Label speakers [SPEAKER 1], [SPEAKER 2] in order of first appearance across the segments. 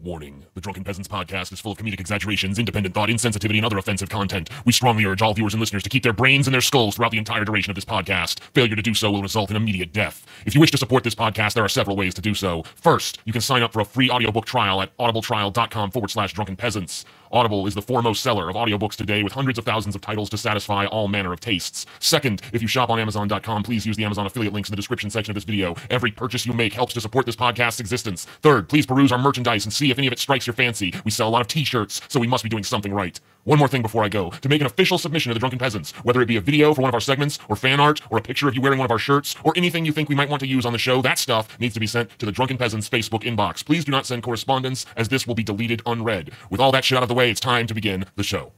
[SPEAKER 1] Warning. The Drunken Peasants podcast is full of comedic exaggerations, independent thought, insensitivity, and other offensive content. We strongly urge all viewers and listeners to keep their brains and their skulls throughout the entire duration of this podcast. Failure to do so will result in immediate death. If you wish to support this podcast, there are several ways to do so. First, you can sign up for a free audiobook trial at audibletrial.com forward slash drunken peasants. Audible is the foremost seller of audiobooks today with hundreds of thousands of titles to satisfy all manner of tastes. Second, if you shop on Amazon.com, please use the Amazon affiliate links in the description section of this video. Every purchase you make helps to support this podcast's existence. Third, please peruse our merchandise and see if any of it strikes your fancy. We sell a lot of t shirts, so we must be doing something right. One more thing before I go. To make an official submission to the Drunken Peasants, whether it be a video for one of our segments, or fan art, or a picture of you wearing one of our shirts, or anything you think we might want to use on the show, that stuff needs to be sent to the Drunken Peasants Facebook inbox. Please do not send correspondence, as this will be deleted unread. With all that shit out of the way, it's time to begin the show.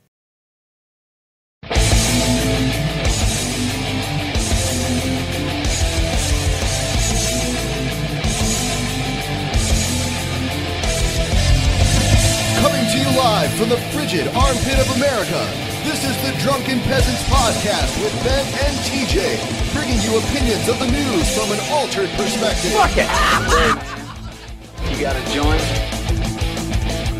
[SPEAKER 2] Coming to you live from the frigid armpit of America, this is the Drunken Peasants Podcast with Ben and TJ, bringing you opinions of the news from an altered perspective. Fuck it!
[SPEAKER 3] You got a joint?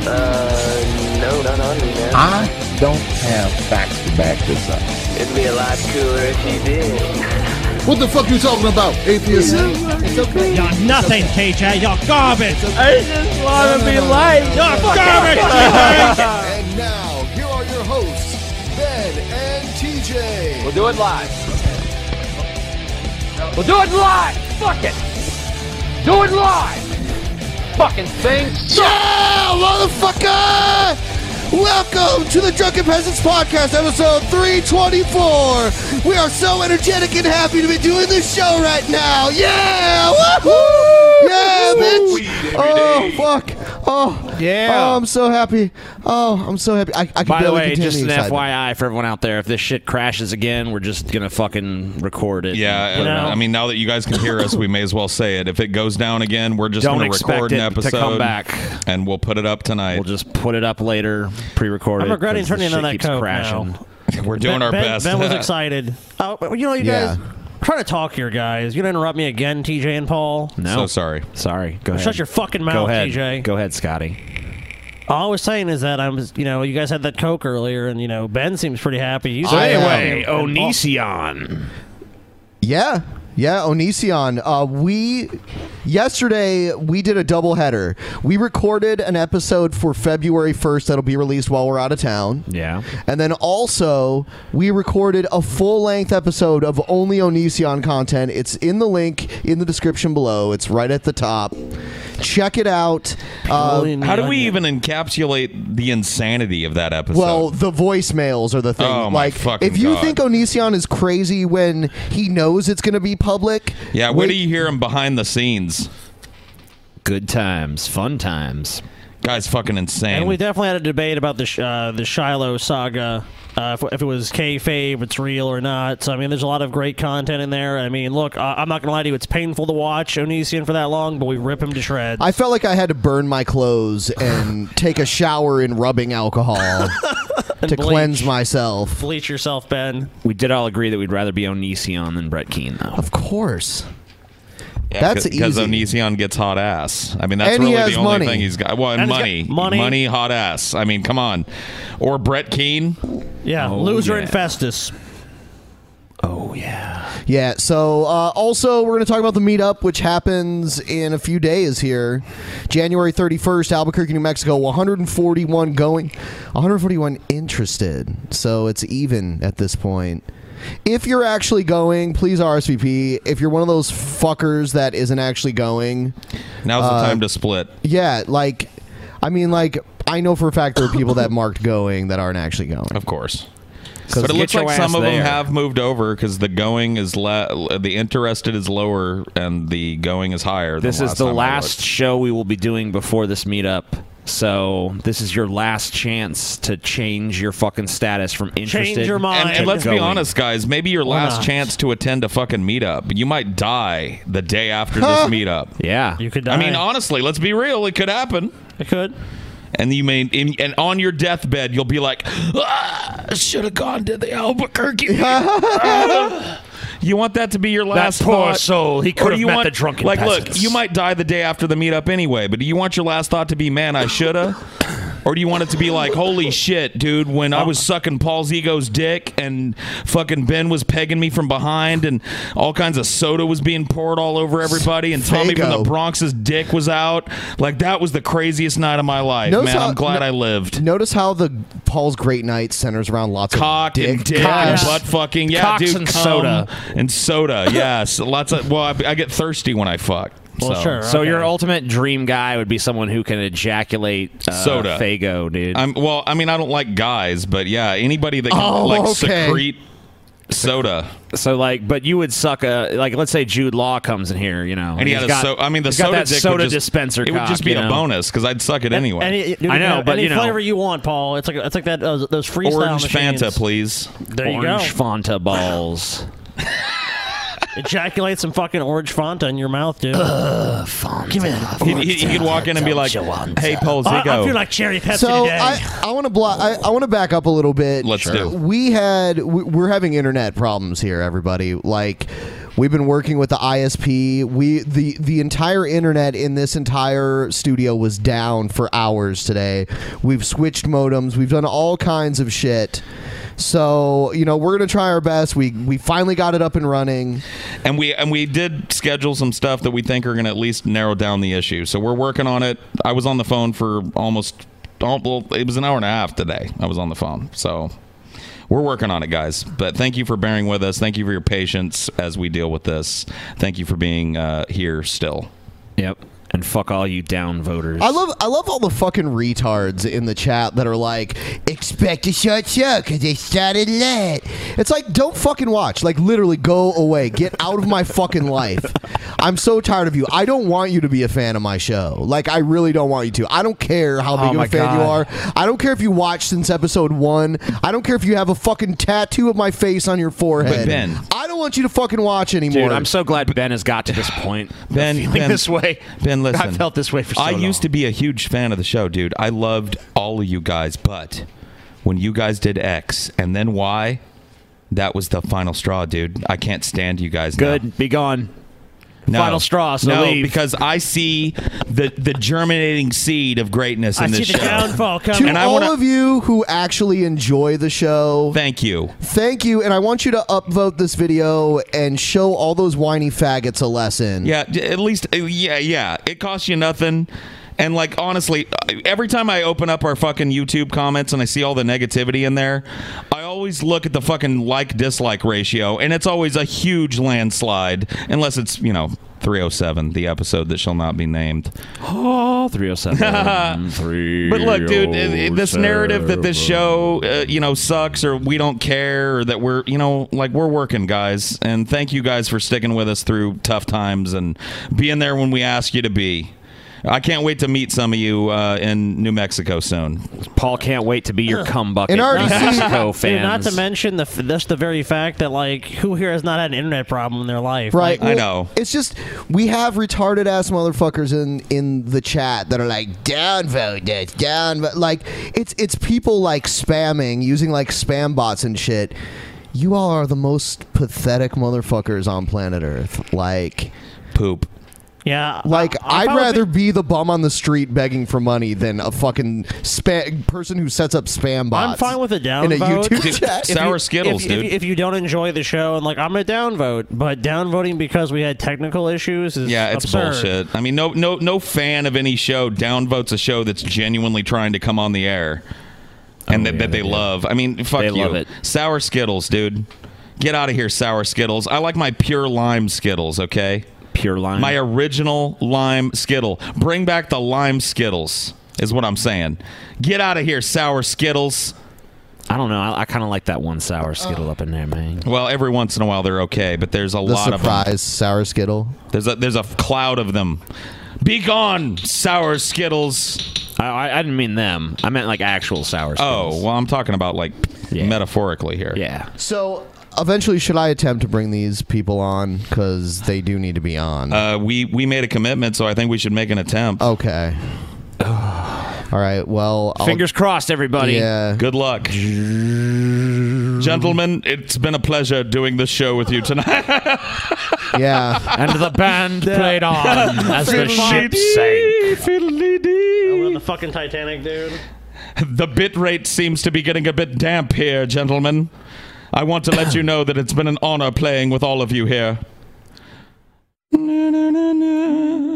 [SPEAKER 3] Uh, no, not on me, man.
[SPEAKER 4] I don't have facts to back this up.
[SPEAKER 3] It'd be a lot cooler if you did.
[SPEAKER 2] What the fuck you talking about, atheist? It's okay.
[SPEAKER 5] You're nothing, TJ. You're garbage.
[SPEAKER 3] I just wanna be light.
[SPEAKER 5] You're garbage. TJ.
[SPEAKER 2] And now, here are your hosts, Ben and TJ.
[SPEAKER 3] We'll do it live. We'll do it live. Fuck it. Do it live. Fucking thing.
[SPEAKER 2] Yeah, motherfucker! Welcome to the Drunken Peasants Podcast, episode 324. We are so energetic and happy to be doing this show right now. Yeah! Woohoo! Yeah, bitch! Oh, fuck. Oh,
[SPEAKER 6] Yeah.
[SPEAKER 2] Oh, I'm so happy. Oh, I'm so happy. I, I can
[SPEAKER 6] By the
[SPEAKER 2] barely
[SPEAKER 6] way,
[SPEAKER 2] contain
[SPEAKER 6] just
[SPEAKER 2] the
[SPEAKER 6] an
[SPEAKER 2] excitement.
[SPEAKER 6] FYI for everyone out there, if this shit crashes again, we're just gonna fucking record it.
[SPEAKER 7] Yeah,
[SPEAKER 6] You
[SPEAKER 7] and, uh,
[SPEAKER 6] know?
[SPEAKER 7] I mean, now that you guys can hear us, we may as well say it. If it goes down again, we're just
[SPEAKER 6] Don't
[SPEAKER 7] going to
[SPEAKER 6] expect
[SPEAKER 7] record an
[SPEAKER 6] it to
[SPEAKER 7] episode
[SPEAKER 6] come back.
[SPEAKER 7] and we'll put it up tonight.
[SPEAKER 6] we'll just put it up later, pre-recorded.
[SPEAKER 5] I'm regretting
[SPEAKER 6] 'cause this
[SPEAKER 5] turning on
[SPEAKER 6] shit
[SPEAKER 5] that
[SPEAKER 6] keeps
[SPEAKER 5] Coke
[SPEAKER 6] crashing.
[SPEAKER 5] now.
[SPEAKER 7] We're doing
[SPEAKER 5] ben,
[SPEAKER 7] our
[SPEAKER 5] ben,
[SPEAKER 7] best.
[SPEAKER 5] Ben was excited. Oh, but you know, you guys
[SPEAKER 2] Yeah.
[SPEAKER 5] I'm trying to talk here, guys. You're gonna interrupt me again, TJ and Paul.
[SPEAKER 6] No,
[SPEAKER 7] So sorry.
[SPEAKER 6] Sorry. Go ahead.
[SPEAKER 5] Shut your fucking
[SPEAKER 6] Go
[SPEAKER 5] mouth,
[SPEAKER 6] ahead.
[SPEAKER 5] TJ.
[SPEAKER 6] Go ahead, Scotty.
[SPEAKER 5] All I was saying is that I'm, you know, you guys had that Coke earlier, and you know, Ben seems pretty happy. You
[SPEAKER 2] So
[SPEAKER 5] seem-
[SPEAKER 2] anyway,
[SPEAKER 5] and Paul-
[SPEAKER 6] Onision.
[SPEAKER 2] Yeah, yeah, Onision. Uh, we yesterday we did a double header. We recorded an episode for February first that'll be released while we're out of town.
[SPEAKER 6] Yeah.
[SPEAKER 2] And then also, we recorded a full length episode of only Onision content. It's in the link in the description below. It's right at the top. Check it out. Uh,
[SPEAKER 5] Pulling the
[SPEAKER 7] How do we
[SPEAKER 5] onion.
[SPEAKER 7] even encapsulate the insanity of that episode?
[SPEAKER 2] well, the voicemails are the thing.
[SPEAKER 7] Oh, my
[SPEAKER 2] like,
[SPEAKER 7] fucking
[SPEAKER 2] if you
[SPEAKER 7] God.
[SPEAKER 2] think Onision is crazy when he knows it's going to be public,
[SPEAKER 7] yeah, where
[SPEAKER 2] wait-
[SPEAKER 7] do you hear him behind the scenes?
[SPEAKER 6] Good times, fun times.
[SPEAKER 7] Guy's fucking insane.
[SPEAKER 5] And we definitely had a debate about the sh- uh, the Shiloh saga, uh, if, if it was kayfabe, it's real or not. So I mean, there's a lot of great content in there. I mean, look, I- I'm not gonna lie to you, it's painful to watch Onision for that long, but we rip him to shreds.
[SPEAKER 2] I felt like I had to burn my clothes and take a shower in rubbing alcohol to
[SPEAKER 5] bleach.
[SPEAKER 2] cleanse myself.
[SPEAKER 5] Bleach yourself, Ben.
[SPEAKER 6] We did all agree that we'd rather be Onision than Brett Keene, though.
[SPEAKER 2] Of course. That's
[SPEAKER 7] because
[SPEAKER 2] easy.
[SPEAKER 7] Onision gets hot ass. I mean, that's
[SPEAKER 2] And he
[SPEAKER 7] really
[SPEAKER 2] has
[SPEAKER 7] the only
[SPEAKER 2] money.
[SPEAKER 7] thing he's got. Well, and
[SPEAKER 5] And he's got
[SPEAKER 7] money,
[SPEAKER 5] money.
[SPEAKER 7] money, hot ass. I mean, come on. Or Brett Keene.
[SPEAKER 5] Yeah,
[SPEAKER 6] Oh,
[SPEAKER 5] loser
[SPEAKER 6] yeah.
[SPEAKER 5] and Festus.
[SPEAKER 2] Yeah. So uh, also, we're going to talk about the meetup, which happens in a few days here, January 31st, Albuquerque, New Mexico. 141 going, 141 interested. So it's even at this point. If you're actually going, please RSVP. If you're one of those fuckers that isn't actually going,
[SPEAKER 7] Now's the
[SPEAKER 2] uh,
[SPEAKER 7] time to split.
[SPEAKER 2] Yeah, like, I mean, like, I know for a fact there are people that marked going that aren't actually going.
[SPEAKER 7] Of course. But it looks like some of them have moved over because the going is la- the interested is lower and the going is higher. than
[SPEAKER 6] This is
[SPEAKER 7] time
[SPEAKER 6] the
[SPEAKER 7] I looked.
[SPEAKER 6] last show we will be doing before this meetup. So this is your last chance to change your fucking status from interested.
[SPEAKER 7] And- And,
[SPEAKER 6] to
[SPEAKER 7] let's be
[SPEAKER 6] going.
[SPEAKER 7] honest, guys. Maybe your
[SPEAKER 6] Or
[SPEAKER 7] last
[SPEAKER 6] not.
[SPEAKER 7] chance to attend a fucking meetup. You might die the day after this
[SPEAKER 6] Huh?
[SPEAKER 7] meetup.
[SPEAKER 6] Yeah, you
[SPEAKER 7] could. I mean, honestly, let's be real. It could happen.
[SPEAKER 5] It could.
[SPEAKER 7] And you may, and, and on your deathbed, you'll be like, ah, should have gone to the Albuquerque. meetup." You want that to be your last
[SPEAKER 8] poor
[SPEAKER 7] thought?
[SPEAKER 8] soul, he
[SPEAKER 7] Or
[SPEAKER 8] could
[SPEAKER 7] do
[SPEAKER 8] have
[SPEAKER 7] you
[SPEAKER 8] met
[SPEAKER 7] want-
[SPEAKER 8] the drunken
[SPEAKER 7] Like, look,
[SPEAKER 8] peasants.
[SPEAKER 7] you might die the day after the meetup anyway, but do you want your last thought to be, man, I shoulda? or do you want it to be like, holy shit, dude, when I was sucking Paul's ego's dick and fucking Ben was pegging me from behind and all kinds of soda was being poured all over everybody and Tommy from the
[SPEAKER 2] Fago.
[SPEAKER 7] Bronx's dick was out? Like, that was the craziest night of my life, man. I'm glad I lived.
[SPEAKER 2] Notice how the Paul's Great Night centers around lots
[SPEAKER 7] cock
[SPEAKER 2] of dick,
[SPEAKER 7] and dick
[SPEAKER 2] Cocks.
[SPEAKER 7] and butt fucking. Yeah,
[SPEAKER 2] Cocks
[SPEAKER 7] dude,
[SPEAKER 2] and
[SPEAKER 7] cum
[SPEAKER 2] soda.
[SPEAKER 7] and soda. Yes, lots of. Well, I, I get thirsty when I fuck. so.
[SPEAKER 6] So your ultimate dream guy would be someone who can ejaculate uh,
[SPEAKER 7] soda,
[SPEAKER 6] Fago, dude.
[SPEAKER 7] I'm, well, I mean, I don't like guys, but yeah, anybody that can
[SPEAKER 6] Oh,
[SPEAKER 7] like
[SPEAKER 6] okay.
[SPEAKER 7] secrete soda.
[SPEAKER 6] So like, but you would suck a like. Let's say Jude Law comes in here, you know,
[SPEAKER 7] And he
[SPEAKER 6] he's
[SPEAKER 7] had a
[SPEAKER 6] got-
[SPEAKER 7] so. I mean, the
[SPEAKER 6] he's
[SPEAKER 7] soda
[SPEAKER 6] got that
[SPEAKER 7] dick would
[SPEAKER 6] soda
[SPEAKER 7] just-
[SPEAKER 6] dispenser.
[SPEAKER 7] It would
[SPEAKER 6] cock,
[SPEAKER 7] just be
[SPEAKER 6] you
[SPEAKER 7] a
[SPEAKER 6] know?
[SPEAKER 7] bonus because I'd suck it anyway.
[SPEAKER 5] Any, dude, you
[SPEAKER 6] I
[SPEAKER 5] can
[SPEAKER 6] know,
[SPEAKER 5] have
[SPEAKER 6] but
[SPEAKER 5] any
[SPEAKER 6] you know,
[SPEAKER 5] flavor you want, Paul. It's like it's like that uh, those, those freestyle
[SPEAKER 7] Orange
[SPEAKER 5] machines.
[SPEAKER 7] Fanta, please.
[SPEAKER 5] There you
[SPEAKER 6] orange
[SPEAKER 5] go.
[SPEAKER 6] Fanta balls.
[SPEAKER 5] Ejaculate some fucking orange Fanta in your mouth, dude.
[SPEAKER 6] Ugh,
[SPEAKER 5] Give it.
[SPEAKER 7] He, he, he could walk in and be like, "Hey, Paul
[SPEAKER 5] I- I
[SPEAKER 7] Zico."
[SPEAKER 5] feel like cherry Pepsi
[SPEAKER 2] so
[SPEAKER 5] today.
[SPEAKER 2] I, I want to block. I, I want to back up a little bit.
[SPEAKER 7] Let's Sure. do.
[SPEAKER 2] We had we- we're having internet problems here, everybody. Like we've been working with the ISP. We the the entire internet in this entire studio was down for hours today. We've switched modems. We've done all kinds of shit. So you know we're gonna try our best. We we finally got it up and running.
[SPEAKER 7] and we and we did schedule some stuff that we think are going to at least narrow down the issue. So we're working on it. I was on the phone for almost al- well, it was an hour and a half today. I was on the phone, so we're working on it, guys. But thank you for bearing with us. Thank you for your patience as we deal with this. Thank you for being uh, here still.
[SPEAKER 6] Yep. And fuck all you down voters.
[SPEAKER 2] I love I love all the fucking retards in the chat that are like, expect a short show because they started late. It's like, don't fucking watch. Like, literally, go away. Get out of my fucking life. I'm so tired of you. I don't want you to be a fan of my show. Like, I really don't want you to. I don't care how
[SPEAKER 3] Oh
[SPEAKER 2] big of
[SPEAKER 3] my
[SPEAKER 2] a fan you
[SPEAKER 3] God.
[SPEAKER 2] are. I don't care if you watched since episode one. I don't care if you have a fucking tattoo of my face on your forehead.
[SPEAKER 6] Ben-
[SPEAKER 2] I don't want you to fucking watch anymore.
[SPEAKER 6] Dude, I'm so glad Ben has got to this point.
[SPEAKER 7] Ben,
[SPEAKER 6] Of feeling
[SPEAKER 7] Ben-
[SPEAKER 6] this way.
[SPEAKER 7] Ben, listen.
[SPEAKER 6] I felt this way for so
[SPEAKER 7] I
[SPEAKER 6] long.
[SPEAKER 7] used to be a huge fan of the show, dude. I loved all of you guys, but when you guys did X and then Y, that was the final straw, dude. I can't stand you guys. Good,
[SPEAKER 6] be gone. Final straw, so
[SPEAKER 7] no,
[SPEAKER 6] leave.
[SPEAKER 7] because I see the the germinating seed of greatness in
[SPEAKER 5] I
[SPEAKER 7] this
[SPEAKER 5] see the
[SPEAKER 7] show.
[SPEAKER 5] downfall
[SPEAKER 2] to
[SPEAKER 5] coming.
[SPEAKER 7] And I
[SPEAKER 2] all
[SPEAKER 7] wanna-
[SPEAKER 2] of you who actually enjoy the show,
[SPEAKER 7] thank you.
[SPEAKER 2] Thank you, and I want you to upvote this video and show all those whiny faggots a lesson.
[SPEAKER 7] Yeah, d- at least uh, yeah, yeah. It costs you nothing. And like honestly, I- every time I open up our fucking YouTube comments and I see all the negativity in there, I always look at the fucking like dislike ratio and it's always a huge landslide unless it's, you know, 307, the episode that shall not be named.
[SPEAKER 6] Oh, 307. three.
[SPEAKER 7] But look, dude, i- i- this narrative that this show, uh, you know, sucks or we don't care or that we're, you know, like we're working, guys. And thank you guys for sticking with us through tough times and being there when we ask you to be. I can't wait to meet some of you uh, in New Mexico soon.
[SPEAKER 6] Paul can't wait to be your cum bucket.
[SPEAKER 7] And I already
[SPEAKER 6] New
[SPEAKER 7] see-
[SPEAKER 6] Mexico
[SPEAKER 7] Dude,
[SPEAKER 5] Dude, not
[SPEAKER 6] fans.
[SPEAKER 5] to mention the f- that's the very fact that like who here has not had an internet problem in their life?
[SPEAKER 2] Right.
[SPEAKER 5] Like,
[SPEAKER 2] well, It's just we have retarded ass motherfuckers in in the chat that are like downvote this, downvote like it's it's people like spamming using like spam bots and shit. You all are the most pathetic motherfuckers on planet Earth. Like
[SPEAKER 7] poop.
[SPEAKER 5] Yeah.
[SPEAKER 2] Like,
[SPEAKER 5] I- I
[SPEAKER 2] I'd
[SPEAKER 5] probably
[SPEAKER 2] rather be the bum on the street begging for money than a fucking spa- person who sets up spam bots.
[SPEAKER 5] I'm fine with a downvote.
[SPEAKER 2] In a YouTube chat.
[SPEAKER 5] If you- if, you- If, you don't enjoy the show, and like I'm gonna downvote, but downvoting because we had technical issues is
[SPEAKER 7] Yeah, it's
[SPEAKER 5] absurd.
[SPEAKER 7] bullshit. I mean, no, no, no fan of any show downvotes a show that's genuinely trying to come on the air, and
[SPEAKER 6] Oh,
[SPEAKER 7] that, that they love. I mean, fuck you.
[SPEAKER 6] love it.
[SPEAKER 7] Sour Skittles, dude. Get out of here, sour Skittles. I like my pure lime Skittles. Okay.
[SPEAKER 6] Pure lime.
[SPEAKER 7] My original lime Skittle. Bring back the lime Skittles. Is what I'm saying. Get out of here, sour Skittles.
[SPEAKER 6] I don't know. I, I kind of like that one sour Skittle up in there, man.
[SPEAKER 7] Well, every once in a while they're okay, but there's a
[SPEAKER 2] The
[SPEAKER 7] lot of them.
[SPEAKER 2] surprise sour skittle.
[SPEAKER 7] There's a there's a cloud of them. Be gone, sour Skittles.
[SPEAKER 6] I, I, I didn't mean them. I meant like actual sour Skittles.
[SPEAKER 7] Oh, well, I'm talking about like metaphorically here.
[SPEAKER 6] Yeah.
[SPEAKER 2] So, eventually, should I attempt to bring these people on? Because they do need to be on.
[SPEAKER 7] Uh, we we made a commitment, so I think we should make an attempt.
[SPEAKER 2] Okay. All right. Well, I'll-
[SPEAKER 6] Fingers crossed, everybody.
[SPEAKER 2] Yeah.
[SPEAKER 7] Good luck, gentlemen. It's been a pleasure doing this show with you tonight.
[SPEAKER 2] Yeah.
[SPEAKER 6] And the band played on as the ship sank.
[SPEAKER 5] We're on the fucking Titanic, dude.
[SPEAKER 7] The bit rate seems to be getting a bit damp here, gentlemen. I want to let you know that it's been an honor playing with all of you here.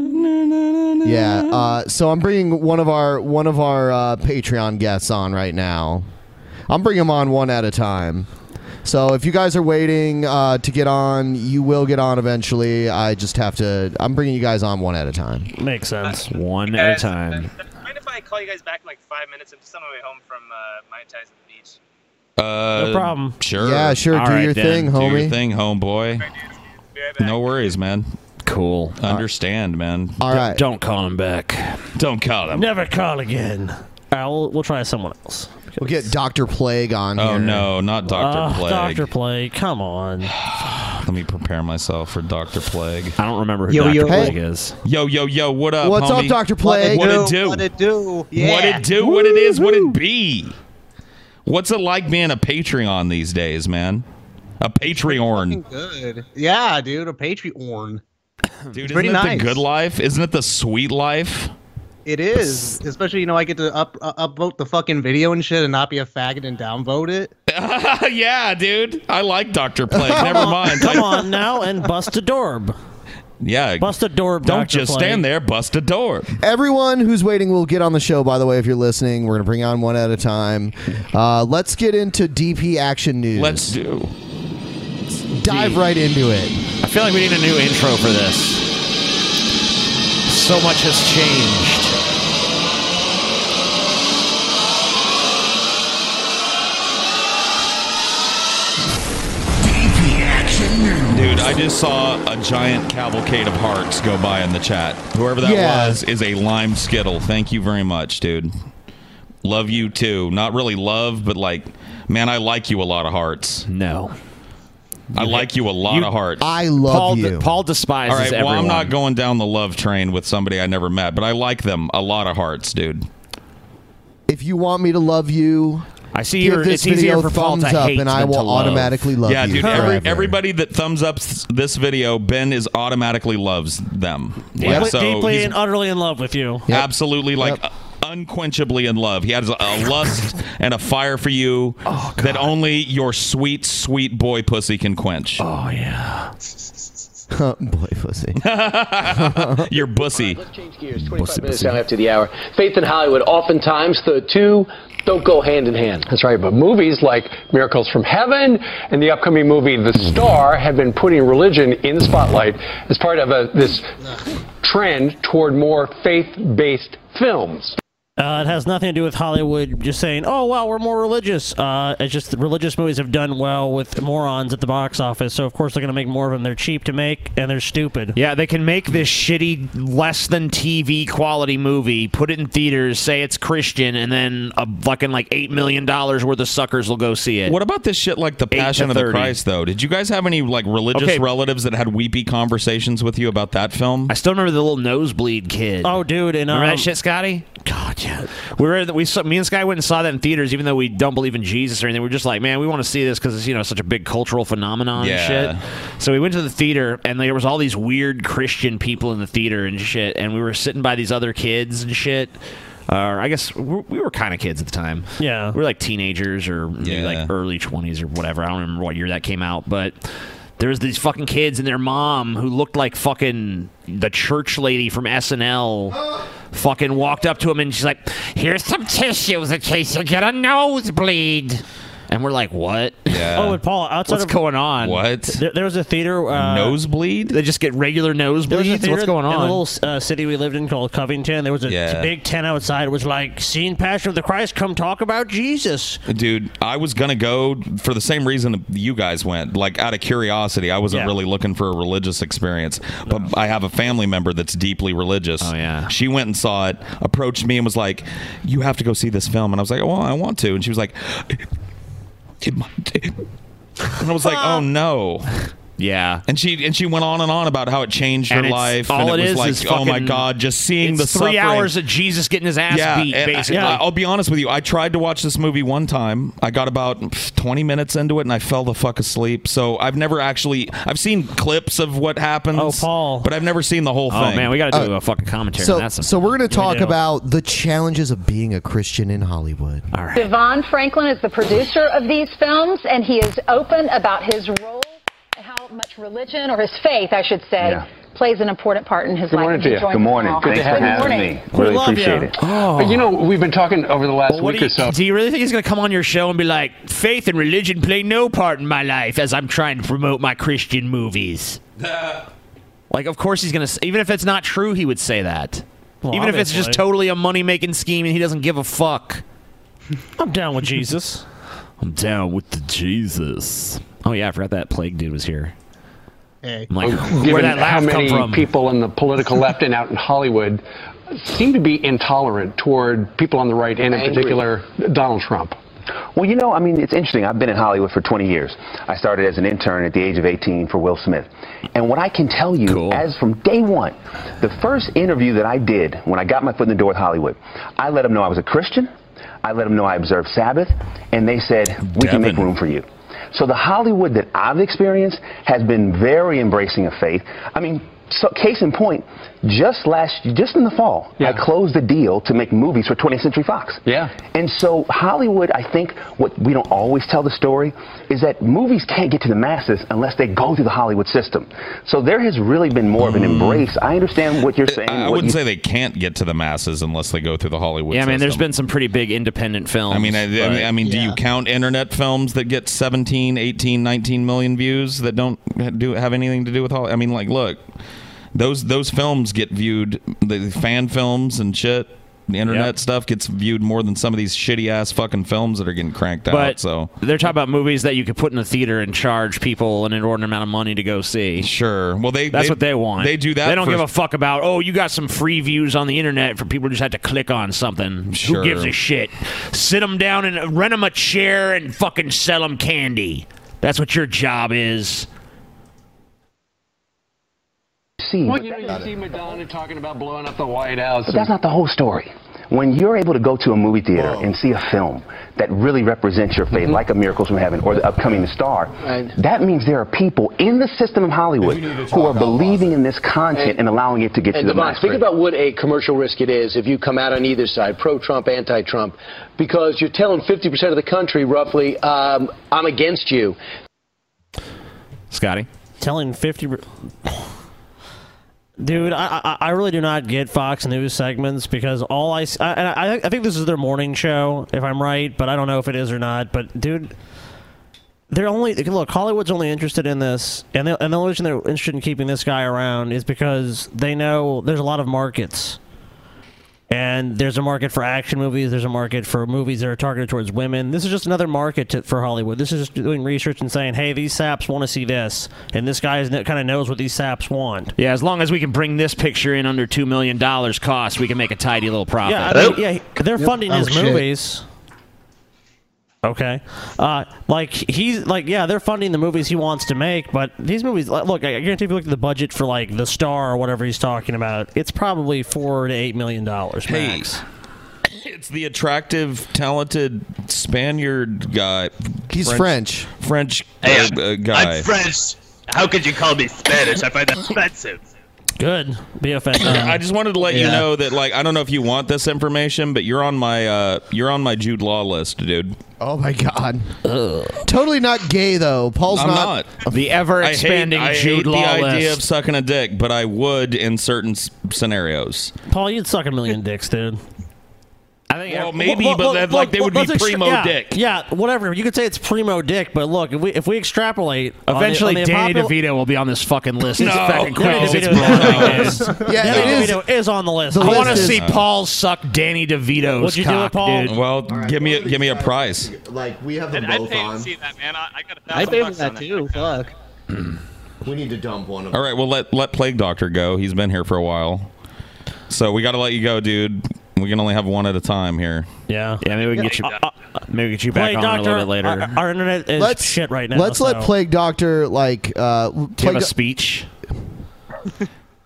[SPEAKER 2] Yeah. Uh, so I'm bringing one of our one of our uh, Patreon guests on right now. I'm bringing them on one at a time. So if you guys are waiting uh, to get on, you will get on eventually. I just have to. I'm bringing you guys on one at a time.
[SPEAKER 5] Makes sense.
[SPEAKER 6] One at a time.
[SPEAKER 3] Mind if I call you guys back in like five minutes? I'm just on my way home from uh, my ties at the beach.
[SPEAKER 7] Uh,
[SPEAKER 5] No problem.
[SPEAKER 7] Sure.
[SPEAKER 2] Yeah, sure.
[SPEAKER 6] All
[SPEAKER 2] do
[SPEAKER 6] right,
[SPEAKER 2] your
[SPEAKER 6] then.
[SPEAKER 2] thing,
[SPEAKER 7] Do
[SPEAKER 2] homie.
[SPEAKER 7] your thing, homeboy. No worries, man.
[SPEAKER 6] Cool. Uh,
[SPEAKER 7] Understand, man.
[SPEAKER 2] All right.
[SPEAKER 6] Don't call him back.
[SPEAKER 7] Don't call him.
[SPEAKER 5] Never call again. All right, we'll, we'll try someone else.
[SPEAKER 2] We'll get Doctor Plague on
[SPEAKER 7] Oh
[SPEAKER 2] here.
[SPEAKER 7] no, not Doctor
[SPEAKER 5] Ugh,
[SPEAKER 7] Plague.
[SPEAKER 5] Dr. Ah, Plague, come on.
[SPEAKER 7] Let me prepare myself for Doctor Plague.
[SPEAKER 6] I don't remember who
[SPEAKER 9] Yo,
[SPEAKER 6] Dr.
[SPEAKER 9] yo.
[SPEAKER 6] Plague is.
[SPEAKER 7] Yo, yo, yo! What up?
[SPEAKER 2] What's up,
[SPEAKER 7] homie?
[SPEAKER 2] Doctor Plague?
[SPEAKER 7] What it do?
[SPEAKER 9] What it do? Yeah.
[SPEAKER 7] What it do? What it is? What it be? What's it like being a Patreon these days, man? A Patreon,
[SPEAKER 9] Good. Yeah, dude. A Patreon.
[SPEAKER 7] dude. Isn't
[SPEAKER 9] pretty
[SPEAKER 7] it
[SPEAKER 9] nice.
[SPEAKER 7] the good life? Isn't it the sweet life?
[SPEAKER 9] It is. Especially, you know, I get to up uh, upvote the fucking video and shit and not be a faggot and downvote it.
[SPEAKER 7] yeah, dude. I like Doctor Plague. Never mind.
[SPEAKER 5] Come on now and bust a dorb.
[SPEAKER 7] Yeah.
[SPEAKER 5] Bust a dorb.
[SPEAKER 7] Don't
[SPEAKER 5] Dr.
[SPEAKER 7] just
[SPEAKER 5] Plague.
[SPEAKER 7] stand there. Bust a door.
[SPEAKER 2] Everyone who's waiting will get on the show. By the way, if you're listening, we're gonna bring on one at a time. Uh, let's get into DP action news.
[SPEAKER 7] Let's do.
[SPEAKER 2] dive right into it.
[SPEAKER 6] I feel like we need a new intro for this. So much has changed.
[SPEAKER 7] Dude, I just saw a giant cavalcade of hearts go by in the chat. Whoever that
[SPEAKER 2] Yeah.
[SPEAKER 7] was is a lime skittle. Thank you very much, dude. Love you too. Not really love, but like, man, I like you a lot of hearts.
[SPEAKER 6] No.
[SPEAKER 7] I like you a lot of hearts.
[SPEAKER 2] I love
[SPEAKER 6] Paul,
[SPEAKER 2] you.
[SPEAKER 6] Paul
[SPEAKER 7] All
[SPEAKER 6] despises
[SPEAKER 7] right, well, I'm
[SPEAKER 6] everyone.
[SPEAKER 7] not going down the love train with somebody I never met, but I like them a lot of hearts, dude.
[SPEAKER 2] if you want me to love you,
[SPEAKER 6] I see
[SPEAKER 2] give
[SPEAKER 6] you're-
[SPEAKER 2] this
[SPEAKER 6] it's
[SPEAKER 2] video
[SPEAKER 6] easier for Paul
[SPEAKER 2] thumbs
[SPEAKER 6] to
[SPEAKER 2] up,
[SPEAKER 6] hate
[SPEAKER 2] and I
[SPEAKER 6] than
[SPEAKER 2] will
[SPEAKER 6] to love.
[SPEAKER 2] automatically love
[SPEAKER 7] yeah,
[SPEAKER 2] you.
[SPEAKER 7] dude. Every,
[SPEAKER 2] forever.
[SPEAKER 7] everybody that thumbs up s- this video, Ben is automatically loves them.
[SPEAKER 5] Deeply,
[SPEAKER 7] Like, so
[SPEAKER 5] deeply
[SPEAKER 7] he's
[SPEAKER 5] and utterly in love with you.
[SPEAKER 2] Yep.
[SPEAKER 7] absolutely like
[SPEAKER 2] Yep.
[SPEAKER 7] unquenchably in love. He has a, a lust and a fire for you that only your sweet, sweet boy pussy can quench.
[SPEAKER 6] Oh, yeah.
[SPEAKER 2] boy pussy.
[SPEAKER 7] Your bussy.
[SPEAKER 10] Change gears. 25 minutes now after the hour. Faith in Hollywood. Oftentimes, the two don't go hand in hand. That's right. But movies like Miracles from Heaven and the upcoming movie The Star have been putting religion in the spotlight as part of a, this trend toward more faith-based films.
[SPEAKER 5] Uh, it has nothing to do with Hollywood just saying, oh, wow, we're more religious. Uh, it's just that religious movies have done well with morons at the box office, so of course they're going to make more of them. They're cheap to make and they're stupid.
[SPEAKER 6] Yeah, they can make this shitty, less than TV quality movie, put it in theaters, say it's Christian, and then a fucking like $8 million worth of suckers will go see it.
[SPEAKER 7] What about this shit like the
[SPEAKER 6] Eight to
[SPEAKER 7] Passion of the
[SPEAKER 6] 30.
[SPEAKER 7] Christ though? Did you guys have any like religious
[SPEAKER 6] Okay.
[SPEAKER 7] relatives that had weepy conversations with you about that film?
[SPEAKER 6] I still remember the little nosebleed kid.
[SPEAKER 5] Oh, dude, and um,
[SPEAKER 6] Remember that shit, Scotty? God, God, yeah. We were we saw, me and Sky went and saw that in theaters, even though we don't believe in Jesus or anything. We're just like, man, we want to see this because it's you know such a big cultural phenomenon
[SPEAKER 7] Yeah.
[SPEAKER 6] and shit. So we went to the theater, and there was all these weird Christian people in the theater and shit, and we were sitting by these other kids and shit. Or I guess we we were kind of kids at the time. Yeah, we were like teenagers or maybe like early twenties or whatever. I don't remember what year that came out, but there was these fucking kids and their mom who looked like fucking the church lady from SNL. Fucking walked up to him and she's like, "Here's some tissues in case you get a nosebleed." And we're like, "What? Yeah.
[SPEAKER 5] Oh, and Paul, outside
[SPEAKER 6] What's
[SPEAKER 5] of-
[SPEAKER 6] going on? What?
[SPEAKER 5] There, there was a theater uh,
[SPEAKER 7] nosebleed.
[SPEAKER 6] They just get regular
[SPEAKER 5] There was a
[SPEAKER 6] nosebleeds.
[SPEAKER 5] theater
[SPEAKER 6] What's going
[SPEAKER 5] in
[SPEAKER 6] on?
[SPEAKER 5] the little uh, city we lived in called Covington. There was a t-
[SPEAKER 7] Yeah.
[SPEAKER 5] big tent outside. It was like, "Seen Passion of the Christ? Come talk about Jesus."
[SPEAKER 7] Dude, I was gonna go for the same reason you guys went, like out of curiosity. I wasn't
[SPEAKER 5] Yeah.
[SPEAKER 7] really looking for a religious experience, but I have a family member that's deeply religious. Oh yeah, she went and saw it, approached me, and was like, "You have to go see this film," and I was like, "Well, I want to," and she was like, "It might- it-" and I was like, "Oh no."
[SPEAKER 6] Yeah,
[SPEAKER 7] and she and she went on and on about how it changed
[SPEAKER 6] And
[SPEAKER 7] her
[SPEAKER 6] it's-
[SPEAKER 7] life.
[SPEAKER 6] all
[SPEAKER 7] and
[SPEAKER 6] it
[SPEAKER 7] was
[SPEAKER 6] is
[SPEAKER 7] like,
[SPEAKER 6] is
[SPEAKER 7] oh my
[SPEAKER 6] fucking-
[SPEAKER 7] god, just seeing
[SPEAKER 6] it's
[SPEAKER 7] the
[SPEAKER 6] three
[SPEAKER 7] suffering.
[SPEAKER 6] hours of Jesus getting his ass beat,
[SPEAKER 7] and
[SPEAKER 6] basically.
[SPEAKER 7] I, will be honest with you. I tried to watch this movie one time. I got about pff, 20 minutes into it and I fell the fuck asleep. So I've never actually. I've seen clips of what happens. Oh, Paul. But I've never seen the whole
[SPEAKER 6] Oh,
[SPEAKER 7] thing.
[SPEAKER 6] man, we gotta do
[SPEAKER 7] Oh.
[SPEAKER 6] a fucking commentary
[SPEAKER 2] Uh, So,
[SPEAKER 6] on that sometime.
[SPEAKER 2] so we're going to
[SPEAKER 6] We
[SPEAKER 2] talk
[SPEAKER 6] do.
[SPEAKER 2] about the challenges of being a Christian in Hollywood.
[SPEAKER 6] All right.
[SPEAKER 11] Devon Franklin is the producer of these films, and he is open about his role and how much religion, or his faith, I should say,
[SPEAKER 10] Yeah.
[SPEAKER 11] plays an important part in his
[SPEAKER 10] Good
[SPEAKER 11] life.
[SPEAKER 10] morning
[SPEAKER 11] and
[SPEAKER 10] to
[SPEAKER 11] he
[SPEAKER 10] you.
[SPEAKER 11] joins
[SPEAKER 10] Good
[SPEAKER 11] us
[SPEAKER 10] morning.
[SPEAKER 11] now.
[SPEAKER 10] Thanks for
[SPEAKER 11] Good
[SPEAKER 10] having
[SPEAKER 11] morning.
[SPEAKER 10] me. Really appreciate it. But you know, we've been talking over the last
[SPEAKER 6] Oh. What
[SPEAKER 10] week
[SPEAKER 6] do,
[SPEAKER 10] or so.
[SPEAKER 6] you, do you really think he's going to come on your show and be like, faith and religion play no part in my life as I'm trying to promote my Christian movies? like, of course he's going to, even if it's not true, he would say that.
[SPEAKER 5] Well,
[SPEAKER 6] even if it's just
[SPEAKER 5] obviously.
[SPEAKER 6] totally a money making scheme and he doesn't give a fuck.
[SPEAKER 5] I'm down with Jesus.
[SPEAKER 6] I'm down with the Jesus. Oh, yeah, I forgot that plague dude was here.
[SPEAKER 12] Hey.
[SPEAKER 6] I'm like,
[SPEAKER 10] Given
[SPEAKER 6] where that
[SPEAKER 10] how
[SPEAKER 6] laugh come
[SPEAKER 10] many
[SPEAKER 6] from?
[SPEAKER 10] people on the political left and out in Hollywood seem to be intolerant toward people on the right and in
[SPEAKER 13] Angry.
[SPEAKER 10] particular Donald Trump.
[SPEAKER 13] Well, you know, I mean, it's interesting. I've been in Hollywood for 20 years. I started as an intern at the age of 18 for Will Smith. And what I can tell you, as from day one, the first interview that I did when I got my foot in the door with Hollywood, I let them know I was a Christian. I let them know I observed Sabbath. And they said, we can make room for you. So the Hollywood that I've experienced has been very embracing of faith. I mean, so case in point, just last, just in the fall, I closed the deal to make movies for 20th Century Fox. Yeah. And so Hollywood, I think, what we don't always tell the story is that movies can't get to the masses unless they go through the Hollywood system. So there has really been more of an embrace. I understand what you're saying.
[SPEAKER 7] Hmm. I
[SPEAKER 13] what
[SPEAKER 7] wouldn't
[SPEAKER 13] you-
[SPEAKER 7] say they can't get to the masses unless they go through the Hollywood.
[SPEAKER 6] Yeah, I mean, there's
[SPEAKER 7] system.
[SPEAKER 6] been some pretty big independent films.
[SPEAKER 7] I mean, I, I
[SPEAKER 6] but-
[SPEAKER 7] mean, I mean do you count internet films that get 17, 18, 19 million views that don't ha- do have anything to do with Hollywood? I mean, like, look, those those films get viewed, the fan films and shit. The internet stuff gets viewed more than some of these shitty ass fucking films that are getting cranked
[SPEAKER 6] But
[SPEAKER 7] out. So
[SPEAKER 6] they're talking about movies that you could put in the theater and charge people an inordinate amount of money to go see.
[SPEAKER 7] Sure. Well, they
[SPEAKER 6] that's
[SPEAKER 7] they-
[SPEAKER 6] what they want.
[SPEAKER 7] they do that
[SPEAKER 6] They don't
[SPEAKER 7] for-
[SPEAKER 6] give a fuck about. Oh, you got some free views on the internet for people who just had to click on something.
[SPEAKER 7] Sure.
[SPEAKER 6] Who gives a shit? Sit them down and uh, rent them a chair and fucking sell them candy. That's what your job is.
[SPEAKER 13] see.
[SPEAKER 10] Well, you know, you see Madonna talking about blowing up the White House.
[SPEAKER 13] But that's not the whole story. When you're able to go to a movie theater and see a film that really represents your faith, like A Miracles from Heaven or The Upcoming Star, that means there are people in the system of Hollywood who are believing in this content and, allowing it to get
[SPEAKER 14] and
[SPEAKER 13] to the
[SPEAKER 14] Devon,
[SPEAKER 13] masses.
[SPEAKER 14] think about what a commercial risk it is if you come out on either side, pro-Trump, anti-Trump, because you're telling 50% of the country, roughly, um, I'm against you.
[SPEAKER 6] Scotty,
[SPEAKER 5] telling fifty. per- Dude, I, I I really do not get Fox News segments because all I s- I- and I I think this is their morning show if I'm right, but I don't know if it is or not. But dude, they're only look Hollywood's only interested in this, and the, and the only reason they're interested in keeping this guy around is because they know there's a lot of markets, and there's a market for action movies, there's a market for movies that are targeted towards women. This is just another market to, for Hollywood. This is just doing research and saying, hey, these saps want to see this, and this guy kind of knows what these saps want.
[SPEAKER 6] Yeah, as long as we can bring this picture in under two million dollars cost, we can make a tidy little profit.
[SPEAKER 5] Yeah, I mean, yeah, he- they're funding
[SPEAKER 6] Oh,
[SPEAKER 5] his
[SPEAKER 6] shit.
[SPEAKER 5] movies. Okay, uh, like he's like yeah, they're funding the movies he wants to make, but these movies like, look, I guarantee if you look at the budget for like the star or whatever he's talking about, it's probably four to eight million dollars max.
[SPEAKER 7] It's the attractive, talented Spaniard guy.
[SPEAKER 2] He's French.
[SPEAKER 7] French,
[SPEAKER 3] Hey,
[SPEAKER 7] uh, uh, guy.
[SPEAKER 3] I'm French. How could you call me Spanish? I find that offensive.
[SPEAKER 5] Good. Be offensive.
[SPEAKER 7] I just wanted to let you
[SPEAKER 5] Yeah.
[SPEAKER 7] know that, like, I don't know if you want this information, but you're on my uh, you're on my Jude Law list, dude.
[SPEAKER 2] Oh my God. Totally not gay though. Paul's
[SPEAKER 7] I'm not,
[SPEAKER 6] the ever
[SPEAKER 7] I hate-
[SPEAKER 6] expanding
[SPEAKER 7] I hate,
[SPEAKER 6] Jude Law
[SPEAKER 7] the idea
[SPEAKER 6] list.
[SPEAKER 7] of sucking a dick, but I would in certain s- scenarios.
[SPEAKER 5] Paul, you'd suck a million dicks, dude.
[SPEAKER 6] I think
[SPEAKER 7] Well, maybe, but then, like, they would be
[SPEAKER 5] let's extra-
[SPEAKER 7] primo
[SPEAKER 5] yeah,
[SPEAKER 7] dick.
[SPEAKER 5] Yeah, whatever. You could say it's primo dick, but look, if we if we extrapolate, on the-
[SPEAKER 6] Eventually,
[SPEAKER 5] on the
[SPEAKER 6] Danny
[SPEAKER 5] popul-
[SPEAKER 6] DeVito will be on this fucking list.
[SPEAKER 5] No.
[SPEAKER 6] It's fucking
[SPEAKER 5] Danny
[SPEAKER 6] crazy.
[SPEAKER 5] DeVito is
[SPEAKER 6] It's
[SPEAKER 5] on the
[SPEAKER 6] blowing
[SPEAKER 5] list.
[SPEAKER 6] it.
[SPEAKER 5] Yeah, Danny it is. DeVito is on the list.
[SPEAKER 6] I
[SPEAKER 5] The
[SPEAKER 6] want to
[SPEAKER 5] list is-
[SPEAKER 6] see Paul suck Danny DeVito's
[SPEAKER 5] Would you do it,
[SPEAKER 6] cock,
[SPEAKER 5] Paul?
[SPEAKER 6] dude.
[SPEAKER 7] Well, give me a, give me a prize.
[SPEAKER 15] Like we have them
[SPEAKER 16] I'd
[SPEAKER 15] both
[SPEAKER 16] pay to
[SPEAKER 15] on.
[SPEAKER 16] see that, man. I, I got a
[SPEAKER 15] I
[SPEAKER 16] thousand
[SPEAKER 15] pay for
[SPEAKER 16] bucks
[SPEAKER 15] that
[SPEAKER 16] on
[SPEAKER 15] too. Fuck. we need to dump one of them.
[SPEAKER 7] All right, well let let Plague Doctor go. He's been here for a while, so we got to let you go, dude. We can only have one at a time here.
[SPEAKER 5] Yeah,
[SPEAKER 6] yeah. Maybe we
[SPEAKER 7] can
[SPEAKER 6] get you. uh, maybe get you
[SPEAKER 7] back
[SPEAKER 5] Wait,
[SPEAKER 7] on
[SPEAKER 5] doctor, uh,
[SPEAKER 7] a little bit later.
[SPEAKER 5] Our, our internet is
[SPEAKER 2] Let's-
[SPEAKER 5] shit right now.
[SPEAKER 2] Let's let
[SPEAKER 5] so-
[SPEAKER 2] Plague Doctor like uh Plague
[SPEAKER 7] have a
[SPEAKER 2] Do-
[SPEAKER 6] speech?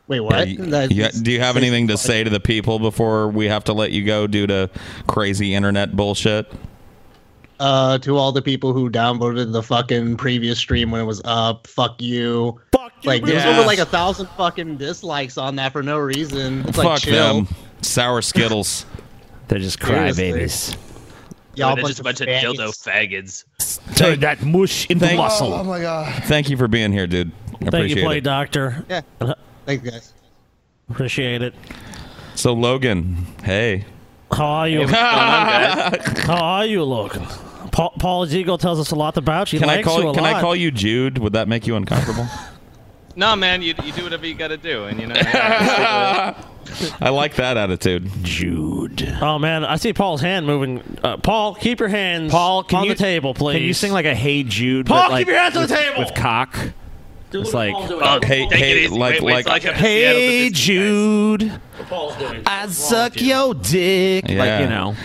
[SPEAKER 17] Wait, what?
[SPEAKER 7] Yeah, you-
[SPEAKER 17] That-
[SPEAKER 7] you- do you have anything to say to the people before we have to let you go due to crazy internet bullshit?
[SPEAKER 17] uh, to all the people who downloaded the fucking previous stream when it was up. Fuck you.
[SPEAKER 5] Fuck
[SPEAKER 17] you. Like there's
[SPEAKER 7] Yeah.
[SPEAKER 17] over like a thousand fucking dislikes on that for no reason. It's like
[SPEAKER 7] Fuck
[SPEAKER 17] chill.
[SPEAKER 7] them. Sour Skittles.
[SPEAKER 6] They're just
[SPEAKER 17] Seriously.
[SPEAKER 6] crybabies.
[SPEAKER 17] Y'all
[SPEAKER 3] They're just a bunch of dildo faggots.
[SPEAKER 6] Turn that mush into muscle.
[SPEAKER 2] Oh, my god.
[SPEAKER 7] Thank you for being here, dude. I
[SPEAKER 5] Thank you,
[SPEAKER 7] appreciate
[SPEAKER 5] Plague
[SPEAKER 7] it.
[SPEAKER 5] Doctor.
[SPEAKER 17] Yeah. Thanks, guys.
[SPEAKER 5] Appreciate it.
[SPEAKER 7] So Logan, hey.
[SPEAKER 5] How are
[SPEAKER 7] Hey,
[SPEAKER 5] you?
[SPEAKER 7] what's going on,
[SPEAKER 5] How are you, Logan? Paul, Paul Ziegel tells us a lot about you. He
[SPEAKER 7] Can I
[SPEAKER 5] likes you
[SPEAKER 7] call
[SPEAKER 5] a
[SPEAKER 7] can I
[SPEAKER 5] lot.
[SPEAKER 7] call you Jude? Would that make you uncomfortable?
[SPEAKER 16] No, man, you, you do whatever you gotta do, and you know. I-
[SPEAKER 7] I like that attitude.
[SPEAKER 6] Jude.
[SPEAKER 5] Oh man, I see Paul's hand moving. Uh, Paul, keep your hands
[SPEAKER 6] Paul, can
[SPEAKER 5] on
[SPEAKER 6] you,
[SPEAKER 5] the table, please.
[SPEAKER 6] Can you sing like a Hey Jude?
[SPEAKER 5] Paul,
[SPEAKER 6] but,
[SPEAKER 5] keep
[SPEAKER 6] like,
[SPEAKER 5] your hands on the
[SPEAKER 6] with-
[SPEAKER 5] table!
[SPEAKER 6] with cock. it's like,
[SPEAKER 5] Oh,
[SPEAKER 7] Uh, hey, hey, like, like,
[SPEAKER 6] Hey Jude, I suck your dick.
[SPEAKER 7] Yeah.
[SPEAKER 6] Like you know,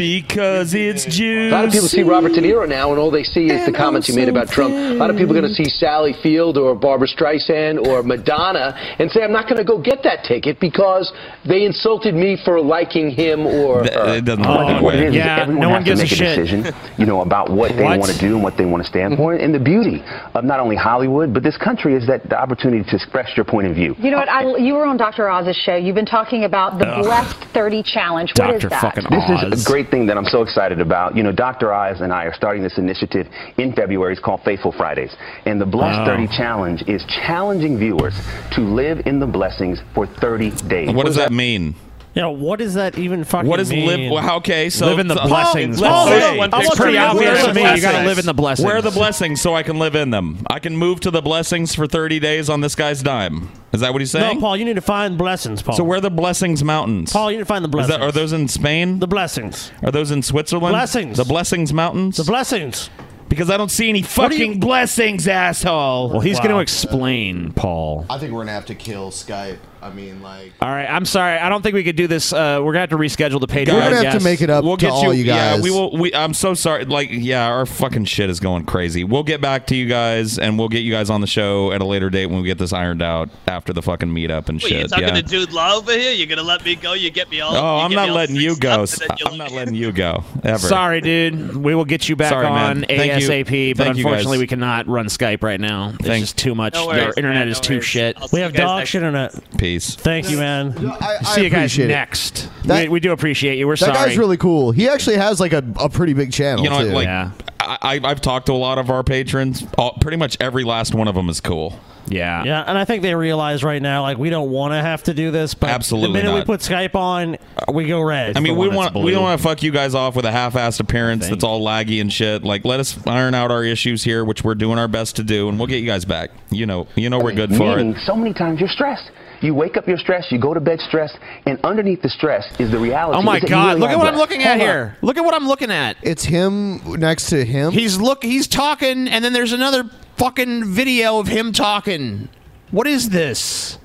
[SPEAKER 7] because it's Jude.
[SPEAKER 10] A lot of people see Robert De Niro now, and all they see is the comments he made about Trump. A lot of people are going to see Sally Field or Barbara Streisand or Madonna and say, I'm not going to go get that ticket because they insulted me for liking him or her.
[SPEAKER 7] It
[SPEAKER 11] Oh,
[SPEAKER 7] doesn't
[SPEAKER 13] But what it is, is everyone has to make
[SPEAKER 10] shit.
[SPEAKER 13] decision, you know, about what they
[SPEAKER 10] What?
[SPEAKER 13] want to do and what they want to stand for. And the beauty of not only Hollywood but this country is that the opportunity to express your point of view.
[SPEAKER 11] You know what? I, you were on Dr. Oz's show. You've been talking about the
[SPEAKER 13] Ugh.
[SPEAKER 11] Blessed 30 Challenge. What is that?
[SPEAKER 13] This is a great thing that I'm so excited about. You know, Dr. Oz and I are starting this initiative in February. It's called Faithful Fridays. And the Blessed
[SPEAKER 11] Oh.
[SPEAKER 6] Wow.
[SPEAKER 13] 30 Challenge is challenging viewers to live in the blessings for 30 days.
[SPEAKER 7] What does that mean?
[SPEAKER 5] Yeah, what does that even fucking
[SPEAKER 7] What is live?
[SPEAKER 5] mean?
[SPEAKER 7] Well, okay, so
[SPEAKER 6] Live in the
[SPEAKER 7] so-
[SPEAKER 6] blessings,
[SPEAKER 7] Let's
[SPEAKER 6] Paul.
[SPEAKER 7] say-
[SPEAKER 6] Hold on, one It's picture. pretty
[SPEAKER 7] Where are
[SPEAKER 6] obvious
[SPEAKER 7] the
[SPEAKER 6] to me. You gotta
[SPEAKER 7] blessings?
[SPEAKER 6] live in the blessings.
[SPEAKER 7] Where are the blessings so I can live in them? I can move to the blessings for 30 days on this guy's dime. Is that what he's saying?
[SPEAKER 5] No, Paul, you need to find blessings, Paul.
[SPEAKER 7] So where are the blessings mountains?
[SPEAKER 5] Paul, you need to find the
[SPEAKER 7] Is
[SPEAKER 5] blessings.
[SPEAKER 7] that, are those in Spain? The
[SPEAKER 5] blessings.
[SPEAKER 7] Are those in Switzerland?
[SPEAKER 5] Blessings.
[SPEAKER 7] The blessings mountains. The
[SPEAKER 5] blessings.
[SPEAKER 7] Because I don't see any
[SPEAKER 6] What do you-
[SPEAKER 7] fucking blessings, asshole.
[SPEAKER 6] Well, he's going to explain, Paul.
[SPEAKER 15] I think we're gonna have to kill Skype. I mean, like.
[SPEAKER 6] All right, I'm sorry. I don't think we could do this. Uh, we're gonna have to reschedule the Patreon.
[SPEAKER 7] We're gonna have
[SPEAKER 6] guest.
[SPEAKER 7] to make
[SPEAKER 2] it up
[SPEAKER 7] We'll
[SPEAKER 2] to
[SPEAKER 7] get
[SPEAKER 2] all
[SPEAKER 7] you,
[SPEAKER 2] you
[SPEAKER 7] Yeah,
[SPEAKER 2] guys.
[SPEAKER 7] we will. We, I'm so sorry. Like, yeah, our fucking shit is going crazy. We'll get back to you guys, and we'll get you guys on the show at a later date when we get this ironed out after the fucking meetup and
[SPEAKER 3] Wait,
[SPEAKER 7] shit.
[SPEAKER 3] you talking
[SPEAKER 7] yeah.
[SPEAKER 3] to Dude Law over here? You're gonna let me go? You get me all?
[SPEAKER 7] oh, I'm
[SPEAKER 3] you get
[SPEAKER 7] not
[SPEAKER 3] me all
[SPEAKER 7] letting you
[SPEAKER 3] fixed
[SPEAKER 7] go.
[SPEAKER 3] up and then you'll-
[SPEAKER 7] I'm not letting you go ever.
[SPEAKER 6] Sorry, dude. We will get you back
[SPEAKER 7] Sorry,
[SPEAKER 6] on
[SPEAKER 7] man. Thank you.
[SPEAKER 6] ASAP, but
[SPEAKER 7] Thank you, guys.
[SPEAKER 6] unfortunately, we cannot run Skype right now. It's
[SPEAKER 7] Thank-
[SPEAKER 6] just too much.
[SPEAKER 7] No worries,
[SPEAKER 6] Our internet
[SPEAKER 7] man,
[SPEAKER 6] is
[SPEAKER 7] no
[SPEAKER 6] too
[SPEAKER 7] worries.
[SPEAKER 6] shit.
[SPEAKER 7] I'll
[SPEAKER 5] we have dog shit in it.
[SPEAKER 7] Peace.
[SPEAKER 5] Thank you, man.
[SPEAKER 2] I
[SPEAKER 6] See you guys
[SPEAKER 2] appreciate it.
[SPEAKER 6] next.
[SPEAKER 2] That-
[SPEAKER 6] we, we do appreciate you. We're
[SPEAKER 2] That
[SPEAKER 6] sorry.
[SPEAKER 2] guy's really cool. He actually has like a, a pretty big channel.
[SPEAKER 7] You know,
[SPEAKER 2] too.
[SPEAKER 7] like I, I, I've talked to a lot of our patrons. All, pretty much every last one of them is cool.
[SPEAKER 6] Yeah.
[SPEAKER 5] Yeah, and I think they realize right now, like, we don't want to have to do this, but
[SPEAKER 7] Absolutely
[SPEAKER 5] the minute we
[SPEAKER 7] not.
[SPEAKER 5] put Skype on, uh, we go red.
[SPEAKER 7] I mean, we want we don't want to fuck you guys off with a half-assed appearance that's all laggy and shit. Like, let us iron out our issues here, which we're doing our best to do, and we'll get you guys back. You know, you know, we're good for
[SPEAKER 13] Meaning,
[SPEAKER 7] it.
[SPEAKER 13] so many times you're stressed. You wake up, you're stressed. You go to bed, stressed. And underneath the stress is the reality.
[SPEAKER 6] Oh my
[SPEAKER 13] is that you
[SPEAKER 6] God!
[SPEAKER 13] really
[SPEAKER 6] Look
[SPEAKER 13] are
[SPEAKER 6] at what I'm
[SPEAKER 13] blessed.
[SPEAKER 6] looking at
[SPEAKER 13] Hold on.
[SPEAKER 6] here. Look at what I'm looking at.
[SPEAKER 2] It's him next to him.
[SPEAKER 6] He's look. He's talking, and then there's another fucking video of him talking. What is this?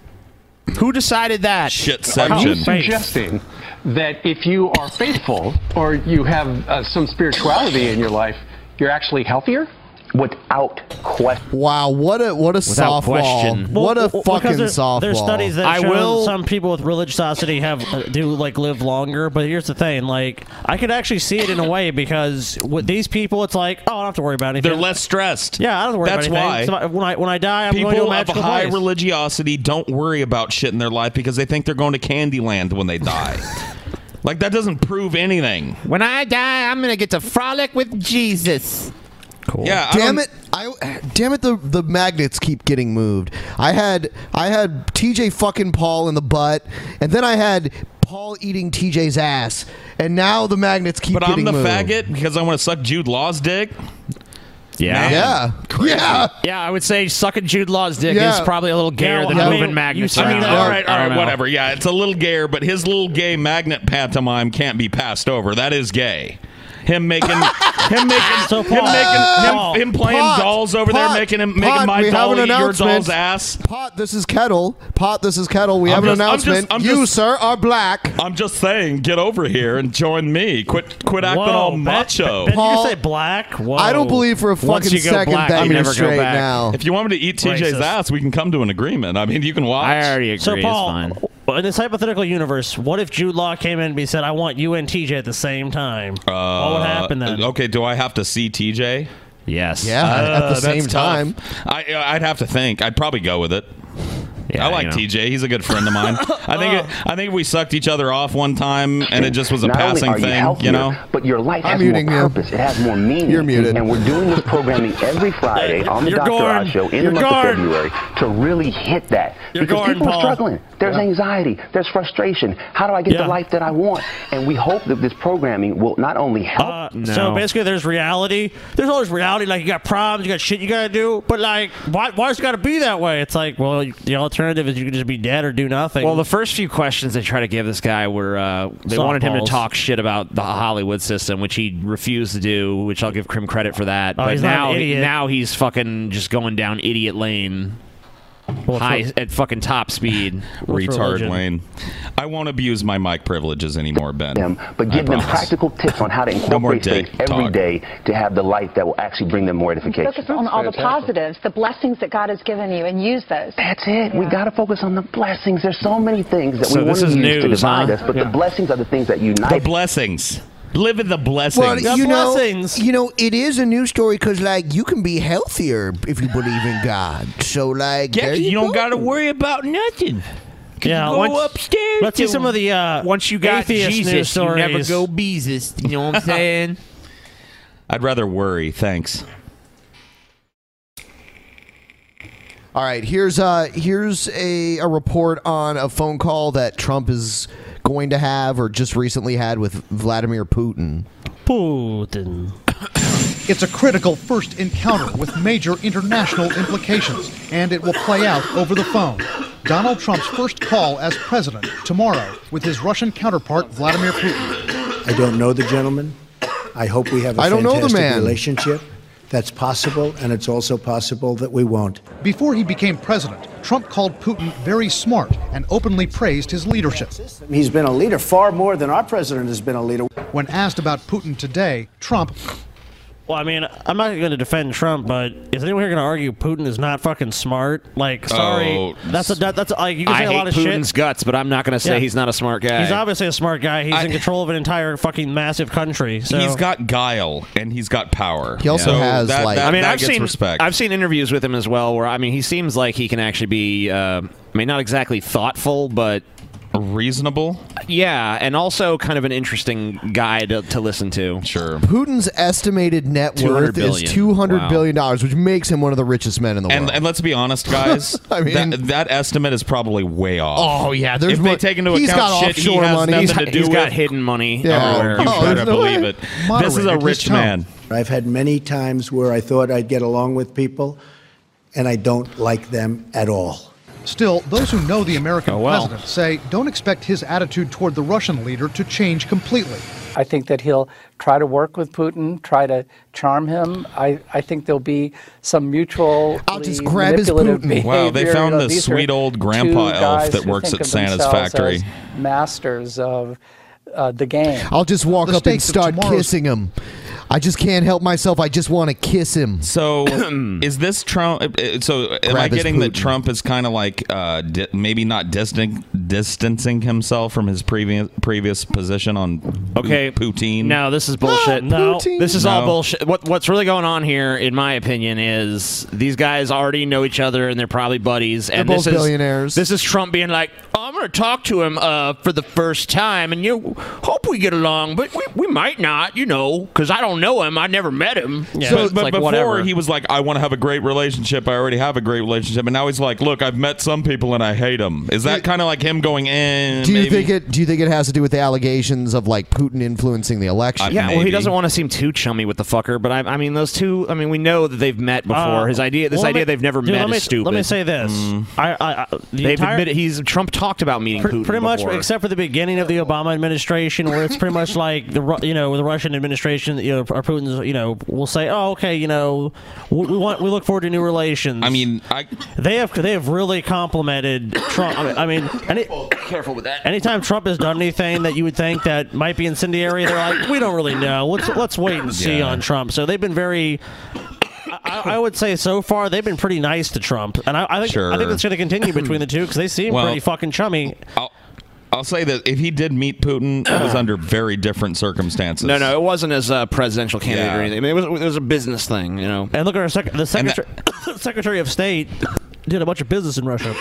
[SPEAKER 6] Who decided that?
[SPEAKER 10] Are you suggesting that if you are faithful or you have uh, some spirituality in your life, you're actually healthier?
[SPEAKER 13] without question.
[SPEAKER 2] Wow, what a what a
[SPEAKER 13] Without
[SPEAKER 2] softball!
[SPEAKER 13] question.
[SPEAKER 2] What a
[SPEAKER 5] Well, because
[SPEAKER 2] fucking
[SPEAKER 5] there-
[SPEAKER 2] softball!
[SPEAKER 5] There's studies that
[SPEAKER 6] I
[SPEAKER 5] show
[SPEAKER 6] will-
[SPEAKER 5] some people with religiosity have uh, do like live longer. But here's the thing: like, I could actually see it in a way because with these people, it's like, oh, I don't have to worry about anything.
[SPEAKER 7] They're less stressed.
[SPEAKER 5] Yeah, I don't have to worry
[SPEAKER 7] That's
[SPEAKER 5] about anything.
[SPEAKER 7] why.
[SPEAKER 5] So I- when I when I die, I'm
[SPEAKER 7] People
[SPEAKER 5] going to a
[SPEAKER 7] of
[SPEAKER 5] magical
[SPEAKER 7] high
[SPEAKER 5] place.
[SPEAKER 7] religiosity don't worry about shit in their life because they think they're going to Candyland when they die. like that doesn't prove anything.
[SPEAKER 3] When I die, I'm gonna get to frolic with Jesus.
[SPEAKER 7] Cool. Yeah. I
[SPEAKER 2] damn
[SPEAKER 7] don't-
[SPEAKER 2] it! I damn it! The the magnets keep getting moved. I had I had TJ fucking Paul in the butt, and then I had Paul eating TJ's ass, and now the magnets keep.
[SPEAKER 7] But I'm
[SPEAKER 2] getting
[SPEAKER 7] the
[SPEAKER 2] moved.
[SPEAKER 7] faggot because I want to suck Jude Law's dick.
[SPEAKER 6] Yeah.
[SPEAKER 2] Yeah.
[SPEAKER 6] Yeah. Yeah, I would say sucking Jude Law's dick
[SPEAKER 7] Yeah.
[SPEAKER 6] is probably a little gayer
[SPEAKER 7] Yeah,
[SPEAKER 6] than
[SPEAKER 7] well, I mean,
[SPEAKER 6] moving magnets.
[SPEAKER 7] I mean,
[SPEAKER 6] around.
[SPEAKER 7] all right, all
[SPEAKER 6] I don't
[SPEAKER 7] right,
[SPEAKER 6] know.
[SPEAKER 7] whatever. Yeah, it's a little gayer, but his little gay magnet pantomime can't be passed over. That is gay. Him making, him making, him
[SPEAKER 2] Paul-
[SPEAKER 7] making,
[SPEAKER 2] Paul-
[SPEAKER 7] him, him playing
[SPEAKER 2] Pot,
[SPEAKER 7] dolls over
[SPEAKER 2] Pot,
[SPEAKER 7] there, making him,
[SPEAKER 2] Pot,
[SPEAKER 7] making my
[SPEAKER 2] we have
[SPEAKER 7] doll
[SPEAKER 2] an
[SPEAKER 7] eat your doll's
[SPEAKER 2] announcement.
[SPEAKER 7] ass.
[SPEAKER 2] Pot, this is kettle. Pot, this is kettle. We
[SPEAKER 7] I'm
[SPEAKER 2] have an
[SPEAKER 7] just- I'm just-
[SPEAKER 2] announcement.
[SPEAKER 7] I'm
[SPEAKER 2] you,
[SPEAKER 7] just-
[SPEAKER 2] sir, are black.
[SPEAKER 7] I'm just saying, get over here and join me. Quit, quit acting
[SPEAKER 2] Whoa,
[SPEAKER 7] all
[SPEAKER 2] Ben-
[SPEAKER 7] macho.
[SPEAKER 2] Ben, did you Paul- say
[SPEAKER 5] black?
[SPEAKER 2] I don't believe for a fucking second that you're straight now.
[SPEAKER 7] If you want me to eat TJ's
[SPEAKER 5] Racist.
[SPEAKER 7] ass, we can come to an agreement. I mean, you can watch. I already
[SPEAKER 5] So Paul, well, in this hypothetical universe, what if Jude Law came in and he said, "I want you and TJ at the same time"? what would happen then?
[SPEAKER 7] Uh, Okay, do I have to see TJ?
[SPEAKER 6] Yes.
[SPEAKER 5] Yeah, at the same
[SPEAKER 2] time.
[SPEAKER 7] I uh, I'd have to think. I'd probably go with it. I like
[SPEAKER 6] you know.
[SPEAKER 7] TJ. He's a good friend of mine. I think it, I think we sucked each other off one time, and it just was a
[SPEAKER 13] Not only
[SPEAKER 7] passing
[SPEAKER 13] are you
[SPEAKER 7] thing,
[SPEAKER 13] healthier,
[SPEAKER 7] you know.
[SPEAKER 13] But your life
[SPEAKER 7] I'm
[SPEAKER 13] has
[SPEAKER 7] muting you.
[SPEAKER 13] more purpose. It has more meaning.
[SPEAKER 7] You're muted.
[SPEAKER 13] And we're doing this programming every Friday on the
[SPEAKER 7] You're
[SPEAKER 13] Dr.
[SPEAKER 7] gone.
[SPEAKER 13] Oz Show in
[SPEAKER 7] You're
[SPEAKER 13] the month
[SPEAKER 7] gone.
[SPEAKER 13] of February to really hit that.
[SPEAKER 7] You're
[SPEAKER 13] because
[SPEAKER 7] gone,
[SPEAKER 13] people
[SPEAKER 7] Paul.
[SPEAKER 13] are struggling. There's anxiety. There's frustration. How do I get
[SPEAKER 5] Yeah.
[SPEAKER 13] the life that I want? And we hope that this programming will not only help.
[SPEAKER 7] Uh,
[SPEAKER 6] Uh,
[SPEAKER 5] So basically, there's reality. There's always reality. Like you got problems, you got shit you gotta do. But like, why? Why's it gotta be that way? It's like, well, you- the alternative is you can just be dead or do nothing.
[SPEAKER 6] Well, the first few questions they tried to give this guy were uh, they wanted him
[SPEAKER 5] Softballs.
[SPEAKER 6] to talk shit about the Hollywood system, which he refused to do, which I'll give him credit for that.
[SPEAKER 5] Oh,
[SPEAKER 6] but
[SPEAKER 5] he's not an
[SPEAKER 6] now,
[SPEAKER 5] idiot.
[SPEAKER 6] now he's fucking just going down idiot lane,
[SPEAKER 5] Well, it's
[SPEAKER 6] high
[SPEAKER 5] what-
[SPEAKER 6] at fucking top speed.
[SPEAKER 7] Retard Lane. I won't abuse my mic privileges anymore, Ben.
[SPEAKER 13] but give them practical tips on how to
[SPEAKER 7] No more
[SPEAKER 13] incorporate
[SPEAKER 7] dick
[SPEAKER 13] things every
[SPEAKER 7] talk.
[SPEAKER 13] day to have the life that will actually bring them more edification.
[SPEAKER 11] Focus on all the positives, the blessings that God has given you, and use those.
[SPEAKER 13] That's it. We got to focus on the blessings. There's so many things that
[SPEAKER 7] So
[SPEAKER 13] we
[SPEAKER 7] this
[SPEAKER 13] want to
[SPEAKER 7] is
[SPEAKER 13] use to
[SPEAKER 7] news,
[SPEAKER 13] divide
[SPEAKER 7] huh?
[SPEAKER 13] us, but
[SPEAKER 7] Yeah.
[SPEAKER 13] the blessings are the things that unite.
[SPEAKER 7] The blessings. Live in the
[SPEAKER 2] Well,
[SPEAKER 7] blessings.
[SPEAKER 2] you know, you know, it is a news story because, like, you can be healthier if you believe in God. So, like,
[SPEAKER 3] Yeah,
[SPEAKER 2] there
[SPEAKER 3] 'cause you don't gotta
[SPEAKER 2] worry
[SPEAKER 3] about nothing.
[SPEAKER 5] yeah.
[SPEAKER 3] go
[SPEAKER 5] once-
[SPEAKER 3] upstairs.
[SPEAKER 5] Let's see
[SPEAKER 3] to-
[SPEAKER 5] some of the uh,
[SPEAKER 3] once you got
[SPEAKER 5] atheist news
[SPEAKER 3] Jesus, you
[SPEAKER 5] stories.
[SPEAKER 3] never go Jesus. You know what I'm saying?
[SPEAKER 7] I'd rather worry. Thanks.
[SPEAKER 2] All right, here's uh here's a, a report on a phone call that Trump is going to have or just recently had with Vladimir Putin.
[SPEAKER 5] Putin.
[SPEAKER 9] It's a critical first encounter with major international implications, and it will play out over the phone. Donald Trump's first call as president tomorrow with his Russian counterpart Vladimir Putin.
[SPEAKER 18] I don't know the gentleman. I hope we have a
[SPEAKER 9] I don't know the
[SPEAKER 18] fantastic
[SPEAKER 9] man.
[SPEAKER 18] relationship. That's possible, and it's also possible that we won't.
[SPEAKER 9] Before he became president, Trump called Putin very smart and openly praised his leadership.
[SPEAKER 18] He's been a leader far more than our president has been a leader.
[SPEAKER 9] When asked about Putin today, Trump
[SPEAKER 5] Well, I mean, I'm not going to defend Trump, but is anyone here going to argue Putin is not fucking smart? Like, sorry,
[SPEAKER 6] Oh,
[SPEAKER 5] that's a that, that's like you can
[SPEAKER 6] I
[SPEAKER 5] say a
[SPEAKER 6] hate
[SPEAKER 5] lot of
[SPEAKER 6] Putin's
[SPEAKER 5] shit.
[SPEAKER 6] guts, but I'm not going to say
[SPEAKER 5] Yeah.
[SPEAKER 6] he's not a smart guy.
[SPEAKER 5] He's obviously a smart guy. He's in control of an entire fucking massive country. So
[SPEAKER 7] He's got guile and he's got power.
[SPEAKER 2] He also
[SPEAKER 7] So
[SPEAKER 2] has,
[SPEAKER 7] that,
[SPEAKER 2] like-
[SPEAKER 7] that,
[SPEAKER 2] I mean,
[SPEAKER 7] that
[SPEAKER 2] I've
[SPEAKER 7] gets
[SPEAKER 6] seen-
[SPEAKER 7] respect.
[SPEAKER 6] I've seen interviews with him as well, where I mean, he seems like he can actually be. Uh, I mean, not exactly thoughtful, but
[SPEAKER 7] reasonable.
[SPEAKER 6] Yeah, and also kind of an interesting guy to, to listen to.
[SPEAKER 7] Sure.
[SPEAKER 2] Putin's estimated net worth
[SPEAKER 6] 200
[SPEAKER 2] is
[SPEAKER 6] billion.
[SPEAKER 2] two hundred billion
[SPEAKER 7] Wow.
[SPEAKER 2] dollars, which makes him one of the richest men in the
[SPEAKER 7] And,
[SPEAKER 2] world.
[SPEAKER 7] and let's be honest, guys.
[SPEAKER 2] I mean-
[SPEAKER 7] that, that estimate is probably way off.
[SPEAKER 2] Oh, yeah, there's
[SPEAKER 7] if they
[SPEAKER 2] mo-
[SPEAKER 7] take into
[SPEAKER 2] he's
[SPEAKER 7] account
[SPEAKER 2] got
[SPEAKER 7] shit he
[SPEAKER 2] offshore
[SPEAKER 7] has
[SPEAKER 2] money.
[SPEAKER 7] nothing
[SPEAKER 2] He's-
[SPEAKER 7] to do
[SPEAKER 2] he's
[SPEAKER 7] with,
[SPEAKER 2] got
[SPEAKER 6] hidden money
[SPEAKER 2] Yeah.
[SPEAKER 7] everywhere. You
[SPEAKER 2] Oh,
[SPEAKER 7] better
[SPEAKER 2] there's no
[SPEAKER 7] believe
[SPEAKER 2] way.
[SPEAKER 7] it. this is a rich man.
[SPEAKER 18] I've had many times where I thought I'd get along with people, and I don't like them at all.
[SPEAKER 9] Still, those who know the American president say don't expect his attitude toward the Russian leader to change completely.
[SPEAKER 19] I think that he'll try to work with Putin, try to charm him. I, I think there'll be some mutual. I'll
[SPEAKER 2] just grab his Putin.
[SPEAKER 7] Wow, they found this sweet old grandpa elf that works at Santa's factory.
[SPEAKER 19] masters of uh, the game.
[SPEAKER 2] I'll just walk
[SPEAKER 19] The
[SPEAKER 2] up and
[SPEAKER 19] stakes of
[SPEAKER 2] start
[SPEAKER 19] tomorrow's-
[SPEAKER 2] kissing him.
[SPEAKER 3] I just can't help myself. I just want to kiss him.
[SPEAKER 7] So is this Trump? uh, So am I
[SPEAKER 3] Grab his
[SPEAKER 7] getting that
[SPEAKER 3] Putin.
[SPEAKER 7] Trump is kind of like uh, di- maybe not distan- distancing himself from his previous previous position on okay poutine?
[SPEAKER 6] No, this is bullshit.
[SPEAKER 7] No.
[SPEAKER 6] this is all
[SPEAKER 7] No.
[SPEAKER 6] bullshit. What what's really going on here, in my opinion, is these guys already know each other and they're probably buddies. and
[SPEAKER 3] both
[SPEAKER 6] this is,
[SPEAKER 3] billionaires.
[SPEAKER 6] This is Trump being like, "Oh, I'm going to talk to him uh, for the first time, and you hope we get along, but we, we might not, you know, because I don't know him. I never met him.
[SPEAKER 7] So-
[SPEAKER 6] it's
[SPEAKER 7] but
[SPEAKER 6] like,
[SPEAKER 7] before
[SPEAKER 6] whatever.
[SPEAKER 7] he was like, "I want to have a great relationship. I already have a great relationship," and now he's like, "Look, I've met some people and I hate them." Is that kind of like him going in?
[SPEAKER 3] Do you think it? Do you think it has to do with the allegations of like Putin influencing the election?
[SPEAKER 6] yeah, well, he doesn't want to seem too chummy with the fucker, but I, I mean, those two. I mean, we know that they've met before.
[SPEAKER 5] Uh,
[SPEAKER 6] His idea, this
[SPEAKER 5] well, let
[SPEAKER 6] idea
[SPEAKER 5] me-
[SPEAKER 6] they've never
[SPEAKER 5] dude,
[SPEAKER 6] met,
[SPEAKER 5] let me,
[SPEAKER 6] is stupid.
[SPEAKER 5] Let me say this:
[SPEAKER 6] Mm.
[SPEAKER 5] I, I, I the
[SPEAKER 6] They've
[SPEAKER 5] entire-
[SPEAKER 6] admitted he's Trump talked about meeting
[SPEAKER 5] Pre-
[SPEAKER 6] Putin
[SPEAKER 5] pretty much,
[SPEAKER 6] before.
[SPEAKER 5] except for the beginning of the Obama administration, where it's pretty much like the Ru- you know the Russian administration, you know, or Putin's you know will say, oh okay, you know, we, we want we look forward to new relations. I mean,
[SPEAKER 7] I,
[SPEAKER 5] they have they have really complimented Trump. I mean, I mean any,
[SPEAKER 6] careful with that.
[SPEAKER 5] Anytime Trump has done anything that you would think that might be incendiary, they're like, we don't really know. Let's let's wait and see
[SPEAKER 6] Yeah.
[SPEAKER 5] on Trump. So they've been very. I, I would say so far they've been pretty nice to Trump, and I, I think I
[SPEAKER 7] Sure.
[SPEAKER 5] think it's going to continue between the two because they seem
[SPEAKER 7] Well,
[SPEAKER 5] pretty fucking chummy.
[SPEAKER 7] I'll say that if he did meet Putin, it was under very different circumstances.
[SPEAKER 6] No, no, it wasn't as a presidential candidate
[SPEAKER 7] Yeah.
[SPEAKER 6] or anything. I mean, it was, it was a business thing, you know.
[SPEAKER 5] And look at our sec- the secretary, Secretary of State did a bunch of business in Russia.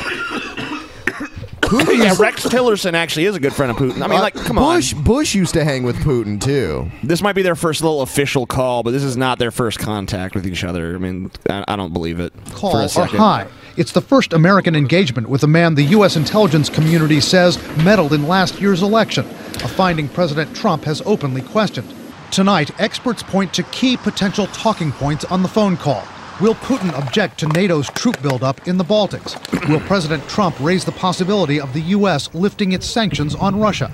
[SPEAKER 6] yeah, Rex Tillerson actually is a good friend of Putin. I mean,
[SPEAKER 3] Uh,
[SPEAKER 6] like, come
[SPEAKER 3] Bush,
[SPEAKER 6] on.
[SPEAKER 3] Bush used to hang with Putin too.
[SPEAKER 6] This might be their first little official call, but this is not their first contact with each other. I mean, I, I don't believe it.
[SPEAKER 9] call
[SPEAKER 6] for a
[SPEAKER 9] or
[SPEAKER 6] second.
[SPEAKER 9] high. It's the first American engagement with a man the U.S. intelligence community says meddled in last year's election, a finding President Trump has openly questioned. Tonight, experts point to key potential talking points on the phone call. Will Putin object to NATO's troop buildup in the Baltics? Will President Trump raise the possibility of the U.S. lifting its sanctions on Russia?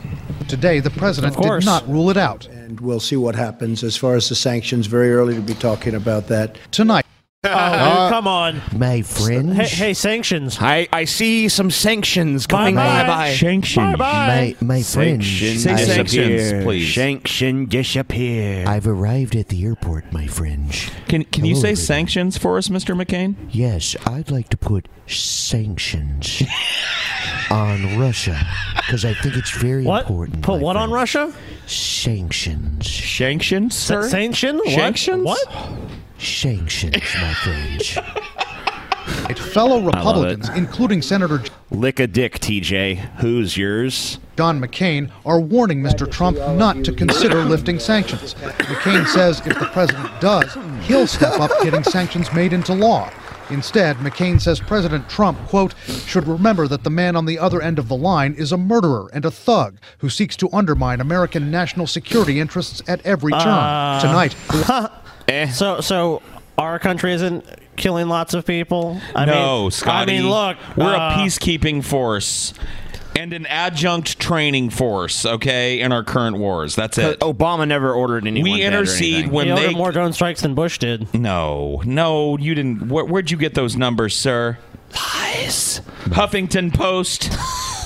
[SPEAKER 9] Today, the president did not rule it out.
[SPEAKER 18] And we'll see what happens as far as the sanctions. Very early to be talking about that
[SPEAKER 9] tonight.
[SPEAKER 5] Oh,
[SPEAKER 18] Uh,
[SPEAKER 9] Uh,
[SPEAKER 5] dude, come on,
[SPEAKER 18] my friends.
[SPEAKER 5] hey, hey, sanctions.
[SPEAKER 6] I, I see some sanctions coming
[SPEAKER 5] Bye-bye.
[SPEAKER 6] my way.
[SPEAKER 5] Sanctions. Bye-bye.
[SPEAKER 18] My- my friends.
[SPEAKER 6] Sanctions
[SPEAKER 18] Say sanctions,
[SPEAKER 6] disappear.
[SPEAKER 18] please.
[SPEAKER 6] Sanction disappear.
[SPEAKER 18] I've arrived at the airport, my fringe.
[SPEAKER 7] Can can you
[SPEAKER 3] Oh,
[SPEAKER 18] Hello,
[SPEAKER 7] say
[SPEAKER 18] everybody.
[SPEAKER 7] sanctions for us, Mr. McCain?
[SPEAKER 18] Yes, I'd like to put sanctions on Russia because I think it's very
[SPEAKER 5] What?
[SPEAKER 18] important.
[SPEAKER 5] Put what on Russia?
[SPEAKER 18] Sanctions.
[SPEAKER 7] Sanctions,
[SPEAKER 5] sir? sanction? What? Sanctions? What?
[SPEAKER 18] Sanctions, my friends.
[SPEAKER 9] Fellow
[SPEAKER 6] I love it.
[SPEAKER 9] Republicans, including Senator
[SPEAKER 6] Lick a dick, TJ. Who's yours?
[SPEAKER 9] John McCain are warning Mr. Trump not to consider lifting sanctions. McCain says if the president does, he'll step up getting sanctions made into law. Instead, McCain says President Trump, quote, should remember that the man on the other end of the line is a murderer and a thug who seeks to undermine American national security interests at every turn.
[SPEAKER 5] Uh,
[SPEAKER 9] Tonight,
[SPEAKER 7] Eh.
[SPEAKER 5] So, so our country isn't killing lots of people. I
[SPEAKER 7] no,
[SPEAKER 5] mean,
[SPEAKER 7] Scotty.
[SPEAKER 5] I mean, look,
[SPEAKER 7] we're
[SPEAKER 5] uh,
[SPEAKER 7] a peacekeeping force and an adjunct training force. Okay, in our current wars, that's it.
[SPEAKER 6] Obama never ordered anyone.
[SPEAKER 7] We
[SPEAKER 6] dead or
[SPEAKER 7] intercede
[SPEAKER 6] anything.
[SPEAKER 7] when
[SPEAKER 5] He ordered
[SPEAKER 7] they
[SPEAKER 5] more drone strikes than Bush did.
[SPEAKER 7] No, no, you didn't. Where, where'd you get those numbers, sir?
[SPEAKER 6] Lies.
[SPEAKER 7] Huffington Post.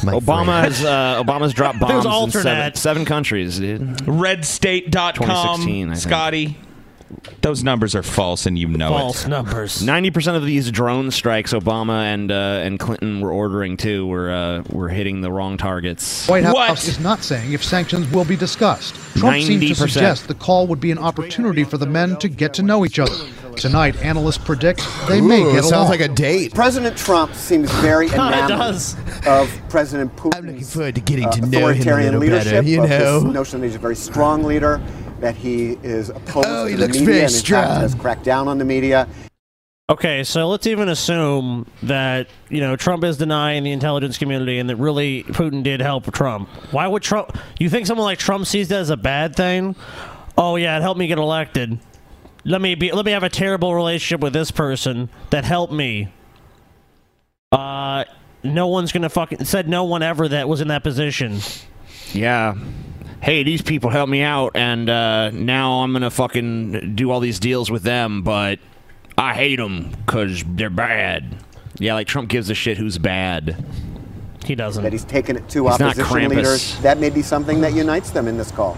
[SPEAKER 6] Obama has uh, Obama's dropped
[SPEAKER 7] There's
[SPEAKER 6] bombs in seven,
[SPEAKER 7] alternate.
[SPEAKER 6] seven countries, dude.
[SPEAKER 7] Redstate.com.
[SPEAKER 6] 2016, I think.
[SPEAKER 7] Scotty, those numbers are false, and you know it.
[SPEAKER 5] numbers.
[SPEAKER 6] Ninety percent of these drone strikes Obama and uh, and Clinton were ordering too were uh, were hitting the wrong targets.
[SPEAKER 9] White House is not saying if sanctions will be discussed. Trump seems to
[SPEAKER 6] 90%.
[SPEAKER 9] suggest the call would be an opportunity for the men to get to know each other. Tonight, analysts predict they may
[SPEAKER 3] Ooh,
[SPEAKER 9] get
[SPEAKER 3] sounds
[SPEAKER 9] along.
[SPEAKER 3] like a date.
[SPEAKER 20] President Trump seems very
[SPEAKER 3] God, it
[SPEAKER 20] enamored
[SPEAKER 3] does.
[SPEAKER 20] of President Putin's I'm looking
[SPEAKER 18] forward to getting
[SPEAKER 3] to know him a
[SPEAKER 20] authoritarian
[SPEAKER 3] little
[SPEAKER 20] leadership.
[SPEAKER 3] better, you
[SPEAKER 20] of
[SPEAKER 3] know.
[SPEAKER 20] this notion that he's a very strong leader, that he is opposed
[SPEAKER 18] Oh,
[SPEAKER 20] to
[SPEAKER 18] he
[SPEAKER 20] the
[SPEAKER 18] looks
[SPEAKER 20] media
[SPEAKER 18] very
[SPEAKER 20] and in fact
[SPEAKER 18] strong.
[SPEAKER 20] has cracked down on the media.
[SPEAKER 5] Okay, so let's even assume that you know Trump is denying the intelligence community, and that really Putin did help Trump. Why would Trump? You think someone like Trump sees that as a bad thing? Oh yeah, it helped me get elected. Let me be. Let me have a terrible relationship with this person that helped me. Uh, no one's gonna fucking said no one ever that was in that position.
[SPEAKER 6] Yeah. Hey, these people helped me out, and uh, now I'm gonna fucking do all these deals with them, but I hate them because they're bad. Yeah, like Trump gives a shit who's bad.
[SPEAKER 5] He doesn't.
[SPEAKER 20] That he's taken it to
[SPEAKER 6] He's not
[SPEAKER 20] opposition
[SPEAKER 6] Krampus.
[SPEAKER 20] leaders. That may be something that unites them in this call.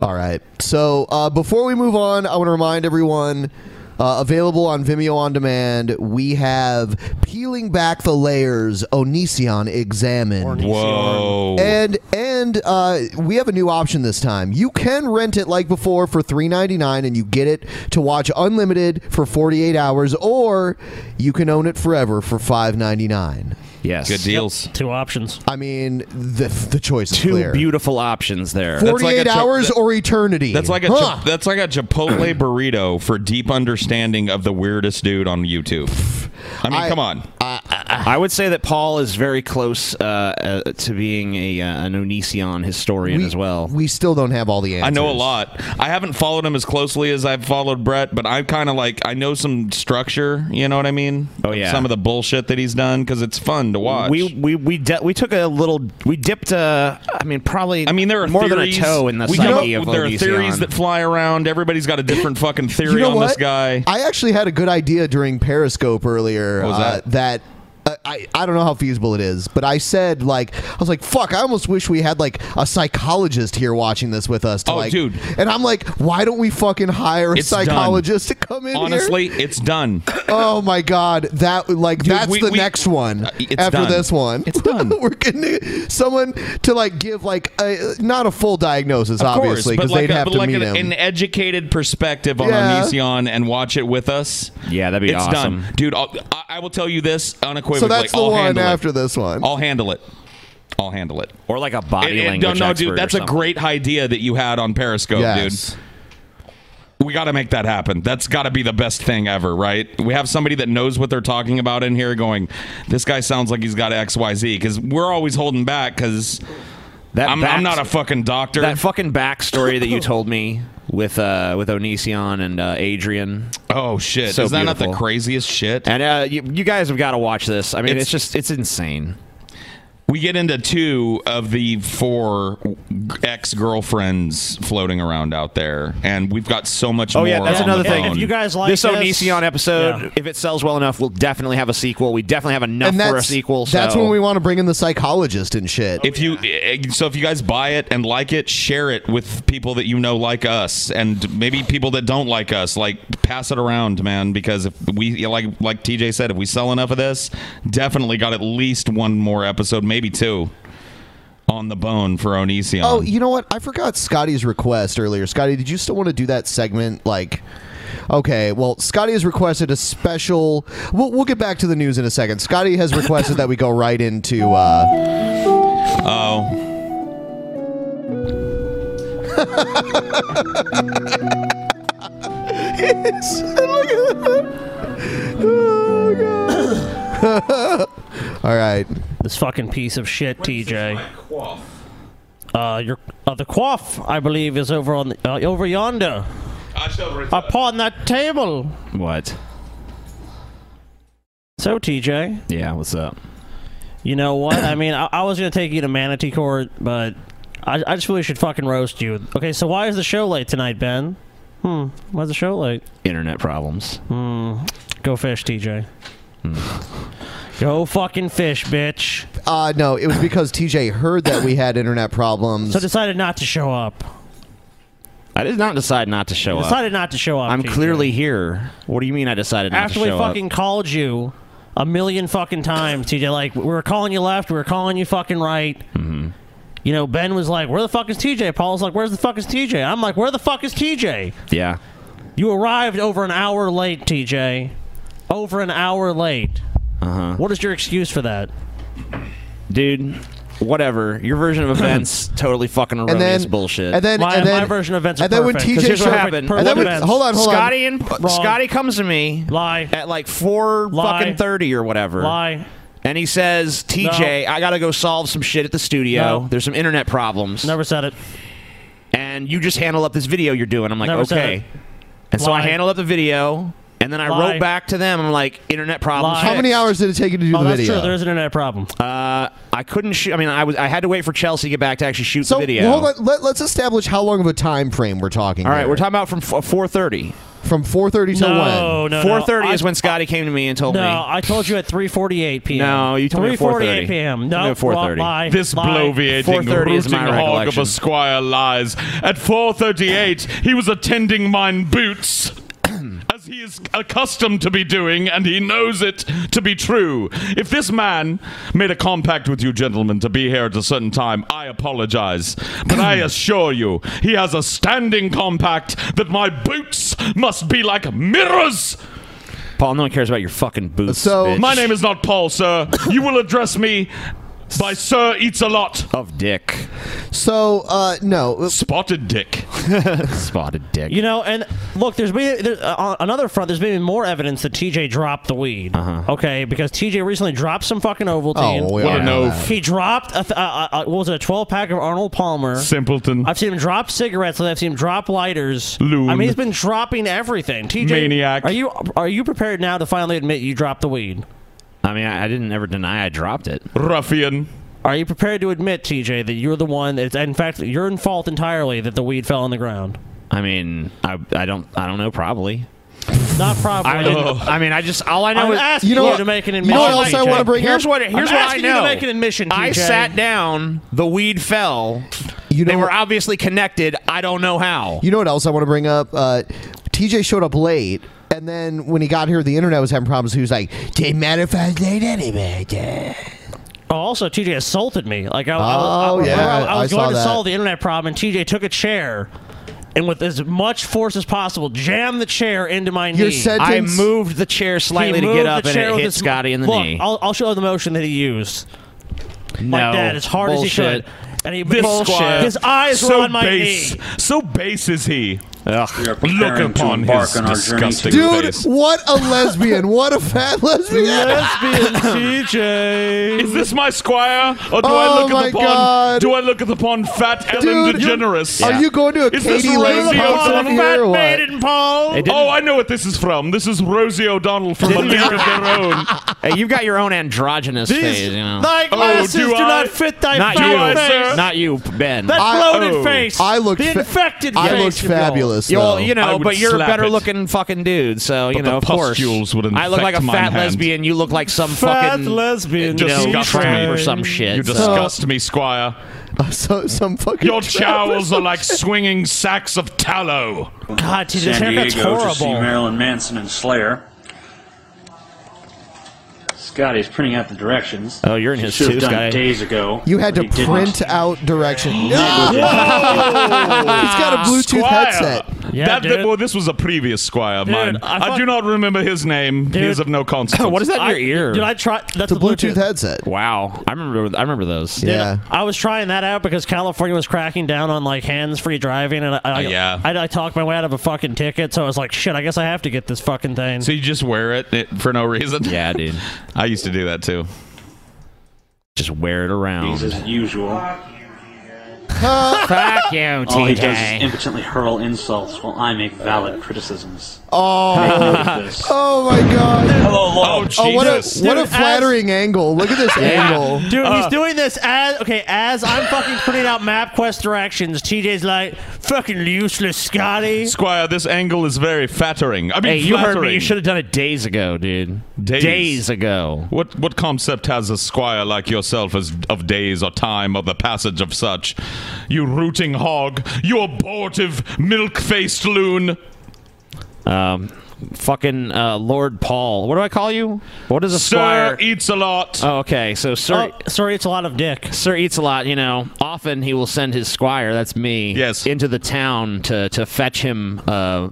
[SPEAKER 2] All right. So uh, before we move on, I want to remind everyone. Uh, available on Vimeo on demand. We have peeling back the layers. Onision examined.
[SPEAKER 7] Whoa.
[SPEAKER 2] And and uh, we have a new option this time. You can rent it like before for three ninety nine, and you get it to watch unlimited for forty eight hours, or you can own it forever for five ninety nine.
[SPEAKER 6] Yes. Good deals.
[SPEAKER 2] Two options. I mean, the the choice is
[SPEAKER 6] Two
[SPEAKER 2] clear.
[SPEAKER 6] beautiful options there.
[SPEAKER 2] Forty eight
[SPEAKER 7] a chip-
[SPEAKER 2] hours or eternity.
[SPEAKER 7] That's like a
[SPEAKER 2] Huh.
[SPEAKER 7] chip- that's like a Chipotle burrito for deep understanding of the weirdest dude on YouTube. I mean, come on.
[SPEAKER 6] I would say that Paul is very close uh, uh, to being a uh, an Onision historian
[SPEAKER 2] We-
[SPEAKER 6] as well.
[SPEAKER 2] We still don't have all the answers.
[SPEAKER 7] I know a lot. I haven't followed him as closely as I've followed Brett, but I'm kind of like I know some structure. You know what I mean? Oh
[SPEAKER 6] yeah.
[SPEAKER 7] Some of the bullshit that he's done because it's fun to watch.
[SPEAKER 6] We we we de- we took a little. We dipped. Uh, I mean, probably. I mean,
[SPEAKER 7] there are
[SPEAKER 6] more
[SPEAKER 7] theories-
[SPEAKER 6] than a toe in the
[SPEAKER 7] we come
[SPEAKER 6] psyche
[SPEAKER 7] up-
[SPEAKER 6] of
[SPEAKER 7] There are theories
[SPEAKER 6] Onision.
[SPEAKER 7] that fly around. Everybody's got a different fucking theory
[SPEAKER 2] you know
[SPEAKER 7] on
[SPEAKER 2] what?
[SPEAKER 7] this guy.
[SPEAKER 2] I actually had a good idea during Periscope earlier.
[SPEAKER 7] What was
[SPEAKER 2] uh,
[SPEAKER 7] that?
[SPEAKER 2] that uh, I, I don't know how feasible it is, but I said like I was like fuck. I almost wish we had like a psychologist here watching this with us. To,
[SPEAKER 7] Oh,
[SPEAKER 2] like,
[SPEAKER 7] dude.
[SPEAKER 2] And I'm like, why don't we fucking hire a
[SPEAKER 7] It's done.
[SPEAKER 2] psychologist to come in? here?
[SPEAKER 7] Honestly, it's done.
[SPEAKER 2] oh my god, that like that's
[SPEAKER 7] we-
[SPEAKER 2] the
[SPEAKER 7] we-
[SPEAKER 2] next one
[SPEAKER 7] it's
[SPEAKER 2] after
[SPEAKER 7] done.
[SPEAKER 2] this one. It's done. We're getting someone to like give like a, not a full diagnosis,
[SPEAKER 7] Of course,
[SPEAKER 2] obviously,
[SPEAKER 7] but
[SPEAKER 2] because
[SPEAKER 7] like
[SPEAKER 2] they'd
[SPEAKER 7] a-
[SPEAKER 2] have
[SPEAKER 7] but
[SPEAKER 2] to
[SPEAKER 7] like
[SPEAKER 2] meet
[SPEAKER 7] an,
[SPEAKER 2] him.
[SPEAKER 7] an educated perspective on
[SPEAKER 2] Yeah.
[SPEAKER 7] Onision and watch it with us.
[SPEAKER 6] Yeah, that'd be
[SPEAKER 7] it's
[SPEAKER 6] awesome.
[SPEAKER 7] done, dude. I'll, I- I will tell you this unequivocally.
[SPEAKER 2] So that's the
[SPEAKER 7] I'll
[SPEAKER 2] one uh,
[SPEAKER 7] handle it.
[SPEAKER 2] after this one.
[SPEAKER 7] I'll handle it. I'll handle it.
[SPEAKER 6] Or like a
[SPEAKER 7] It-
[SPEAKER 6] body
[SPEAKER 7] it-
[SPEAKER 6] language.
[SPEAKER 7] No, no,
[SPEAKER 6] expert or
[SPEAKER 7] dude, that's a
[SPEAKER 6] something.
[SPEAKER 7] great idea that you had on Periscope,
[SPEAKER 6] Yes.
[SPEAKER 7] dude. We got to make that happen. That's got to be the best thing ever, right? We have somebody that knows what they're talking about in here going, this guy sounds like he's got XYZ because we're always holding back because I'm, I'm
[SPEAKER 6] back-
[SPEAKER 7] not a fucking doctor.
[SPEAKER 6] That fucking backstory that you told me with uh, with Onision and uh, Adrian.
[SPEAKER 7] Oh shit! Is that not the craziest shit?
[SPEAKER 6] And uh, you, you guys have got to watch this. I mean,
[SPEAKER 7] It's-
[SPEAKER 6] it's, just it's insane.
[SPEAKER 7] We get into two of the four ex girlfriends floating around out there, and we've got so much
[SPEAKER 6] Oh
[SPEAKER 7] more.
[SPEAKER 6] yeah, that's
[SPEAKER 7] on
[SPEAKER 6] another
[SPEAKER 7] the
[SPEAKER 6] thing.
[SPEAKER 7] phone.
[SPEAKER 6] this Onision episode, if it sells well enough, we'll definitely have a sequel. We definitely have enough
[SPEAKER 2] and that's
[SPEAKER 6] for a sequel. So.
[SPEAKER 2] that's when we want to bring in the psychologist and shit.
[SPEAKER 7] If you eh, so if you guys buy it and like it, share it with people that you know like us, and maybe people that don't like us. Like pass it around, man, because if we like like TJ said, if we sell enough of this, definitely got at least one more episode, maybe two, on the bone for Onision.
[SPEAKER 2] oh, you know what? I forgot Scotty's request earlier. Scotty, did you still want to do that segment? Like, okay, well, Scotty has requested a special. We'll, we'll get back to the news in a second. Scotty has requested that we go right into. Uh,
[SPEAKER 7] oh.
[SPEAKER 2] Oh, All right.
[SPEAKER 5] This fucking piece of shit, TJ. Uh, your uh, the quaff, I believe, is over on the, uh, over yonder. Upon that table.
[SPEAKER 6] What?
[SPEAKER 5] So, TJ.
[SPEAKER 6] Yeah, what's up?
[SPEAKER 5] You know what? I mean, I, I was gonna take you to Manatee Court, but I, I just really should fucking roast you. Okay, so why is the show late tonight, Ben? Hmm. Why's the show late?
[SPEAKER 6] Internet problems.
[SPEAKER 5] Hmm. Go fish, TJ.
[SPEAKER 6] Hmm.
[SPEAKER 5] Go fucking fish, bitch.
[SPEAKER 2] uh, no, it was because TJ heard that we had internet problems.
[SPEAKER 5] So decided not to show up.
[SPEAKER 6] I did not decide not to show
[SPEAKER 5] You
[SPEAKER 6] up.
[SPEAKER 5] decided not to show up,
[SPEAKER 6] I'm
[SPEAKER 5] TJ.
[SPEAKER 6] clearly here. What do you mean I decided not
[SPEAKER 5] after
[SPEAKER 6] to
[SPEAKER 5] we
[SPEAKER 6] show up?
[SPEAKER 5] fucking called you a million fucking times, TJ. Like we were calling you left, we were calling you fucking right. Mm-hmm. You know, Ben was like, "Where the fuck is TJ?" Paul's like, "Where's the fuck is TJ?" I'm like, "Where the fuck is TJ?"
[SPEAKER 6] Yeah.
[SPEAKER 5] You arrived over an hour late, TJ. Over an hour late.
[SPEAKER 6] Uh huh.
[SPEAKER 5] What is your excuse for that?
[SPEAKER 6] Dude, whatever. Your version of events totally fucking
[SPEAKER 5] And
[SPEAKER 6] erroneous
[SPEAKER 5] then-
[SPEAKER 6] bullshit.
[SPEAKER 5] and then- My- and then- my version of events are
[SPEAKER 6] And then
[SPEAKER 5] perfect.
[SPEAKER 6] when
[SPEAKER 5] 'Cause
[SPEAKER 6] TJ
[SPEAKER 5] here's
[SPEAKER 6] showed
[SPEAKER 5] what
[SPEAKER 6] up,
[SPEAKER 5] happened.
[SPEAKER 6] and
[SPEAKER 5] Perfect
[SPEAKER 6] then
[SPEAKER 5] events.
[SPEAKER 6] hold on, hold on.
[SPEAKER 5] Scotty and- Wrong.
[SPEAKER 6] Scotty comes to me
[SPEAKER 5] lie
[SPEAKER 6] at like four
[SPEAKER 5] Lie.
[SPEAKER 6] fucking thirty or whatever.
[SPEAKER 5] Lie.
[SPEAKER 6] And he says, "TJ, I gotta go solve some shit at the studio.
[SPEAKER 5] No.
[SPEAKER 6] There's some internet problems."
[SPEAKER 5] Never said it.
[SPEAKER 6] And you just handle up this video you're doing. I'm like,
[SPEAKER 5] Never said
[SPEAKER 6] okay.
[SPEAKER 5] it.
[SPEAKER 6] And so I
[SPEAKER 5] Lie.
[SPEAKER 6] handled up the video, and then I
[SPEAKER 5] Lie.
[SPEAKER 6] wrote back to them. I'm like, internet problems.
[SPEAKER 2] How many
[SPEAKER 6] fixed."
[SPEAKER 2] hours did it take you to do
[SPEAKER 6] Oh,
[SPEAKER 2] the
[SPEAKER 6] that's
[SPEAKER 2] video?
[SPEAKER 6] true. There
[SPEAKER 5] There's an internet problem.
[SPEAKER 6] Uh, I couldn't shoot. I mean, I was. I had to wait for Chelsea to get back to actually shoot the video.
[SPEAKER 2] Well, hold on. Let, us establish how long of a time frame we're talking.
[SPEAKER 6] All right,
[SPEAKER 2] here.
[SPEAKER 6] we're talking about from f- 4:30.
[SPEAKER 2] from 4:30 till
[SPEAKER 5] No,
[SPEAKER 2] when?
[SPEAKER 5] no, no.
[SPEAKER 6] 4:30 is when Scotty came to me and told
[SPEAKER 5] no,
[SPEAKER 6] me.
[SPEAKER 5] I told you at 3:48 p.m.
[SPEAKER 6] No, you told me at 4:30.
[SPEAKER 5] p.m.
[SPEAKER 6] You told
[SPEAKER 5] No,
[SPEAKER 6] me at 4:30.
[SPEAKER 5] wrong- lie,
[SPEAKER 7] This
[SPEAKER 5] lie.
[SPEAKER 7] bloviating, rooting hog of a squire lies. At 4.38, he was attending mine boots, as he is accustomed to be doing, and he knows it to be true. If this man made a compact with you gentlemen to be here at a certain time, I apologize. But I assure you, he has a standing compact that my boots must be like mirrors
[SPEAKER 6] Paul, no one cares about your fucking boots. bitch.
[SPEAKER 7] Oh, my name is not Paul, sir. You will address me by Sir Eats a Lot
[SPEAKER 6] of Dick.
[SPEAKER 2] So, uh, no.
[SPEAKER 7] Spotted Dick.
[SPEAKER 6] Spotted Dick.
[SPEAKER 5] You know, and look, there's been there, uh, on another front. There's been more evidence that TJ dropped the weed. Uh-huh. Okay, because TJ recently dropped some fucking Ovaltine.
[SPEAKER 7] Oh, we What all a know no. that.
[SPEAKER 5] He dropped a, th- a, a, a- what was it? A 12 pack of Arnold Palmer.
[SPEAKER 7] Simpleton.
[SPEAKER 5] I've seen him drop cigarettes. and I've seen him drop lighters. Loon. I mean, he's been dropping everything. TJ,
[SPEAKER 6] Maniac.
[SPEAKER 5] Are you are you prepared now to finally admit you dropped the weed?
[SPEAKER 6] I mean, I, I didn't ever deny I dropped it.
[SPEAKER 7] Ruffian.
[SPEAKER 5] Are you prepared to admit, TJ, that you're the one that, in fact, you're in fault entirely that the weed fell on the ground?
[SPEAKER 6] I mean, I, I don't I don't know. Probably.
[SPEAKER 5] Not probably.
[SPEAKER 6] I, didn't- I mean, I just all I know
[SPEAKER 5] I'm
[SPEAKER 6] is
[SPEAKER 5] asking You know you what- to make an you know admission, what else I TJ. wanna bring
[SPEAKER 6] here's
[SPEAKER 5] up?
[SPEAKER 6] what
[SPEAKER 5] I'm
[SPEAKER 6] here's what I
[SPEAKER 5] asking you to
[SPEAKER 6] know.
[SPEAKER 5] make an admission,
[SPEAKER 6] I
[SPEAKER 5] TJ.
[SPEAKER 6] sat down. The weed fell. they were obviously connected. I don't know how.
[SPEAKER 2] You know what else I want to bring up? Uh, TJ showed up late, and then when he got here, the internet was having problems. He was like, "They matter if I was late anyway." yeah."
[SPEAKER 5] Oh, also, TJ assaulted me. Like I, I-
[SPEAKER 2] Oh,
[SPEAKER 5] I, I,
[SPEAKER 2] yeah,
[SPEAKER 5] remember I, I
[SPEAKER 2] I
[SPEAKER 5] was
[SPEAKER 2] saw
[SPEAKER 5] going to
[SPEAKER 2] that.
[SPEAKER 5] solve the internet problem, and TJ took a chair and with as much force as possible, jammed the chair into my knee.
[SPEAKER 6] Your sentence- I moved the chair slightly to
[SPEAKER 5] moved
[SPEAKER 6] get
[SPEAKER 5] the
[SPEAKER 6] up, and
[SPEAKER 5] chair
[SPEAKER 6] it
[SPEAKER 5] with
[SPEAKER 6] hit
[SPEAKER 5] his-
[SPEAKER 6] Scotty in the
[SPEAKER 5] Look,
[SPEAKER 6] knee.
[SPEAKER 5] I'll, I'll show the motion that he used.
[SPEAKER 6] No.
[SPEAKER 5] like that, as hard as he
[SPEAKER 6] Bullshit.
[SPEAKER 5] could. And he
[SPEAKER 7] This
[SPEAKER 5] his,
[SPEAKER 7] squire,
[SPEAKER 5] his eyes
[SPEAKER 7] so
[SPEAKER 5] were on my
[SPEAKER 7] base,
[SPEAKER 5] knee.
[SPEAKER 7] So base is he. Look
[SPEAKER 21] preparing
[SPEAKER 7] upon
[SPEAKER 21] to
[SPEAKER 7] his
[SPEAKER 21] embark on our journey
[SPEAKER 7] disgusting
[SPEAKER 2] Dude,
[SPEAKER 7] face.
[SPEAKER 2] what a lesbian! what a fat lesbian!
[SPEAKER 7] TJ. Is this my squire, or do I
[SPEAKER 2] Oh
[SPEAKER 7] look
[SPEAKER 2] my
[SPEAKER 7] at the pond?
[SPEAKER 2] God.
[SPEAKER 7] Do I look at the pond, fat Ellen
[SPEAKER 2] Dude,
[SPEAKER 7] DeGeneres?
[SPEAKER 2] are you going to a
[SPEAKER 7] Is
[SPEAKER 2] Katie
[SPEAKER 7] this
[SPEAKER 2] Lane
[SPEAKER 7] Rosie
[SPEAKER 2] concert
[SPEAKER 7] O'Donnell?
[SPEAKER 2] here or what?
[SPEAKER 6] It didn't-
[SPEAKER 7] Oh, I know what this is from. This is Rosie O'Donnell from A
[SPEAKER 6] Didn't-
[SPEAKER 7] League of Their Own.
[SPEAKER 6] Hey, you've got your own androgynous
[SPEAKER 7] These-
[SPEAKER 6] phase. You know.
[SPEAKER 7] thy glasses Oh, do do I? not fit thy
[SPEAKER 6] not
[SPEAKER 7] fat
[SPEAKER 6] you,
[SPEAKER 7] face.
[SPEAKER 6] Not you, Ben.
[SPEAKER 7] That bloated Oh. face.
[SPEAKER 2] I looked
[SPEAKER 7] The
[SPEAKER 2] fa-
[SPEAKER 7] infected
[SPEAKER 2] I
[SPEAKER 7] face of
[SPEAKER 2] looked
[SPEAKER 7] yours.
[SPEAKER 2] fabulous.
[SPEAKER 6] You,
[SPEAKER 2] though.
[SPEAKER 6] you know, but you're a better looking fucking dude, so you
[SPEAKER 7] But the
[SPEAKER 6] know, of course.
[SPEAKER 7] pustules would
[SPEAKER 6] I look like a
[SPEAKER 7] infect mine
[SPEAKER 6] fat
[SPEAKER 7] hand.
[SPEAKER 6] lesbian. You look like some
[SPEAKER 7] Fat
[SPEAKER 6] fucking
[SPEAKER 7] lesbian,
[SPEAKER 6] you know,
[SPEAKER 7] disgust
[SPEAKER 6] tramp
[SPEAKER 7] me.
[SPEAKER 6] or some shit.
[SPEAKER 7] You
[SPEAKER 6] so-
[SPEAKER 7] disgust me, squire.
[SPEAKER 2] So, some fucking
[SPEAKER 7] Your jowls are like swinging sacks of tallow.
[SPEAKER 5] God,
[SPEAKER 21] San Diego to see Marilyn Manson and Slayer. Scotty's printing out the directions.
[SPEAKER 6] Oh, you're in his
[SPEAKER 21] Should
[SPEAKER 6] too,
[SPEAKER 21] have done
[SPEAKER 6] Scotty.
[SPEAKER 21] it days ago.
[SPEAKER 2] You had
[SPEAKER 21] but
[SPEAKER 2] to
[SPEAKER 21] he didn't.
[SPEAKER 2] print out direction. He's got a Bluetooth
[SPEAKER 7] Squire.
[SPEAKER 2] headset.
[SPEAKER 5] Yeah,
[SPEAKER 7] that, that-
[SPEAKER 5] dude.
[SPEAKER 7] well, this was a previous squire of
[SPEAKER 5] Dude,
[SPEAKER 7] mine.
[SPEAKER 5] I
[SPEAKER 7] I,
[SPEAKER 5] fuck-
[SPEAKER 7] do not remember his name. he
[SPEAKER 5] Dude.
[SPEAKER 7] is of no consequence.
[SPEAKER 5] I- Dude, I try. That's the
[SPEAKER 2] headset.
[SPEAKER 6] Wow, I remember. I remember those.
[SPEAKER 5] Dude, I was trying that out because California was cracking down on like hands-free driving, and I, I,
[SPEAKER 7] yeah.
[SPEAKER 5] I, I talked my way out of a fucking ticket. So I was like, "Shit, I guess I have to get this fucking thing."
[SPEAKER 7] So you just wear it, it for no reason?
[SPEAKER 6] Yeah, dude.
[SPEAKER 7] I used to do that too.
[SPEAKER 6] Just wear it around.
[SPEAKER 21] He's as usual.
[SPEAKER 6] Fuck you,
[SPEAKER 21] All he does is
[SPEAKER 6] TJ.
[SPEAKER 21] impotently hurl insults while I make valid criticisms.
[SPEAKER 2] Oh, oh my god!
[SPEAKER 21] Hello, Lord.
[SPEAKER 2] Oh, what a
[SPEAKER 21] Jesus.
[SPEAKER 2] what a
[SPEAKER 21] Dude, as-
[SPEAKER 2] flattering angle! Look at this angle, Uh,
[SPEAKER 5] Dude, he's
[SPEAKER 7] Uh.
[SPEAKER 5] doing this as okay as I'm fucking putting out MapQuest directions. TJ's like fucking useless, Scotty.
[SPEAKER 7] Squire, this angle is very fattering. I mean,
[SPEAKER 6] Hey, you heard me.
[SPEAKER 7] flattering.
[SPEAKER 6] You should have done it days ago, dude.
[SPEAKER 7] Days.
[SPEAKER 6] ago.
[SPEAKER 7] What what concept has a squire like yourself as of days or time or the passage of such? You rooting hog, you abortive milk faced loon.
[SPEAKER 6] Um, fucking uh, Lord Paul. What do I call you? What is a
[SPEAKER 7] Sir
[SPEAKER 6] squire?
[SPEAKER 7] eats a lot.
[SPEAKER 6] Oh, okay. So Sir
[SPEAKER 5] Oh, sorry, it's a lot of dick.
[SPEAKER 6] Sir eats a lot. You know, often he will send his squire, that's me, yes, into the town to to fetch him uh,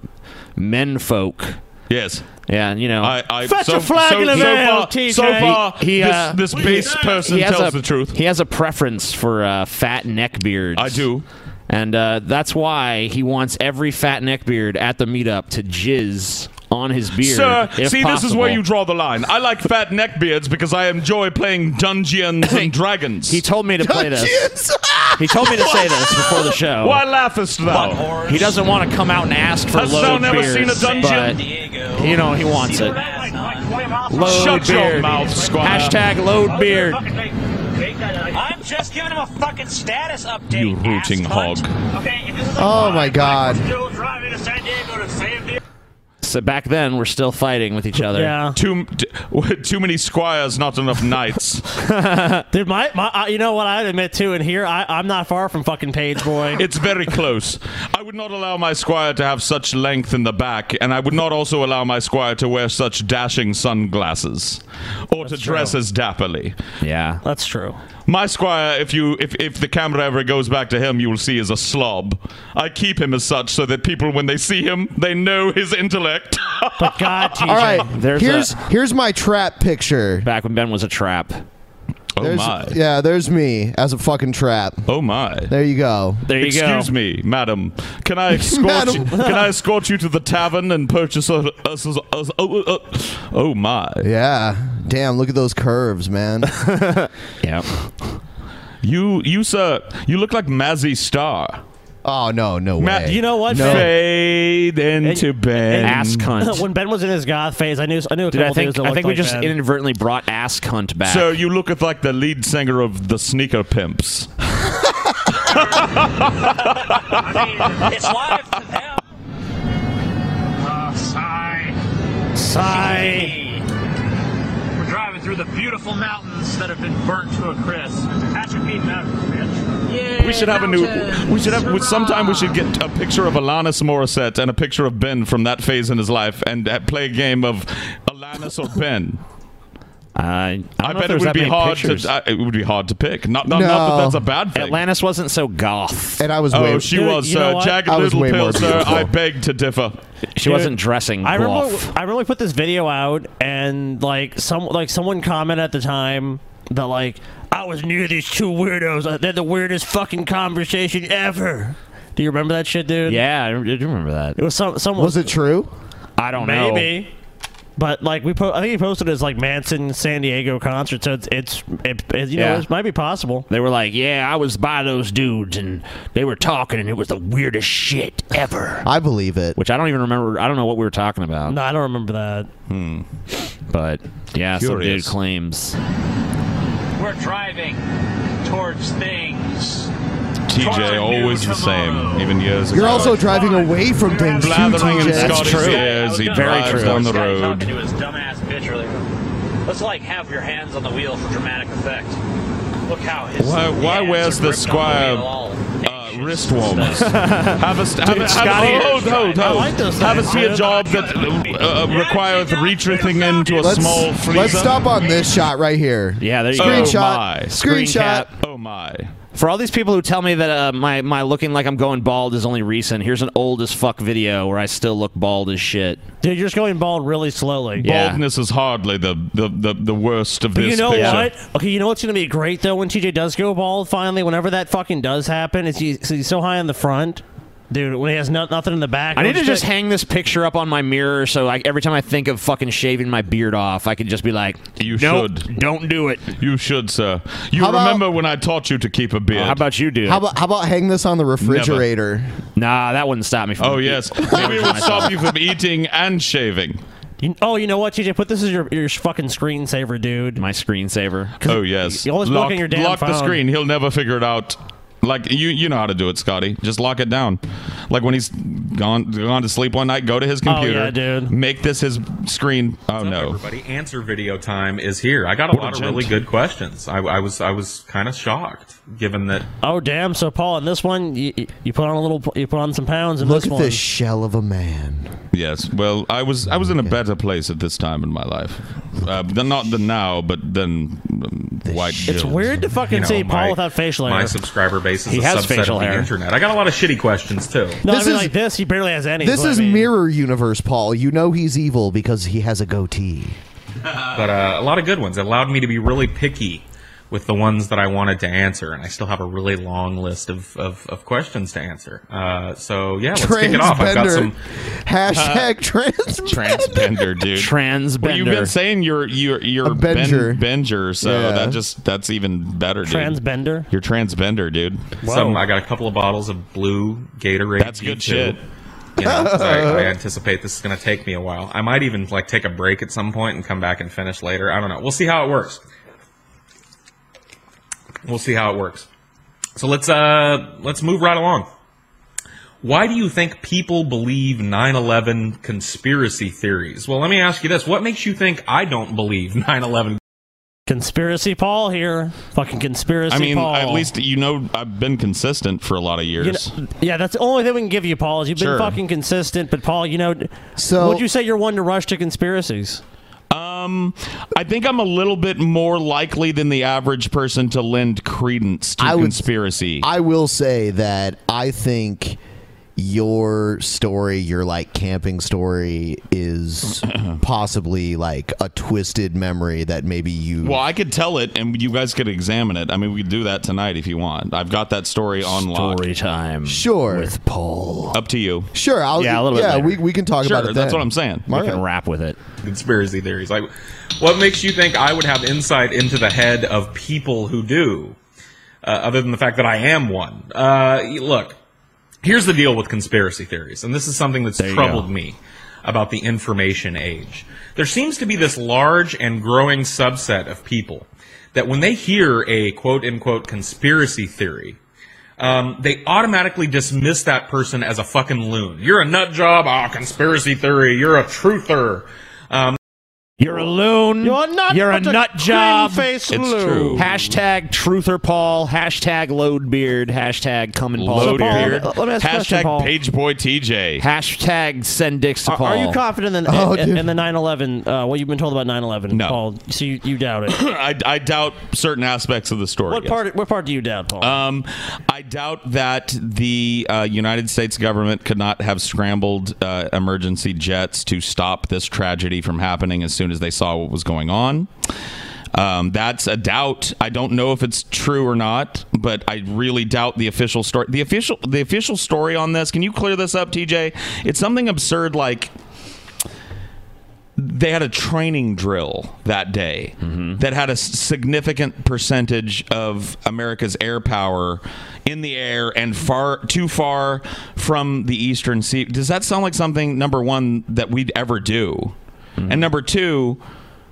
[SPEAKER 6] men folk.
[SPEAKER 7] Yes.
[SPEAKER 6] Yeah, and, you know,
[SPEAKER 7] I, I, so, so, so far, So far, this, this base person
[SPEAKER 6] uh, he has
[SPEAKER 7] tells
[SPEAKER 6] a-
[SPEAKER 7] the truth.
[SPEAKER 6] He has a preference for uh, fat neckbeards. I do. And uh, that's why he wants every fat neckbeard at the meetup to jizz on his beard.
[SPEAKER 7] Sir,
[SPEAKER 6] if
[SPEAKER 7] see, this is where
[SPEAKER 6] possible.
[SPEAKER 7] you draw the line. I like fat neckbeards because I enjoy playing Dungeons and Dragons. He
[SPEAKER 6] told me to play this. He told me to say this before the show.
[SPEAKER 7] Why laughest thou?
[SPEAKER 6] He doesn't want to come out and ask for
[SPEAKER 7] Has
[SPEAKER 6] low
[SPEAKER 7] thou never
[SPEAKER 6] beards,
[SPEAKER 7] seen a dungeon?
[SPEAKER 6] but, you know, he wants it. Load
[SPEAKER 7] Shut your
[SPEAKER 6] beard.
[SPEAKER 7] mouth, squire.
[SPEAKER 6] Hashtag load beard.
[SPEAKER 1] I'm just giving him a fucking status update.
[SPEAKER 7] You rooting hog.
[SPEAKER 1] Okay, if this is
[SPEAKER 2] Oh my god!
[SPEAKER 6] So back then, we're still fighting with each other.
[SPEAKER 7] Too t- too many squires, not enough knights.
[SPEAKER 5] Dude, my, my uh, you know what I admit too, and here I, I'm not far from fucking Page Boy.
[SPEAKER 7] It's very close. I would not allow my squire to have such length in the back, and I would not also allow my squire to wear such dashing sunglasses, or to dress as dapperly.
[SPEAKER 6] Yeah,
[SPEAKER 5] that's true.
[SPEAKER 7] My squire, if you if, if the camera ever goes back to him, you will see is a slob. I keep him as such so that people, when they see him, they know his intellect.
[SPEAKER 5] but God,
[SPEAKER 2] All right, here's here's my trap picture.
[SPEAKER 6] Back when Ben was a trap.
[SPEAKER 7] Oh
[SPEAKER 2] there's,
[SPEAKER 7] my.
[SPEAKER 2] Yeah, there's me as a fucking trap.
[SPEAKER 7] Oh my.
[SPEAKER 2] There you go.
[SPEAKER 7] Excuse me, madam. Can I escort you,
[SPEAKER 2] Madam.
[SPEAKER 7] can I escort you to the tavern and purchase a, a, a- a- oh, uh, oh my.
[SPEAKER 2] Yeah. Damn, look at those curves, man.
[SPEAKER 6] yeah.
[SPEAKER 7] You you sir, you look like Mazzy Star.
[SPEAKER 2] Oh no, no
[SPEAKER 5] way. You know what,
[SPEAKER 7] Fade into Ben.
[SPEAKER 5] when Ben was in his goth phase, I knew I knew a
[SPEAKER 7] Dude, I
[SPEAKER 5] couple
[SPEAKER 7] think-
[SPEAKER 5] dudes that
[SPEAKER 7] I
[SPEAKER 5] looked
[SPEAKER 7] think we
[SPEAKER 5] like
[SPEAKER 7] just
[SPEAKER 5] Ben.
[SPEAKER 7] in-
[SPEAKER 6] Inadvertently brought ass cunt back.
[SPEAKER 7] So you look at like the lead singer of the Sneaker Pimps.
[SPEAKER 1] it's live to them. Uh, sigh.
[SPEAKER 5] Sigh.
[SPEAKER 1] We're driving through the beautiful mountains that have been burnt to a crisp. Atrophied mountains, bitch. Yay,
[SPEAKER 7] we should have a new. We should have. we- Sometime we should get a picture of Alanis Morissette and a picture of Ben from that phase in his life, and uh, play a game of Alanis or Ben.
[SPEAKER 6] I,
[SPEAKER 7] I,
[SPEAKER 6] know if
[SPEAKER 7] bet
[SPEAKER 6] there's
[SPEAKER 7] it would
[SPEAKER 6] that
[SPEAKER 7] be
[SPEAKER 6] many
[SPEAKER 7] hard
[SPEAKER 6] pictures.
[SPEAKER 7] to. I- it would be hard to pick. Not, not, not that
[SPEAKER 6] No.
[SPEAKER 7] that's a bad thing.
[SPEAKER 6] Atlantis wasn't so goth.
[SPEAKER 2] And I was
[SPEAKER 7] Oh,
[SPEAKER 2] way-
[SPEAKER 7] she
[SPEAKER 2] Dude,
[SPEAKER 7] was,
[SPEAKER 2] you know
[SPEAKER 7] sir.
[SPEAKER 2] what?
[SPEAKER 7] Jagged
[SPEAKER 2] I was
[SPEAKER 7] Little
[SPEAKER 2] way more
[SPEAKER 7] Pill, sir. I
[SPEAKER 2] beautiful.
[SPEAKER 7] beg to differ.
[SPEAKER 6] She wasn't dressing
[SPEAKER 5] I remember,
[SPEAKER 6] goth.
[SPEAKER 5] I remember we put this video out, and like some, like someone commented at the time that like I was near these two weirdos. Uh, They're the weirdest fucking conversation ever. Do you remember that shit, dude?
[SPEAKER 6] Yeah, I do remember that.
[SPEAKER 5] It was some. Someone
[SPEAKER 2] Was it true?
[SPEAKER 6] I don't know.
[SPEAKER 5] Maybe. But like we, po- I think he posted it as like Manson San Diego concert, so it's it's it, it, you know
[SPEAKER 6] Yeah.
[SPEAKER 5] it might be possible.
[SPEAKER 6] They were like, "Yeah, I was by those dudes, and they were talking, and it was the weirdest shit ever."
[SPEAKER 2] I believe it.
[SPEAKER 6] Which I don't even remember. I don't know what we were talking about.
[SPEAKER 5] No, I don't remember that.
[SPEAKER 6] Hmm. But yeah, some dude
[SPEAKER 5] Curious.
[SPEAKER 6] claims.
[SPEAKER 1] We're driving towards things.
[SPEAKER 7] TJ always the same, even years ago.
[SPEAKER 2] You're also driving away from things too,
[SPEAKER 7] blathering in
[SPEAKER 2] TJ.
[SPEAKER 7] Scottish airs. He
[SPEAKER 2] Very
[SPEAKER 7] drives
[SPEAKER 2] true.
[SPEAKER 7] down the
[SPEAKER 1] Scotty
[SPEAKER 7] road.
[SPEAKER 1] talking to his dumbass bitch earlier. Let's like have your hands on the wheel for dramatic effect. Look how his
[SPEAKER 7] Why, why
[SPEAKER 1] hands
[SPEAKER 7] wears
[SPEAKER 1] are
[SPEAKER 7] the
[SPEAKER 1] gripped on
[SPEAKER 7] squire
[SPEAKER 1] wheel all
[SPEAKER 7] uh, wrist warmers? have us, have,
[SPEAKER 1] Dude,
[SPEAKER 7] a-
[SPEAKER 1] Scotty-
[SPEAKER 7] have, a- hold, hold, hold.
[SPEAKER 1] I like those
[SPEAKER 7] have
[SPEAKER 1] things,
[SPEAKER 7] us be a
[SPEAKER 1] dude.
[SPEAKER 7] job that uh, uh, requires retreating into a
[SPEAKER 2] Let's,
[SPEAKER 7] small freezer.
[SPEAKER 2] let's stop on this shot right here.
[SPEAKER 6] Yeah, there you go. Oh,
[SPEAKER 2] Screenshot. Screenshot.
[SPEAKER 7] Oh my!
[SPEAKER 6] For all these people who tell me that uh, my my looking like I'm going bald is only recent, here's an old as fuck video where I still look bald as shit.
[SPEAKER 5] Dude, you're just going bald really slowly.
[SPEAKER 7] Baldness is hardly the, the, the, the worst of
[SPEAKER 5] But
[SPEAKER 7] this
[SPEAKER 5] you know
[SPEAKER 7] picture.
[SPEAKER 5] what? Okay, you know what's going to be great though when TJ does go bald finally. Whenever that fucking does happen, is he, he's so high in the front, dude? When he has no, nothing in the back,
[SPEAKER 6] I need to just
[SPEAKER 5] hang.
[SPEAKER 6] hang this picture up on my mirror so like every time I think of fucking shaving my beard off, I can just be like,
[SPEAKER 7] You
[SPEAKER 6] "Nope,
[SPEAKER 7] should.
[SPEAKER 6] Don't do it.
[SPEAKER 7] You should, sir. You
[SPEAKER 6] How about-
[SPEAKER 7] remember when I taught you to keep a beard?
[SPEAKER 6] How about you do it?
[SPEAKER 2] How about how about hang this on the refrigerator?
[SPEAKER 6] Nah, that wouldn't stop me from.
[SPEAKER 7] Oh yes, we will stop you from eating and shaving.
[SPEAKER 5] You, oh, you know what, TJ? Put this as your, your fucking screensaver, dude.
[SPEAKER 6] My screensaver.
[SPEAKER 7] Oh yes.
[SPEAKER 5] You always
[SPEAKER 7] lock,
[SPEAKER 5] look at your damn
[SPEAKER 7] lock the
[SPEAKER 5] phone.
[SPEAKER 7] screen. He'll never figure it out. Like you, you know how to do it, Scotty. Just lock it down. Like when he's gone gone to sleep one night, go to his
[SPEAKER 8] Oh,
[SPEAKER 7] computer.
[SPEAKER 8] yeah,
[SPEAKER 7] dude. Make this his screen. Oh no.
[SPEAKER 8] Everybody, answer video time is here. I got a
[SPEAKER 7] What a
[SPEAKER 8] lot of
[SPEAKER 7] gent.
[SPEAKER 8] really good questions. I, I was I was kind of shocked, given that
[SPEAKER 5] Oh damn! So Paul, in this one, you, you- you put on a little, you put on some pounds. In
[SPEAKER 2] Look
[SPEAKER 5] this
[SPEAKER 2] at
[SPEAKER 5] one.
[SPEAKER 2] this shell of a man.
[SPEAKER 7] Yes. Well, I was I was in a better place at this time in my life. Uh, than- not than now, but then um, white.
[SPEAKER 5] It's weird to fucking see Paul without facial hair.
[SPEAKER 8] my subscriber base is
[SPEAKER 5] He
[SPEAKER 8] a
[SPEAKER 5] has
[SPEAKER 8] subset
[SPEAKER 5] facial
[SPEAKER 8] of the
[SPEAKER 5] hair.
[SPEAKER 8] internet. I got a lot of shitty questions too.
[SPEAKER 5] No,
[SPEAKER 2] This
[SPEAKER 5] I mean,
[SPEAKER 2] is-
[SPEAKER 5] like this. He barely has any.
[SPEAKER 2] This
[SPEAKER 5] what I
[SPEAKER 2] is
[SPEAKER 5] mean.
[SPEAKER 2] mirror universe, Paul. You know he's evil because he has a goatee.
[SPEAKER 8] but uh, a lot of good ones. It allowed me to be really picky with the ones that I wanted to answer, and I still have a really long list of, of, of questions to answer. Uh, so yeah, let's kick it off. I've got
[SPEAKER 2] Transbender.
[SPEAKER 8] some
[SPEAKER 7] Uh,
[SPEAKER 2] Hashtag trans.
[SPEAKER 7] Transbender, dude.
[SPEAKER 6] Transbender.
[SPEAKER 7] Well, you've been saying you're you're you're
[SPEAKER 2] benger.
[SPEAKER 7] Ben, benger, so
[SPEAKER 8] Yeah.
[SPEAKER 7] that just that's even better, dude.
[SPEAKER 5] Transbender.
[SPEAKER 7] You're transbender, dude.
[SPEAKER 8] some. I got a couple of bottles of blue Gatorade. That's
[SPEAKER 7] good shit.
[SPEAKER 8] You know, 'cause I, I anticipate this is going to take me a while. I might even like take a break at some point and come back and finish later. I don't know. We'll see how it works. We'll see how it works. So let's uh let's move right along. Why do you think people believe 9/11 conspiracy theories? Well, let me ask you this: What makes you think I don't believe 9/11?
[SPEAKER 5] Conspiracy Paul here. Fucking conspiracy
[SPEAKER 7] I mean,
[SPEAKER 5] Paul.
[SPEAKER 7] at least you know I've been consistent for a lot of
[SPEAKER 5] You
[SPEAKER 7] years.
[SPEAKER 5] know- yeah, that's the only thing we can give you, Paul. Is you've been
[SPEAKER 7] Sure.
[SPEAKER 5] fucking consistent, but Paul, you know,
[SPEAKER 7] So-
[SPEAKER 5] would you say you're one to rush to conspiracies?
[SPEAKER 7] um, I think I'm a little bit more likely than the average person to lend credence to conspiracy.
[SPEAKER 2] I will say that I think your story, your like camping story, is possibly like a twisted memory that maybe you.
[SPEAKER 7] well, I could tell it, and you guys could examine it. I mean, we could do that tonight if you want. I've got that story on lock. Story
[SPEAKER 6] time.
[SPEAKER 2] Sure.
[SPEAKER 7] With
[SPEAKER 6] Paul.
[SPEAKER 7] Up to you.
[SPEAKER 2] Sure, I'll,
[SPEAKER 7] Yeah, a little bit
[SPEAKER 2] yeah,
[SPEAKER 7] later.
[SPEAKER 2] we we can talk
[SPEAKER 7] Sure,
[SPEAKER 2] about it.
[SPEAKER 7] that's
[SPEAKER 2] then.
[SPEAKER 7] what I'm saying.
[SPEAKER 2] All right.
[SPEAKER 6] wrap with it.
[SPEAKER 8] Conspiracy theories. Like, what makes you think I would have insight into the head of people who do, uh, other than the fact that I am one? Uh, look, here's the deal with conspiracy theories, and this is something that's
[SPEAKER 6] you
[SPEAKER 8] troubled
[SPEAKER 6] go.
[SPEAKER 8] me about the information age. There seems to be this large and growing subset of people that when they hear a quote unquote conspiracy theory, um, they automatically dismiss that person as a fucking loon. You're a nut job. Ah, conspiracy theory. You're a truther. Um,
[SPEAKER 6] You're a loon.
[SPEAKER 5] You're a nut.
[SPEAKER 6] You're a
[SPEAKER 5] but a
[SPEAKER 6] nut job.
[SPEAKER 5] cream-faced It's loon. true.
[SPEAKER 6] Hashtag truther Paul. Hashtag load beard. Hashtag coming Paul.
[SPEAKER 7] Load beard. Hashtag
[SPEAKER 6] page.
[SPEAKER 7] page boy TJ.
[SPEAKER 6] Hashtag send dicks to
[SPEAKER 5] Are,
[SPEAKER 6] Paul.
[SPEAKER 5] are you confident in,
[SPEAKER 6] Oh,
[SPEAKER 5] in,
[SPEAKER 6] dude.
[SPEAKER 5] in the 9/11? Uh, what you've been told about 9/11,
[SPEAKER 7] No.
[SPEAKER 5] Paul? So you, you doubt it.
[SPEAKER 7] I, I doubt certain aspects of the story.
[SPEAKER 5] What
[SPEAKER 7] yes.
[SPEAKER 5] part? What part do you doubt, Paul?
[SPEAKER 7] Um, I doubt that the uh, United States government could not have scrambled uh, emergency jets to stop this tragedy from happening as soon as they saw what was going on. Um, that's a doubt. I don't know if it's true or not, but I really doubt the official story. The official, the official story on this. Can you clear this up, TJ? It's something absurd like they had a training drill that day that had a s- significant percentage of America's air power in the air and far too far from the eastern sea. Does that sound like something number 1 that we'd ever do? And number 2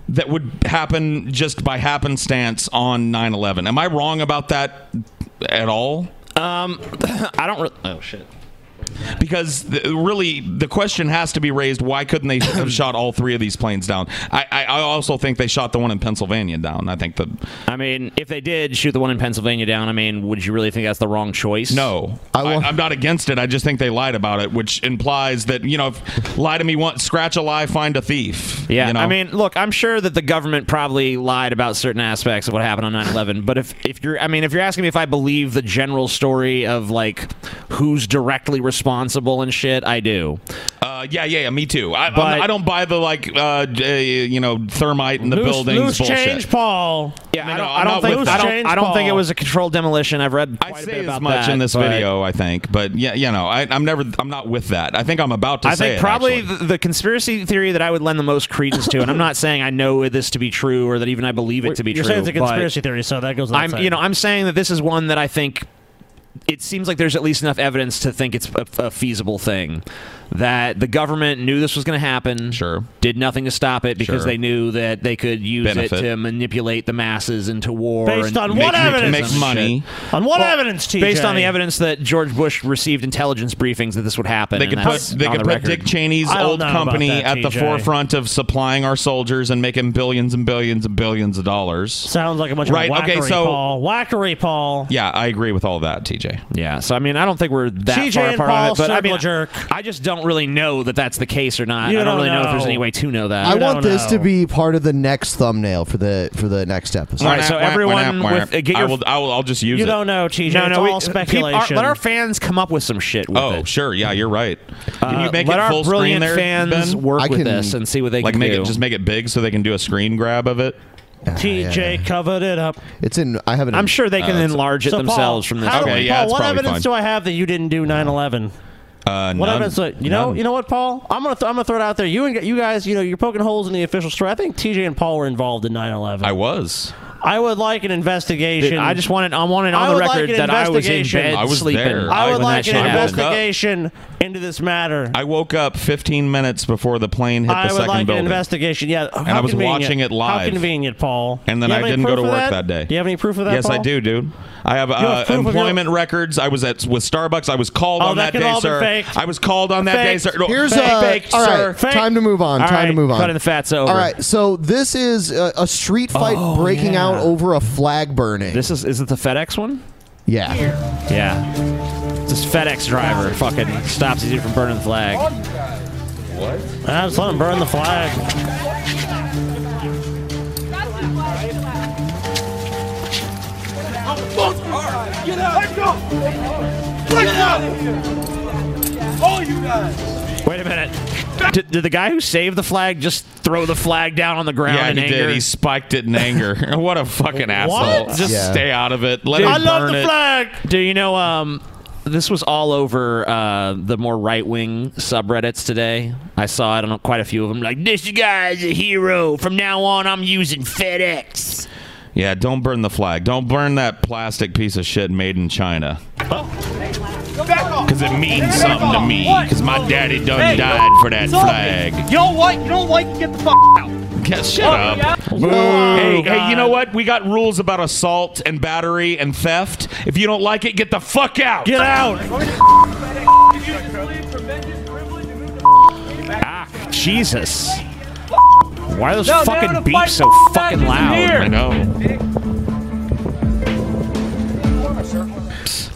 [SPEAKER 7] that would happen just by happenstance on 9/11. Am I wrong about that at all?
[SPEAKER 6] Um I don't re- Oh shit.
[SPEAKER 7] Because th- really, the question has to be raised: Why couldn't they have shot all three of these planes down? I, I, I also think they shot the one in Pennsylvania down. I think the
[SPEAKER 6] I mean, if they did shoot the one in Pennsylvania down, I mean, would you really think that's the wrong choice?
[SPEAKER 7] no, I am not against it. I just think they lied about it, which implies that you know, if, lie to me once, scratch a lie, find a thief.
[SPEAKER 6] Yeah,
[SPEAKER 7] you know?
[SPEAKER 6] I mean, look, I'm sure that the government probably lied about certain aspects of what happened on 9/11, but if if you're I mean, if you're asking me if I believe the general story of like who's directly responsible and shit, I do.
[SPEAKER 7] Uh, yeah, yeah, yeah, me too. I, I'm-
[SPEAKER 6] But-
[SPEAKER 7] I don't buy the like, uh, j- you know, thermite in the buildings
[SPEAKER 5] loose
[SPEAKER 7] bullshit.
[SPEAKER 5] change, Paul.
[SPEAKER 6] Yeah, I don't,
[SPEAKER 7] I'm
[SPEAKER 6] I don't
[SPEAKER 7] not
[SPEAKER 6] think
[SPEAKER 7] with
[SPEAKER 6] I
[SPEAKER 7] that.
[SPEAKER 6] don't,
[SPEAKER 7] Change
[SPEAKER 6] I don't think it
[SPEAKER 7] Paul.
[SPEAKER 6] was a controlled demolition. I've read quite a bit
[SPEAKER 7] As
[SPEAKER 6] about
[SPEAKER 7] much
[SPEAKER 6] that,
[SPEAKER 7] in this
[SPEAKER 6] but-
[SPEAKER 7] video, I think, but yeah, you know, I, I'm never, I'm not with that. I think I'm about to
[SPEAKER 6] I
[SPEAKER 7] say
[SPEAKER 6] think
[SPEAKER 7] it,
[SPEAKER 6] probably the, the conspiracy theory that I would lend the most credence to, and I'm not saying I know this to be true or that even I believe it to be
[SPEAKER 5] You're
[SPEAKER 6] true.
[SPEAKER 5] saying it's a
[SPEAKER 6] but
[SPEAKER 5] conspiracy theory, so that goes.
[SPEAKER 6] I'm,
[SPEAKER 5] outside.
[SPEAKER 6] you know, I'm saying that this is one that I think it seems like there's at least enough evidence to think it's a, a feasible thing that the government knew this was going to happen. Sure, did nothing to stop it because
[SPEAKER 7] Sure.
[SPEAKER 6] they knew that they could use it
[SPEAKER 7] Benefit.
[SPEAKER 6] to manipulate the masses into war.
[SPEAKER 5] Based
[SPEAKER 6] and
[SPEAKER 5] on what
[SPEAKER 6] make-
[SPEAKER 5] evidence?
[SPEAKER 6] make money.
[SPEAKER 5] On what evidence, TJ?
[SPEAKER 6] Based on the evidence that George Bush received intelligence briefings that this would happen.
[SPEAKER 7] They
[SPEAKER 6] and
[SPEAKER 7] could put
[SPEAKER 6] that's
[SPEAKER 7] they
[SPEAKER 6] on
[SPEAKER 7] could
[SPEAKER 6] the
[SPEAKER 7] put
[SPEAKER 6] record.
[SPEAKER 7] Dick Cheney's
[SPEAKER 6] I don't
[SPEAKER 7] old
[SPEAKER 6] know about
[SPEAKER 7] company
[SPEAKER 6] that,
[SPEAKER 7] at the
[SPEAKER 6] TJ.
[SPEAKER 7] forefront of supplying our soldiers and making billions and billions and billions of dollars.
[SPEAKER 5] Sounds like a bunch
[SPEAKER 7] right?
[SPEAKER 5] of wackery,
[SPEAKER 7] okay, so
[SPEAKER 5] Paul. Wackery, Paul.
[SPEAKER 7] yeah, I agree with all that, TJ.
[SPEAKER 6] Yeah, so I mean, I don't think we're that
[SPEAKER 5] TJ
[SPEAKER 6] far
[SPEAKER 5] and
[SPEAKER 6] apart
[SPEAKER 5] Paul,
[SPEAKER 6] on it, but I
[SPEAKER 5] circle
[SPEAKER 6] mean,
[SPEAKER 5] jerk.
[SPEAKER 6] I just don't really know that that's the case or not.
[SPEAKER 5] You
[SPEAKER 6] I don't,
[SPEAKER 5] don't
[SPEAKER 6] really know. if there's
[SPEAKER 5] know.
[SPEAKER 6] any way to know that.
[SPEAKER 2] I want this to be part of the next thumbnail for the for the next episode.
[SPEAKER 6] All right, so everyone with uh, get your.
[SPEAKER 7] I will, I will. I'll just use
[SPEAKER 6] You
[SPEAKER 7] it.
[SPEAKER 6] don't
[SPEAKER 5] know, TJ.
[SPEAKER 6] no, no,
[SPEAKER 5] it's
[SPEAKER 6] we-
[SPEAKER 5] all
[SPEAKER 6] keep our-
[SPEAKER 5] speculation.
[SPEAKER 6] let our fans come up with some shit. With
[SPEAKER 7] Oh,
[SPEAKER 6] it.
[SPEAKER 7] sure. Yeah, you're right. Can
[SPEAKER 6] Uh,
[SPEAKER 7] you make
[SPEAKER 6] let
[SPEAKER 7] it
[SPEAKER 6] our
[SPEAKER 7] full
[SPEAKER 6] brilliant
[SPEAKER 7] screen there,
[SPEAKER 6] fans
[SPEAKER 7] ben?
[SPEAKER 6] work I with can- this and see what they
[SPEAKER 7] like.
[SPEAKER 6] can
[SPEAKER 7] make
[SPEAKER 6] do.
[SPEAKER 7] it just make it big so they can do a screen grab of it.
[SPEAKER 6] Uh,
[SPEAKER 5] TJ covered it up. Oh,
[SPEAKER 2] It's in. I haven't.
[SPEAKER 6] I'm sure they can enlarge it
[SPEAKER 5] So,
[SPEAKER 6] themselves
[SPEAKER 5] Paul,
[SPEAKER 6] from this.
[SPEAKER 5] how do-
[SPEAKER 7] Okay, yeah,
[SPEAKER 5] Paul,
[SPEAKER 7] it's
[SPEAKER 5] what
[SPEAKER 7] probably
[SPEAKER 5] evidence
[SPEAKER 7] fine.
[SPEAKER 5] do I have that you didn't do 9/11?
[SPEAKER 7] Uh,
[SPEAKER 5] What
[SPEAKER 7] none.
[SPEAKER 5] evidence? do I- You know,
[SPEAKER 7] None.
[SPEAKER 5] you know what, Paul? I'm gonna, th- I'm gonna throw it out there. You and you guys, you know, you're poking holes in the official story. I think TJ and Paul were involved in 9/11.
[SPEAKER 7] I was.
[SPEAKER 5] I would like an investigation.
[SPEAKER 6] Dude, I just want it- I want it on
[SPEAKER 5] I
[SPEAKER 6] the
[SPEAKER 5] would like
[SPEAKER 6] record
[SPEAKER 5] an
[SPEAKER 6] that I was in
[SPEAKER 5] investigation-
[SPEAKER 6] bed I was sleeping there.
[SPEAKER 5] I would
[SPEAKER 6] when
[SPEAKER 5] like
[SPEAKER 6] that
[SPEAKER 5] an
[SPEAKER 6] shit happened.
[SPEAKER 5] investigation into this matter.
[SPEAKER 7] I woke up 15 minutes before the plane hit the
[SPEAKER 5] I would
[SPEAKER 7] second
[SPEAKER 5] like an
[SPEAKER 7] building.
[SPEAKER 5] investigation. Yeah,
[SPEAKER 7] And
[SPEAKER 5] how
[SPEAKER 7] I was
[SPEAKER 5] convenient.
[SPEAKER 7] watching it
[SPEAKER 5] How
[SPEAKER 7] live.
[SPEAKER 5] convenient, Paul.
[SPEAKER 7] And then
[SPEAKER 5] Do you
[SPEAKER 7] I
[SPEAKER 5] have any
[SPEAKER 7] didn't go
[SPEAKER 5] proof
[SPEAKER 7] to
[SPEAKER 5] of
[SPEAKER 7] work that? day.
[SPEAKER 5] Do you have any proof of that?
[SPEAKER 7] Yes, I
[SPEAKER 5] Paul?
[SPEAKER 7] do, dude. I have,
[SPEAKER 5] have
[SPEAKER 7] uh,
[SPEAKER 5] proof of your-
[SPEAKER 7] employment records. I was at with Starbucks. I was called
[SPEAKER 2] Oh,
[SPEAKER 7] on that,
[SPEAKER 2] that could
[SPEAKER 7] day,
[SPEAKER 2] all been
[SPEAKER 7] sir.
[SPEAKER 2] faked.
[SPEAKER 7] I was called on that day, sir. No,
[SPEAKER 2] Here's
[SPEAKER 7] faked,
[SPEAKER 2] a
[SPEAKER 7] faked,
[SPEAKER 2] all right,
[SPEAKER 7] sir.
[SPEAKER 2] Time to move on.
[SPEAKER 7] All
[SPEAKER 2] time to
[SPEAKER 7] right,
[SPEAKER 2] move on.
[SPEAKER 7] cutting the fat's over.
[SPEAKER 2] All right. So this is a, a street fight
[SPEAKER 6] Oh,
[SPEAKER 2] breaking
[SPEAKER 6] yeah.
[SPEAKER 2] out over a flag burning.
[SPEAKER 6] This is is it the FedEx one?
[SPEAKER 2] Yeah.
[SPEAKER 6] Yeah. This FedEx driver fucking stops you dude from burning the flag.
[SPEAKER 5] What? I just let him burn the flag.
[SPEAKER 3] Get out! Let go! Let go! All you guys!
[SPEAKER 6] Wait a minute. Did, did the guy who saved the flag just throw the flag down on the ground
[SPEAKER 7] Yeah,
[SPEAKER 6] in
[SPEAKER 7] he
[SPEAKER 6] anger?
[SPEAKER 7] did. He spiked it in anger. what a fucking asshole! Just
[SPEAKER 6] Yeah.
[SPEAKER 7] stay out of it. Let
[SPEAKER 6] Dude,
[SPEAKER 7] him
[SPEAKER 6] I love
[SPEAKER 7] burn
[SPEAKER 6] the
[SPEAKER 7] it.
[SPEAKER 6] flag. Do you know? Um, this was all over uh, the more right wing subreddits today. I saw I don't know quite a few of them. Like this guy is a hero. From now on, I'm using FedEx.
[SPEAKER 7] Yeah, don't burn the flag. Don't burn that plastic piece of shit made in China. Because it means something to me. Because my daddy done
[SPEAKER 3] Hey,
[SPEAKER 7] died for that
[SPEAKER 3] sorry.
[SPEAKER 7] flag.
[SPEAKER 3] You don't like, you don't like, get the fuck out.
[SPEAKER 7] Yeah, shut
[SPEAKER 3] Oh,
[SPEAKER 7] up.
[SPEAKER 3] yeah?
[SPEAKER 7] Boo.
[SPEAKER 3] Oh,
[SPEAKER 7] hey, hey,
[SPEAKER 3] God.
[SPEAKER 7] you know what? We got rules about assault and battery and theft. If you don't like it, get the fuck out.
[SPEAKER 3] Get out.
[SPEAKER 7] Ah.
[SPEAKER 6] Jesus. Why are those
[SPEAKER 3] No, they're
[SPEAKER 6] fucking
[SPEAKER 3] gonna
[SPEAKER 6] beeps
[SPEAKER 3] fight
[SPEAKER 6] so
[SPEAKER 3] back
[SPEAKER 6] fucking
[SPEAKER 3] in
[SPEAKER 6] loud?
[SPEAKER 3] here. I
[SPEAKER 7] know.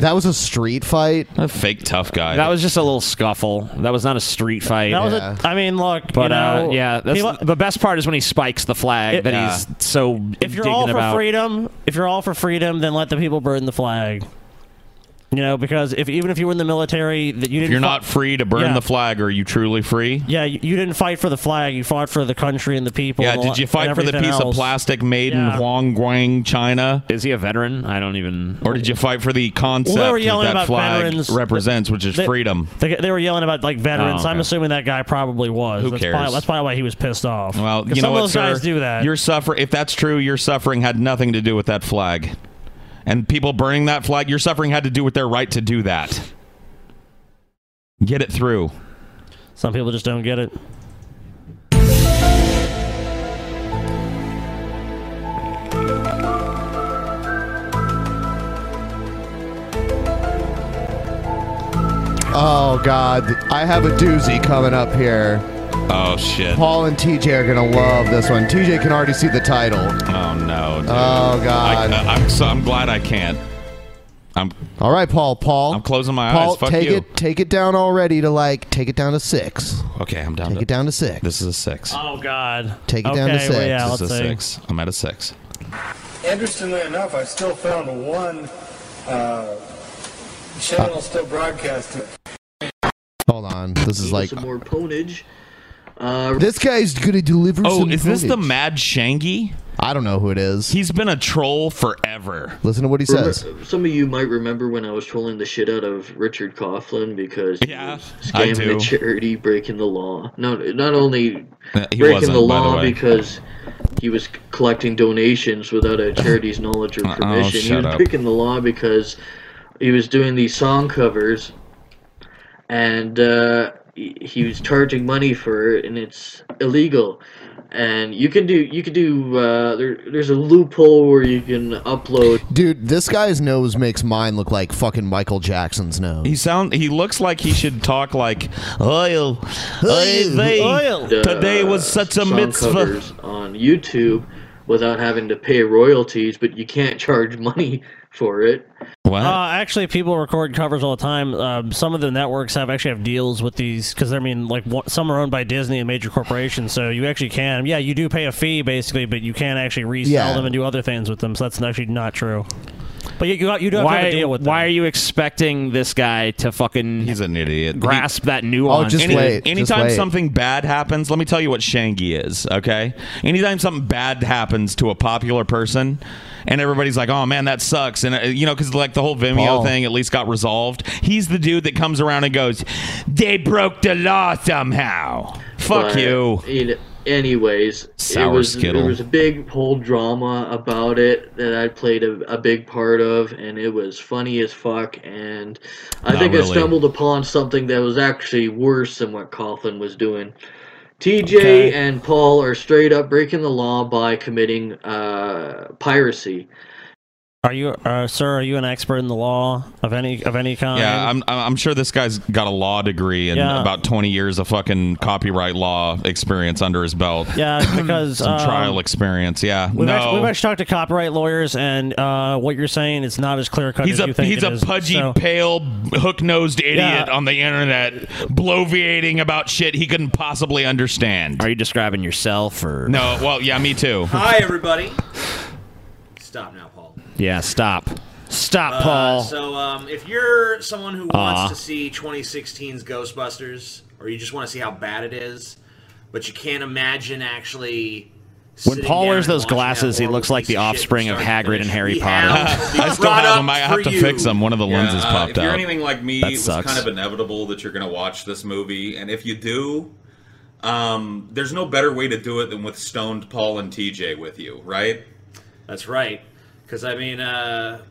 [SPEAKER 2] That was a street fight.
[SPEAKER 7] A fake tough guy.
[SPEAKER 6] That was just a little scuffle. That was not a street fight.
[SPEAKER 5] That was a- I mean, look,
[SPEAKER 6] But
[SPEAKER 5] you know,
[SPEAKER 6] uh, yeah, that's,
[SPEAKER 5] he lo-
[SPEAKER 6] the best part is when he spikes the flag
[SPEAKER 5] It-
[SPEAKER 6] that
[SPEAKER 5] Yeah.
[SPEAKER 6] he's so
[SPEAKER 5] if you're all for
[SPEAKER 6] about.
[SPEAKER 5] freedom, if you're all for freedom, then let the people burn the flag. You know, because if even if you were in the military, that you didn't.
[SPEAKER 7] If you're
[SPEAKER 5] fi-
[SPEAKER 7] not free to burn
[SPEAKER 5] Yeah.
[SPEAKER 7] the flag, are you truly free?
[SPEAKER 5] Yeah, you, you didn't fight for the flag. You fought for the country and the people.
[SPEAKER 7] Yeah,
[SPEAKER 5] and
[SPEAKER 7] did
[SPEAKER 5] the-
[SPEAKER 7] you fight
[SPEAKER 5] and
[SPEAKER 7] for the
[SPEAKER 5] everything
[SPEAKER 7] piece of
[SPEAKER 5] else.
[SPEAKER 7] plastic made
[SPEAKER 5] Yeah.
[SPEAKER 7] in Huangguang, China?
[SPEAKER 6] Is he a veteran? I don't even.
[SPEAKER 7] Or did you fight for the concept
[SPEAKER 5] Well, they were
[SPEAKER 7] that,
[SPEAKER 5] yelling
[SPEAKER 7] that
[SPEAKER 5] about
[SPEAKER 7] flag
[SPEAKER 5] veterans.
[SPEAKER 7] represents, which is
[SPEAKER 5] They-
[SPEAKER 7] freedom?
[SPEAKER 5] They, they were yelling about like
[SPEAKER 7] Oh,
[SPEAKER 5] veterans.
[SPEAKER 7] okay.
[SPEAKER 5] I'm assuming that guy probably was.
[SPEAKER 7] Who
[SPEAKER 5] that's
[SPEAKER 7] cares?
[SPEAKER 5] Probably, that's probably why he was pissed off.
[SPEAKER 7] Well, you
[SPEAKER 5] 'Cause some
[SPEAKER 7] know
[SPEAKER 5] of
[SPEAKER 7] what,
[SPEAKER 5] those
[SPEAKER 7] sir?
[SPEAKER 5] guys do that.
[SPEAKER 7] Your suffer if that's true, your suffering had nothing to do with that flag. And people burning that flag, your suffering had to do with their right to do that. Get it through.
[SPEAKER 5] Some people just don't get it.
[SPEAKER 2] Oh God, I have a doozy coming up here.
[SPEAKER 7] Oh shit.
[SPEAKER 2] Paul and TJ are gonna love this one. TJ can already see the title.
[SPEAKER 7] Oh no. dude.
[SPEAKER 2] Oh, God.
[SPEAKER 7] I, am so, I'm glad I can't. I'm
[SPEAKER 2] All right, Paul. Paul.
[SPEAKER 7] I'm closing my
[SPEAKER 2] Paul,
[SPEAKER 7] eyes. Fuck
[SPEAKER 2] take
[SPEAKER 7] you.
[SPEAKER 2] it, take it down already to like, take it down to six.
[SPEAKER 7] Okay, I'm down.
[SPEAKER 2] Take
[SPEAKER 7] to,
[SPEAKER 2] it down to six.
[SPEAKER 7] This is a six.
[SPEAKER 5] Oh God.
[SPEAKER 2] Take it down to
[SPEAKER 5] Okay, well,
[SPEAKER 2] six.
[SPEAKER 5] yeah,
[SPEAKER 7] this
[SPEAKER 5] let's
[SPEAKER 7] is a
[SPEAKER 5] see.
[SPEAKER 7] six. I'm at a six.
[SPEAKER 22] Interestingly enough, I still found one uh,
[SPEAKER 23] Uh.
[SPEAKER 22] channel still broadcasting.
[SPEAKER 2] Hold on. This is like.
[SPEAKER 22] more ponage. Uh,
[SPEAKER 2] this guy's gonna deliver.
[SPEAKER 7] Oh,
[SPEAKER 2] some
[SPEAKER 7] is this the
[SPEAKER 2] footage.
[SPEAKER 7] Mad Shangy?
[SPEAKER 2] I don't know who it is.
[SPEAKER 7] He's been a troll forever.
[SPEAKER 2] Listen to what he
[SPEAKER 22] Remember-
[SPEAKER 2] says.
[SPEAKER 22] Some of you might remember when I was trolling the shit out of Richard Coughlin because he was
[SPEAKER 7] I
[SPEAKER 22] scamming
[SPEAKER 7] do.
[SPEAKER 22] a charity, breaking the law. Not not only
[SPEAKER 7] Uh, he
[SPEAKER 22] breaking
[SPEAKER 7] wasn't,
[SPEAKER 22] the
[SPEAKER 7] by the
[SPEAKER 22] law
[SPEAKER 7] way.
[SPEAKER 22] because he was collecting donations without a charity's knowledge or
[SPEAKER 7] Uh-oh,
[SPEAKER 22] permission. he
[SPEAKER 7] Oh, shut
[SPEAKER 22] was
[SPEAKER 7] up.
[SPEAKER 22] breaking the law because he was doing these song covers and uh, he he was charging money for it, and it's illegal. And you can do you can do uh, there, there's a loophole where you can upload
[SPEAKER 2] Dude, this guy's nose makes mine look like fucking Michael Jackson's nose.
[SPEAKER 7] He sound he looks like he should talk like oil, oil,
[SPEAKER 22] And, uh,
[SPEAKER 7] Today was such a
[SPEAKER 22] song
[SPEAKER 7] mitzvah.
[SPEAKER 22] covers on YouTube without having to pay royalties, but you can't charge money for it.
[SPEAKER 7] What?
[SPEAKER 5] Uh, actually, people record covers all the time. Um, some of the networks have actually have deals with these because I mean, like what, some are owned by Disney and major corporations, so you actually can. Yeah, you do pay a fee basically, but you can actually resell
[SPEAKER 6] Yeah.
[SPEAKER 5] them and do other things with them. So that's actually not true. But you you, got- you do have to
[SPEAKER 6] Why,
[SPEAKER 5] have a deal with.
[SPEAKER 6] why are you expecting this guy to fucking? He's
[SPEAKER 7] an idiot.
[SPEAKER 6] Grasp that nuance.
[SPEAKER 7] Any- Anytime something bad happens, let me tell you what Shangy is, okay? Anytime something bad happens to a popular person, and everybody's like, "Oh man, that sucks," and uh, you know, because like the whole Vimeo
[SPEAKER 3] Paul.
[SPEAKER 7] thing at least got resolved. He's the dude that comes around and goes, "They broke the law somehow." Fuck
[SPEAKER 22] But,
[SPEAKER 7] you.
[SPEAKER 22] you know, anyways,
[SPEAKER 7] Sour
[SPEAKER 22] it was
[SPEAKER 7] Skittle.
[SPEAKER 22] there was a big whole drama about it that I played a, a big part of, and it was funny as fuck. And I
[SPEAKER 7] Not
[SPEAKER 22] think
[SPEAKER 7] really.
[SPEAKER 22] I stumbled upon something that was actually worse than what Coughlin was doing. TJ
[SPEAKER 7] Okay.
[SPEAKER 22] and Paul are straight up breaking the law by committing uh, piracy.
[SPEAKER 5] Are you, uh, sir? Are you an expert in the law of any of any kind?
[SPEAKER 7] Yeah, I'm, I'm I'm sure this guy's got a law degree and
[SPEAKER 5] Yeah.
[SPEAKER 7] about 20 years of fucking copyright law experience under his belt.
[SPEAKER 5] Yeah, because,
[SPEAKER 7] some
[SPEAKER 5] um,
[SPEAKER 7] trial experience. Yeah,
[SPEAKER 5] We've,
[SPEAKER 7] no,
[SPEAKER 5] actually, we've actually talked to copyright lawyers, and uh, what you're saying is not as clear cut
[SPEAKER 7] he's
[SPEAKER 5] as
[SPEAKER 7] a
[SPEAKER 5] you think
[SPEAKER 7] he's
[SPEAKER 5] it
[SPEAKER 7] a
[SPEAKER 5] is,
[SPEAKER 7] pudgy,
[SPEAKER 5] so-
[SPEAKER 7] pale, hook-nosed idiot
[SPEAKER 5] Yeah.
[SPEAKER 7] on the internet, bloviating about shit he couldn't possibly understand. Are you describing yourself or no? Well, yeah, me too.
[SPEAKER 23] Hi, everybody. Stop now, Paul.
[SPEAKER 6] Yeah, stop. Stop,
[SPEAKER 23] Uh,
[SPEAKER 6] Paul.
[SPEAKER 23] So, um, if you're someone who
[SPEAKER 6] Aw.
[SPEAKER 23] wants to see 2016's Ghostbusters, or you just want to see how bad it is, but you can't imagine actually.
[SPEAKER 6] when
[SPEAKER 23] sitting
[SPEAKER 6] Paul
[SPEAKER 23] down
[SPEAKER 6] wears
[SPEAKER 23] and
[SPEAKER 6] those
[SPEAKER 23] watching that
[SPEAKER 6] glasses, he
[SPEAKER 23] horrible
[SPEAKER 6] looks like
[SPEAKER 23] piece
[SPEAKER 6] the
[SPEAKER 23] of shit
[SPEAKER 6] offspring of
[SPEAKER 23] from start to
[SPEAKER 6] Hagrid and
[SPEAKER 23] finish,
[SPEAKER 6] Harry
[SPEAKER 23] we
[SPEAKER 6] Potter.
[SPEAKER 23] have
[SPEAKER 7] I still
[SPEAKER 23] brought
[SPEAKER 7] have
[SPEAKER 23] up
[SPEAKER 7] them. I have
[SPEAKER 23] for
[SPEAKER 7] to
[SPEAKER 23] you.
[SPEAKER 7] fix them. One of the lenses
[SPEAKER 24] uh,
[SPEAKER 7] popped
[SPEAKER 24] if you're
[SPEAKER 7] out.
[SPEAKER 24] anything like me,
[SPEAKER 7] That
[SPEAKER 24] it was
[SPEAKER 7] sucks.
[SPEAKER 24] kind of inevitable that you're going to watch this movie. And if you do, um, there's no better way to do it than with stoned Paul and TJ with you, right?
[SPEAKER 23] That's right. Because I mean, uh,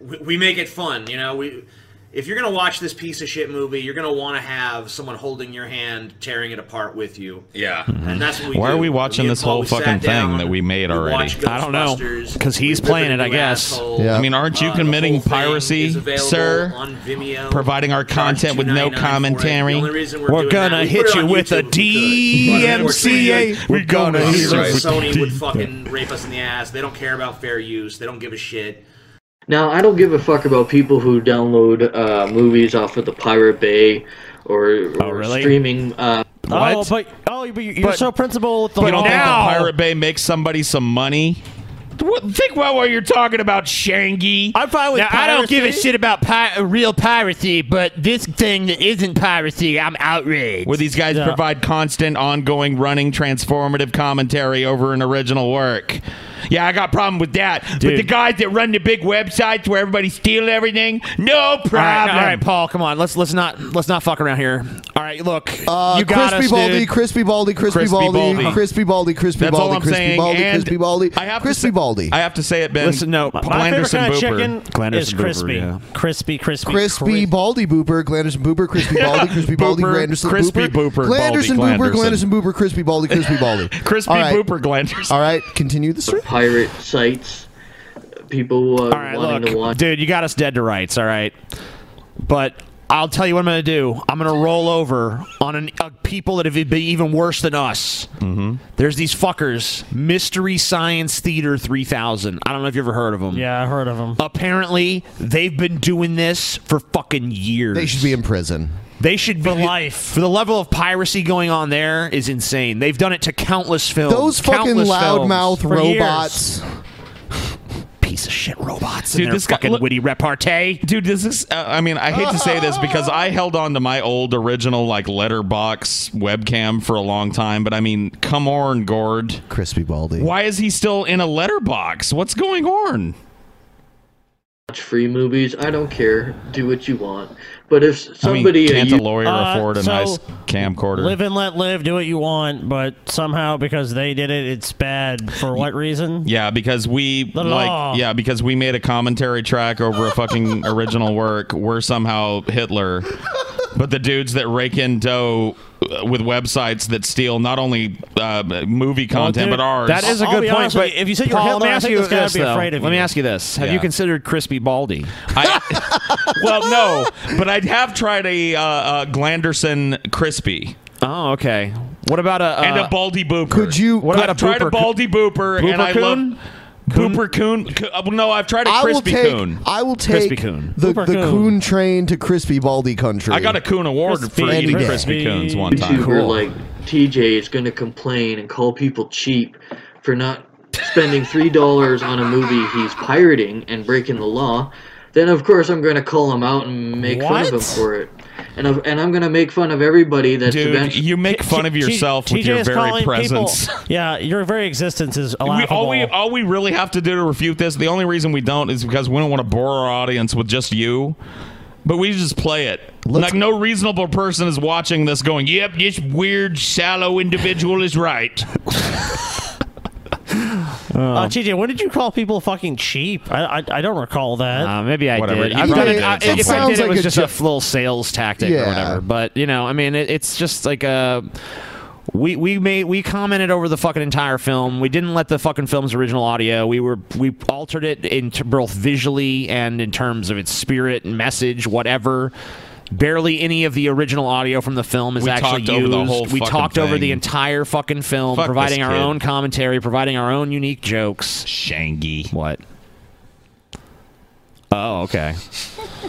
[SPEAKER 23] we, we make it fun. You know, we if you're gonna watch this piece of shit movie, you're gonna want to have someone holding your hand, tearing it apart with you.
[SPEAKER 24] Yeah.
[SPEAKER 23] And that's what we.
[SPEAKER 7] Mm-hmm. Why
[SPEAKER 23] do.
[SPEAKER 7] are we
[SPEAKER 23] Me
[SPEAKER 7] watching
[SPEAKER 23] and
[SPEAKER 7] this
[SPEAKER 23] Paul,
[SPEAKER 7] whole
[SPEAKER 23] we sat
[SPEAKER 7] fucking
[SPEAKER 23] down,
[SPEAKER 7] thing that we made already?
[SPEAKER 23] watched I don't know. Ghostbusters,
[SPEAKER 6] Because he's playing it, I guess.
[SPEAKER 7] I mean, aren't
[SPEAKER 23] Uh,
[SPEAKER 7] you committing piracy,
[SPEAKER 23] available
[SPEAKER 7] sir?
[SPEAKER 23] on Vimeo.
[SPEAKER 7] Providing our content with no commentary.
[SPEAKER 23] we're We're doing gonna that- we hit put it you on with
[SPEAKER 7] a
[SPEAKER 23] DMCA.
[SPEAKER 7] We're gonna
[SPEAKER 23] Sony would fucking rape us in the ass. They don't care about fair use. They don't give a shit.
[SPEAKER 22] Now, I don't give a fuck about people who download uh, movies off of the Pirate Bay or,
[SPEAKER 7] Oh,
[SPEAKER 22] or streaming. Uh,
[SPEAKER 5] Oh, but oh, but you- you're
[SPEAKER 22] But-
[SPEAKER 5] so principled with the
[SPEAKER 7] You don't
[SPEAKER 5] law.
[SPEAKER 7] think the Pirate Bay makes somebody some money? What, think about what you're talking about, Shangy. I'm fine
[SPEAKER 25] Now, I don't give a shit about pi- real piracy, but this thing that isn't piracy, I'm outraged.
[SPEAKER 7] Where these guys provide constant, ongoing, running, transformative commentary over an original work. Yeah, I got a problem with that. But the guys that run the big websites where everybody steals everything, no problem.
[SPEAKER 6] All right, all right, Paul, come on. Let's let's not let's not fuck around here. All right, look,
[SPEAKER 2] Uh,
[SPEAKER 6] you got
[SPEAKER 2] crispy
[SPEAKER 6] us,
[SPEAKER 2] baldy,
[SPEAKER 6] dude.
[SPEAKER 2] crispy baldy, crispy,
[SPEAKER 6] Crispy
[SPEAKER 2] baldy,
[SPEAKER 6] Baldy.
[SPEAKER 2] crispy baldy, crispy
[SPEAKER 6] That's all
[SPEAKER 2] baldy,
[SPEAKER 6] I'm
[SPEAKER 2] crispy
[SPEAKER 6] saying,
[SPEAKER 2] baldy,
[SPEAKER 6] and
[SPEAKER 2] crispy baldy, crispy baldy.
[SPEAKER 7] I have to say it, Ben.
[SPEAKER 6] Listen, no,
[SPEAKER 2] My-
[SPEAKER 5] My favorite kind of chicken
[SPEAKER 2] Glanderson
[SPEAKER 5] is
[SPEAKER 2] Booper,
[SPEAKER 5] crispy.
[SPEAKER 2] yeah.
[SPEAKER 5] crispy, crispy,
[SPEAKER 2] Crispy Baldy Booper, Glanderson Booper, Crispy Baldy, Crispy Baldy,
[SPEAKER 5] Booper,
[SPEAKER 2] Glanderson
[SPEAKER 5] Crispy
[SPEAKER 2] Booper,
[SPEAKER 5] Booper,
[SPEAKER 2] Glanderson
[SPEAKER 5] Baldy,
[SPEAKER 2] Booper,
[SPEAKER 5] Glanderson.
[SPEAKER 2] Glanderson Booper, Crispy Baldy, Crispy Baldy,
[SPEAKER 7] Crispy
[SPEAKER 2] All right.
[SPEAKER 7] Booper, Glanderson.
[SPEAKER 2] All right, continue the story.
[SPEAKER 22] pirate sites. People uh,
[SPEAKER 6] All right,
[SPEAKER 22] wanting to
[SPEAKER 6] look,
[SPEAKER 22] watch.
[SPEAKER 6] dude, you got us dead to rights. All right, but I'll tell you what I'm gonna do. I'm gonna roll over on an, uh, people that have been even worse than us. Mm-hmm. There's these fuckers, Mystery Science Theater 3000. I don't know if you ever heard of them.
[SPEAKER 5] Yeah, I heard of them.
[SPEAKER 6] Apparently, they've been doing this for fucking years.
[SPEAKER 2] They should be in prison.
[SPEAKER 6] They should be for life. For the level of piracy going on there is insane. They've done it to countless films.
[SPEAKER 2] Those fucking
[SPEAKER 6] countless films.
[SPEAKER 2] loudmouth
[SPEAKER 6] For years.
[SPEAKER 2] robots.
[SPEAKER 6] Piece of shit robots.
[SPEAKER 7] Dude,
[SPEAKER 6] and their
[SPEAKER 7] this guy-
[SPEAKER 6] fucking
[SPEAKER 7] look-
[SPEAKER 6] witty repartee.
[SPEAKER 7] Dude, this is. Uh, I mean, I hate to say this because I held on to my old original like letterbox webcam for a long time, but I mean, come on, Gord.
[SPEAKER 2] Crispy Baldy.
[SPEAKER 7] Why is he still in a letterbox? What's going on?
[SPEAKER 22] watch free movies. I don't care. Do what you want. But if somebody uh,
[SPEAKER 7] I mean, can't
[SPEAKER 22] you-
[SPEAKER 7] a lawyer
[SPEAKER 6] Uh,
[SPEAKER 2] Uh,
[SPEAKER 7] afford a
[SPEAKER 5] so-
[SPEAKER 7] nice camcorder?
[SPEAKER 5] Live and let live. Do what you want, but somehow because they did it, it's bad. For what reason?
[SPEAKER 7] yeah, because we
[SPEAKER 5] The
[SPEAKER 7] like
[SPEAKER 5] law.
[SPEAKER 7] yeah, because we made a commentary track over a fucking original work. We're somehow Hitler. But the dudes that rake in dough uh, with websites that steal not only uh, movie content
[SPEAKER 6] Oh, dude,
[SPEAKER 7] but ours.
[SPEAKER 6] That is a
[SPEAKER 5] I'll
[SPEAKER 6] good
[SPEAKER 5] be
[SPEAKER 6] point.
[SPEAKER 5] honest with
[SPEAKER 6] But
[SPEAKER 5] you, Oh, if you said you were
[SPEAKER 6] Paul,
[SPEAKER 5] Hitler,
[SPEAKER 6] let me
[SPEAKER 5] I
[SPEAKER 6] ask
[SPEAKER 5] think
[SPEAKER 6] you
[SPEAKER 5] this guy would
[SPEAKER 6] this,
[SPEAKER 5] be
[SPEAKER 6] though.
[SPEAKER 5] afraid of
[SPEAKER 6] Let me
[SPEAKER 5] you.
[SPEAKER 6] ask you this: Have
[SPEAKER 7] Yeah.
[SPEAKER 6] you considered Crispy Baldy?
[SPEAKER 7] well, no, but I'd have tried a uh, uh, Glanderson crispy.
[SPEAKER 6] Oh, okay. What about a
[SPEAKER 7] and
[SPEAKER 6] uh,
[SPEAKER 7] a Baldy Booper?
[SPEAKER 6] could you-
[SPEAKER 7] What
[SPEAKER 6] could
[SPEAKER 7] about I've
[SPEAKER 6] a
[SPEAKER 7] tried a
[SPEAKER 6] Booper-
[SPEAKER 7] Baldy Booper, and I
[SPEAKER 6] Booper-coon?
[SPEAKER 7] love Booper Coon. Co- uh, well, no, I've tried a
[SPEAKER 2] I will
[SPEAKER 7] Crispy
[SPEAKER 2] take.
[SPEAKER 7] Coon.
[SPEAKER 2] I will take the
[SPEAKER 7] Booper
[SPEAKER 2] the coon train to Crispy Baldy country.
[SPEAKER 7] I got a Coon award for eating
[SPEAKER 2] Any day.
[SPEAKER 7] Crispy Coons one time.
[SPEAKER 22] YouTuber like TJ is going to complain and call people cheap for not spending three dollars on a movie he's pirating and breaking the law, then of course I'm going to call him out and make fun of him
[SPEAKER 7] What?
[SPEAKER 22] for it. And i and I'm going to make fun of everybody that's
[SPEAKER 7] Dude,
[SPEAKER 22] eventually-
[SPEAKER 7] you make fun of yourself with your
[SPEAKER 5] TJ is
[SPEAKER 7] very
[SPEAKER 5] calling
[SPEAKER 7] presence.
[SPEAKER 5] People, yeah, your very existence is
[SPEAKER 7] We, all
[SPEAKER 5] allowable.
[SPEAKER 7] we all we really have to do to refute this, the only reason we don't is because we don't want to bore our audience with just you. But we just play it. like no reasonable person is watching this going, "Yep, this weird, shallow individual is right." Oh.
[SPEAKER 5] Uh, TJ, when did you call people fucking cheap? I I, I don't recall that.
[SPEAKER 6] Uh, maybe I
[SPEAKER 5] Whatever,
[SPEAKER 6] did.
[SPEAKER 5] you
[SPEAKER 6] I've
[SPEAKER 5] probably
[SPEAKER 6] done it-
[SPEAKER 5] did.
[SPEAKER 6] I-
[SPEAKER 5] It
[SPEAKER 6] if I
[SPEAKER 5] sounds
[SPEAKER 6] did, it
[SPEAKER 5] like
[SPEAKER 6] was
[SPEAKER 5] a
[SPEAKER 6] just
[SPEAKER 5] ju-
[SPEAKER 6] a little sales tactic
[SPEAKER 5] Yeah.
[SPEAKER 6] or whatever. But you know, I mean, it, it's just like a. We we made we commented over the fucking entire film. We didn't let the fucking film's original audio. We were we altered it in t- both visually and in terms of its spirit and message, whatever. Barely any of the original audio from the film is
[SPEAKER 7] We
[SPEAKER 6] actually
[SPEAKER 7] talked over
[SPEAKER 6] used.
[SPEAKER 7] the whole
[SPEAKER 6] we
[SPEAKER 7] fucking
[SPEAKER 6] talked over
[SPEAKER 7] thing.
[SPEAKER 6] the entire fucking film,
[SPEAKER 7] Fuck this
[SPEAKER 6] providing our
[SPEAKER 7] kid.
[SPEAKER 6] own commentary, providing our own unique jokes. Shangy. What? Oh, okay.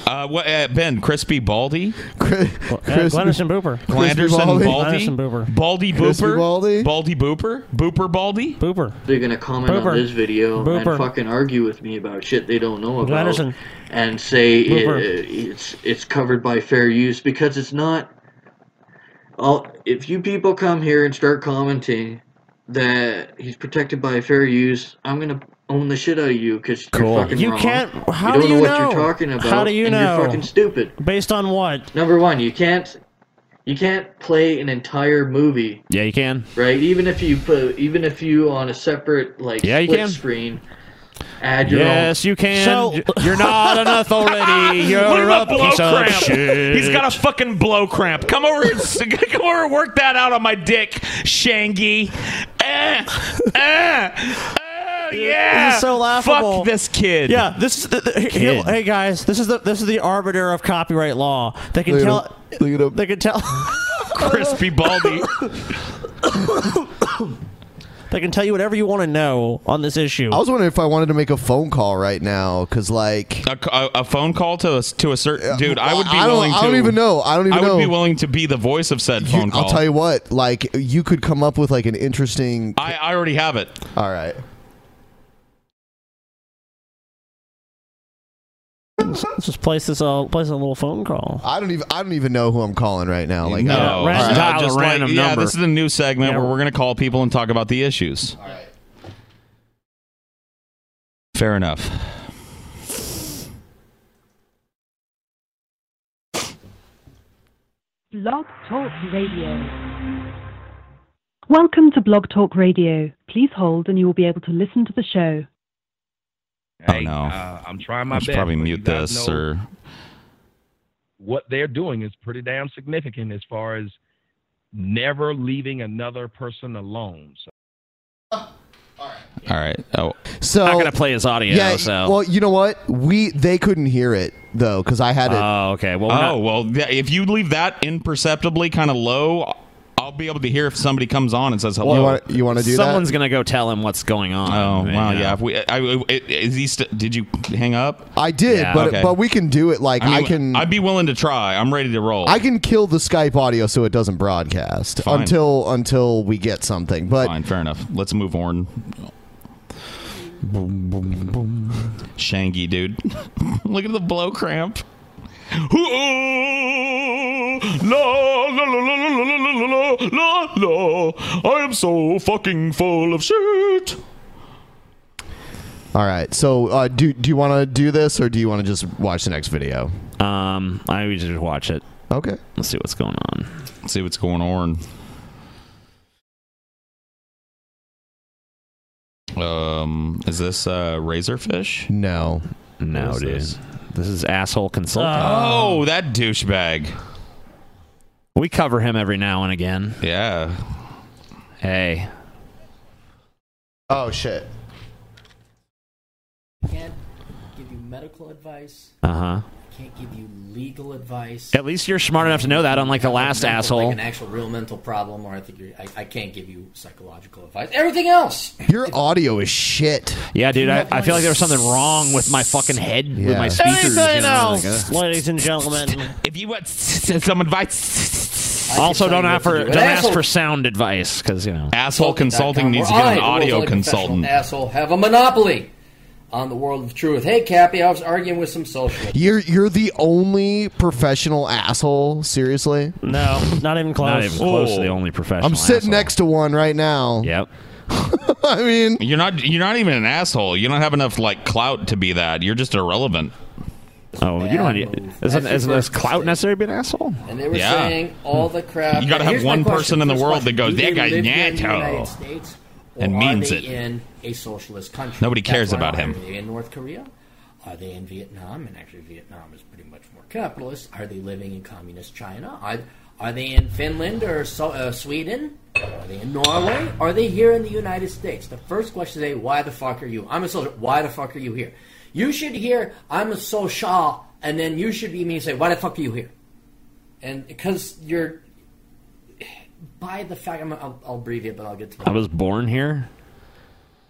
[SPEAKER 7] Uh, what, uh, ben, Crispy Baldy?
[SPEAKER 5] Chris- Glenderson Booper.
[SPEAKER 7] Glanderson
[SPEAKER 5] Crispy Baldy?
[SPEAKER 7] Baldy?
[SPEAKER 5] Glanderson Booper.
[SPEAKER 7] Baldy
[SPEAKER 5] Crispy
[SPEAKER 7] Booper?
[SPEAKER 2] Baldy?
[SPEAKER 7] Baldy Booper? Booper Baldy?
[SPEAKER 5] Booper.
[SPEAKER 22] They're gonna comment
[SPEAKER 7] Booper.
[SPEAKER 22] on this video
[SPEAKER 7] Booper.
[SPEAKER 22] and fucking argue with me about shit they don't know about,
[SPEAKER 5] Glanderson.
[SPEAKER 22] and say it,
[SPEAKER 5] Booper.
[SPEAKER 22] it's it's covered by fair use because it's not. All if you people come here and start commenting that he's protected by fair use, I'm gonna own the shit out of you because
[SPEAKER 6] Cool.
[SPEAKER 22] you're fucking
[SPEAKER 6] You
[SPEAKER 22] wrong.
[SPEAKER 6] can't-
[SPEAKER 5] how
[SPEAKER 22] you don't
[SPEAKER 5] do
[SPEAKER 22] know
[SPEAKER 5] you
[SPEAKER 22] what
[SPEAKER 5] know?
[SPEAKER 22] you're talking about.
[SPEAKER 5] How do you
[SPEAKER 22] and
[SPEAKER 5] know?
[SPEAKER 22] You're fucking stupid.
[SPEAKER 5] Based on what?
[SPEAKER 22] Number one, you can't you can't play an entire movie
[SPEAKER 6] Yeah, you can.
[SPEAKER 22] right? Even if you put, even if you on a separate like
[SPEAKER 6] Yeah, you
[SPEAKER 22] split
[SPEAKER 6] can.
[SPEAKER 22] screen, add your
[SPEAKER 6] Yes,
[SPEAKER 22] own.
[SPEAKER 6] you can.
[SPEAKER 22] So-
[SPEAKER 6] You're not an authority. You're
[SPEAKER 7] What
[SPEAKER 6] a
[SPEAKER 7] about blow
[SPEAKER 6] piece of
[SPEAKER 7] cramp?
[SPEAKER 6] shit.
[SPEAKER 7] He's got a fucking blow cramp. Come over, and, s- come over, and work that out on my dick, Shangy. Eh, eh, eh, yeah.
[SPEAKER 5] This is so laughable.
[SPEAKER 7] Fuck this kid.
[SPEAKER 5] Yeah, this is the, the- he-
[SPEAKER 7] Kid.
[SPEAKER 5] hey guys, this is the this is the arbiter of copyright law. They can
[SPEAKER 7] Look at
[SPEAKER 5] tell. They can tell.
[SPEAKER 7] Crispy Baldy.
[SPEAKER 5] they can tell you whatever you want to know on this issue.
[SPEAKER 2] I was wondering if I wanted to make a phone call right now because, like,
[SPEAKER 7] A, a, a phone call to a, to a certain dude. I would be
[SPEAKER 2] I don't-
[SPEAKER 7] willing.
[SPEAKER 2] I don't
[SPEAKER 7] to-
[SPEAKER 2] even know. I don't even
[SPEAKER 7] I would
[SPEAKER 2] know.
[SPEAKER 7] be willing to be the voice of said phone call.
[SPEAKER 2] I'll tell you what, like, you could come up with like an interesting.
[SPEAKER 7] I, I already have it.
[SPEAKER 2] All right.
[SPEAKER 5] Let's let's just place this a place a little phone call.
[SPEAKER 2] I don't even. I don't even know who I'm calling right now. Like,
[SPEAKER 7] No,
[SPEAKER 2] I don't-
[SPEAKER 7] no,
[SPEAKER 2] All right.
[SPEAKER 7] just like- yeah, this is a new segment where we're going to call people and talk about the issues. Fair enough.
[SPEAKER 26] Blog Talk Radio. Welcome to Blog Talk Radio. Please hold and you will be able to listen to the show.
[SPEAKER 7] oh no,
[SPEAKER 13] uh, I'm trying my
[SPEAKER 7] I should
[SPEAKER 13] best,
[SPEAKER 7] probably
[SPEAKER 13] but you
[SPEAKER 7] mute
[SPEAKER 13] guys
[SPEAKER 7] this
[SPEAKER 13] know-
[SPEAKER 7] or
[SPEAKER 13] what they're doing is pretty damn significant as far as never leaving another person alone. So.
[SPEAKER 7] all right. Oh,
[SPEAKER 2] so
[SPEAKER 6] not gonna play his audio.
[SPEAKER 2] yeah.
[SPEAKER 6] so
[SPEAKER 2] Well, you know what? We they couldn't hear it though because I had it.
[SPEAKER 6] Oh, okay. Well,
[SPEAKER 7] oh well, th- if you leave that imperceptibly kind of low, I'll be able to hear if somebody comes on and says hello.
[SPEAKER 6] Someone's gonna go tell him what's going on. uh,
[SPEAKER 7] Oh
[SPEAKER 6] you
[SPEAKER 7] wow,
[SPEAKER 6] know.
[SPEAKER 7] yeah. If we, I, I- is he st- did you hang up?
[SPEAKER 2] I did, but but we can do it. Like I,
[SPEAKER 7] mean,
[SPEAKER 2] can.
[SPEAKER 7] I'd be willing to try. I'm ready to roll.
[SPEAKER 2] I can kill the Skype audio so it doesn't broadcast
[SPEAKER 7] Fine.
[SPEAKER 2] until until we get something. But
[SPEAKER 7] Fine, fair enough. Let's move on. Shangy, dude. Look at the blow cramp.
[SPEAKER 3] La, la, la, la, la, la, la, la, la, la, la. I am so fucking full of shit.
[SPEAKER 2] all right, so uh, do do you want to do this or do you want to just watch the next video?
[SPEAKER 6] Um, I would just watch it.
[SPEAKER 2] Okay.
[SPEAKER 6] Let's see what's going on.
[SPEAKER 7] Let's see what's going on. Um, is this uh, Razorfish?
[SPEAKER 2] No,
[SPEAKER 6] no, dude. This? is asshole consulting.
[SPEAKER 7] Oh, that douchebag.
[SPEAKER 6] We cover him every now and again.
[SPEAKER 7] Yeah.
[SPEAKER 6] Hey.
[SPEAKER 2] Oh shit.
[SPEAKER 27] can't give you medical advice.
[SPEAKER 6] Uh huh.
[SPEAKER 27] Can't give you legal advice.
[SPEAKER 6] At least you're smart enough to know that, unlike the last
[SPEAKER 27] Mental-
[SPEAKER 6] asshole.
[SPEAKER 27] Like an actual real mental problem, or I think you're, I, I can't give you psychological advice. Everything else.
[SPEAKER 2] Your audio is shit.
[SPEAKER 6] Yeah, dude. I, I feel like there was something wrong with my fucking head with my speakers. you know, like, uh,
[SPEAKER 5] ladies and gentlemen.
[SPEAKER 7] If you want some advice,
[SPEAKER 6] also, don't ask for don't ask for
[SPEAKER 27] Asshole.
[SPEAKER 6] sound advice because you know
[SPEAKER 7] asshole consulting needs to
[SPEAKER 27] where
[SPEAKER 7] get an
[SPEAKER 27] I, the
[SPEAKER 7] audio
[SPEAKER 27] world's only professional
[SPEAKER 7] consultant.
[SPEAKER 27] Asshole, have a monopoly on the world of truth. Hey, Cappy, I was arguing with some social.
[SPEAKER 2] You're you're the only professional asshole. Seriously?
[SPEAKER 5] No, not even close.
[SPEAKER 6] Not even close to the only professional.
[SPEAKER 2] I'm sitting next to one right now.
[SPEAKER 6] Yep.
[SPEAKER 2] I mean,
[SPEAKER 7] you're not you're not even an asshole. You don't have enough like clout to be that. You're just irrelevant.
[SPEAKER 6] Oh, you don't have any. Is,
[SPEAKER 27] That's
[SPEAKER 6] it- is
[SPEAKER 27] your
[SPEAKER 6] this
[SPEAKER 27] first
[SPEAKER 6] clout necessary to be an asshole?
[SPEAKER 27] And they were
[SPEAKER 6] Yeah.
[SPEAKER 27] saying all the crap.
[SPEAKER 6] You
[SPEAKER 27] And
[SPEAKER 6] gotta have
[SPEAKER 27] here's my
[SPEAKER 6] one
[SPEAKER 27] question,
[SPEAKER 6] person in the
[SPEAKER 27] first
[SPEAKER 6] world
[SPEAKER 27] question.
[SPEAKER 6] that goes,
[SPEAKER 27] Do
[SPEAKER 6] "That
[SPEAKER 27] they
[SPEAKER 6] guy's
[SPEAKER 27] live here in the
[SPEAKER 6] natto,"
[SPEAKER 27] United States, or
[SPEAKER 7] and
[SPEAKER 27] are
[SPEAKER 7] means
[SPEAKER 27] they
[SPEAKER 7] it.
[SPEAKER 27] In a socialist country,
[SPEAKER 7] Nobody
[SPEAKER 27] That's
[SPEAKER 7] cares
[SPEAKER 27] why
[SPEAKER 7] about
[SPEAKER 27] I'm
[SPEAKER 7] him.
[SPEAKER 27] Are they in North Korea? Are they in Vietnam? And actually, Vietnam is pretty much more capitalist. Are they living in communist China? Are, are they in Finland or so, uh, Sweden? Are they in Norway? Are they here in the United States? The first question is, why the fuck are you? I'm a social. Why the fuck are you here? You should hear, I'm a social, and then you should be me and say, why the fuck are you here? And because you're by the fact, I'm, I'll, I'll breathe it, but I'll get to.
[SPEAKER 6] I was born here.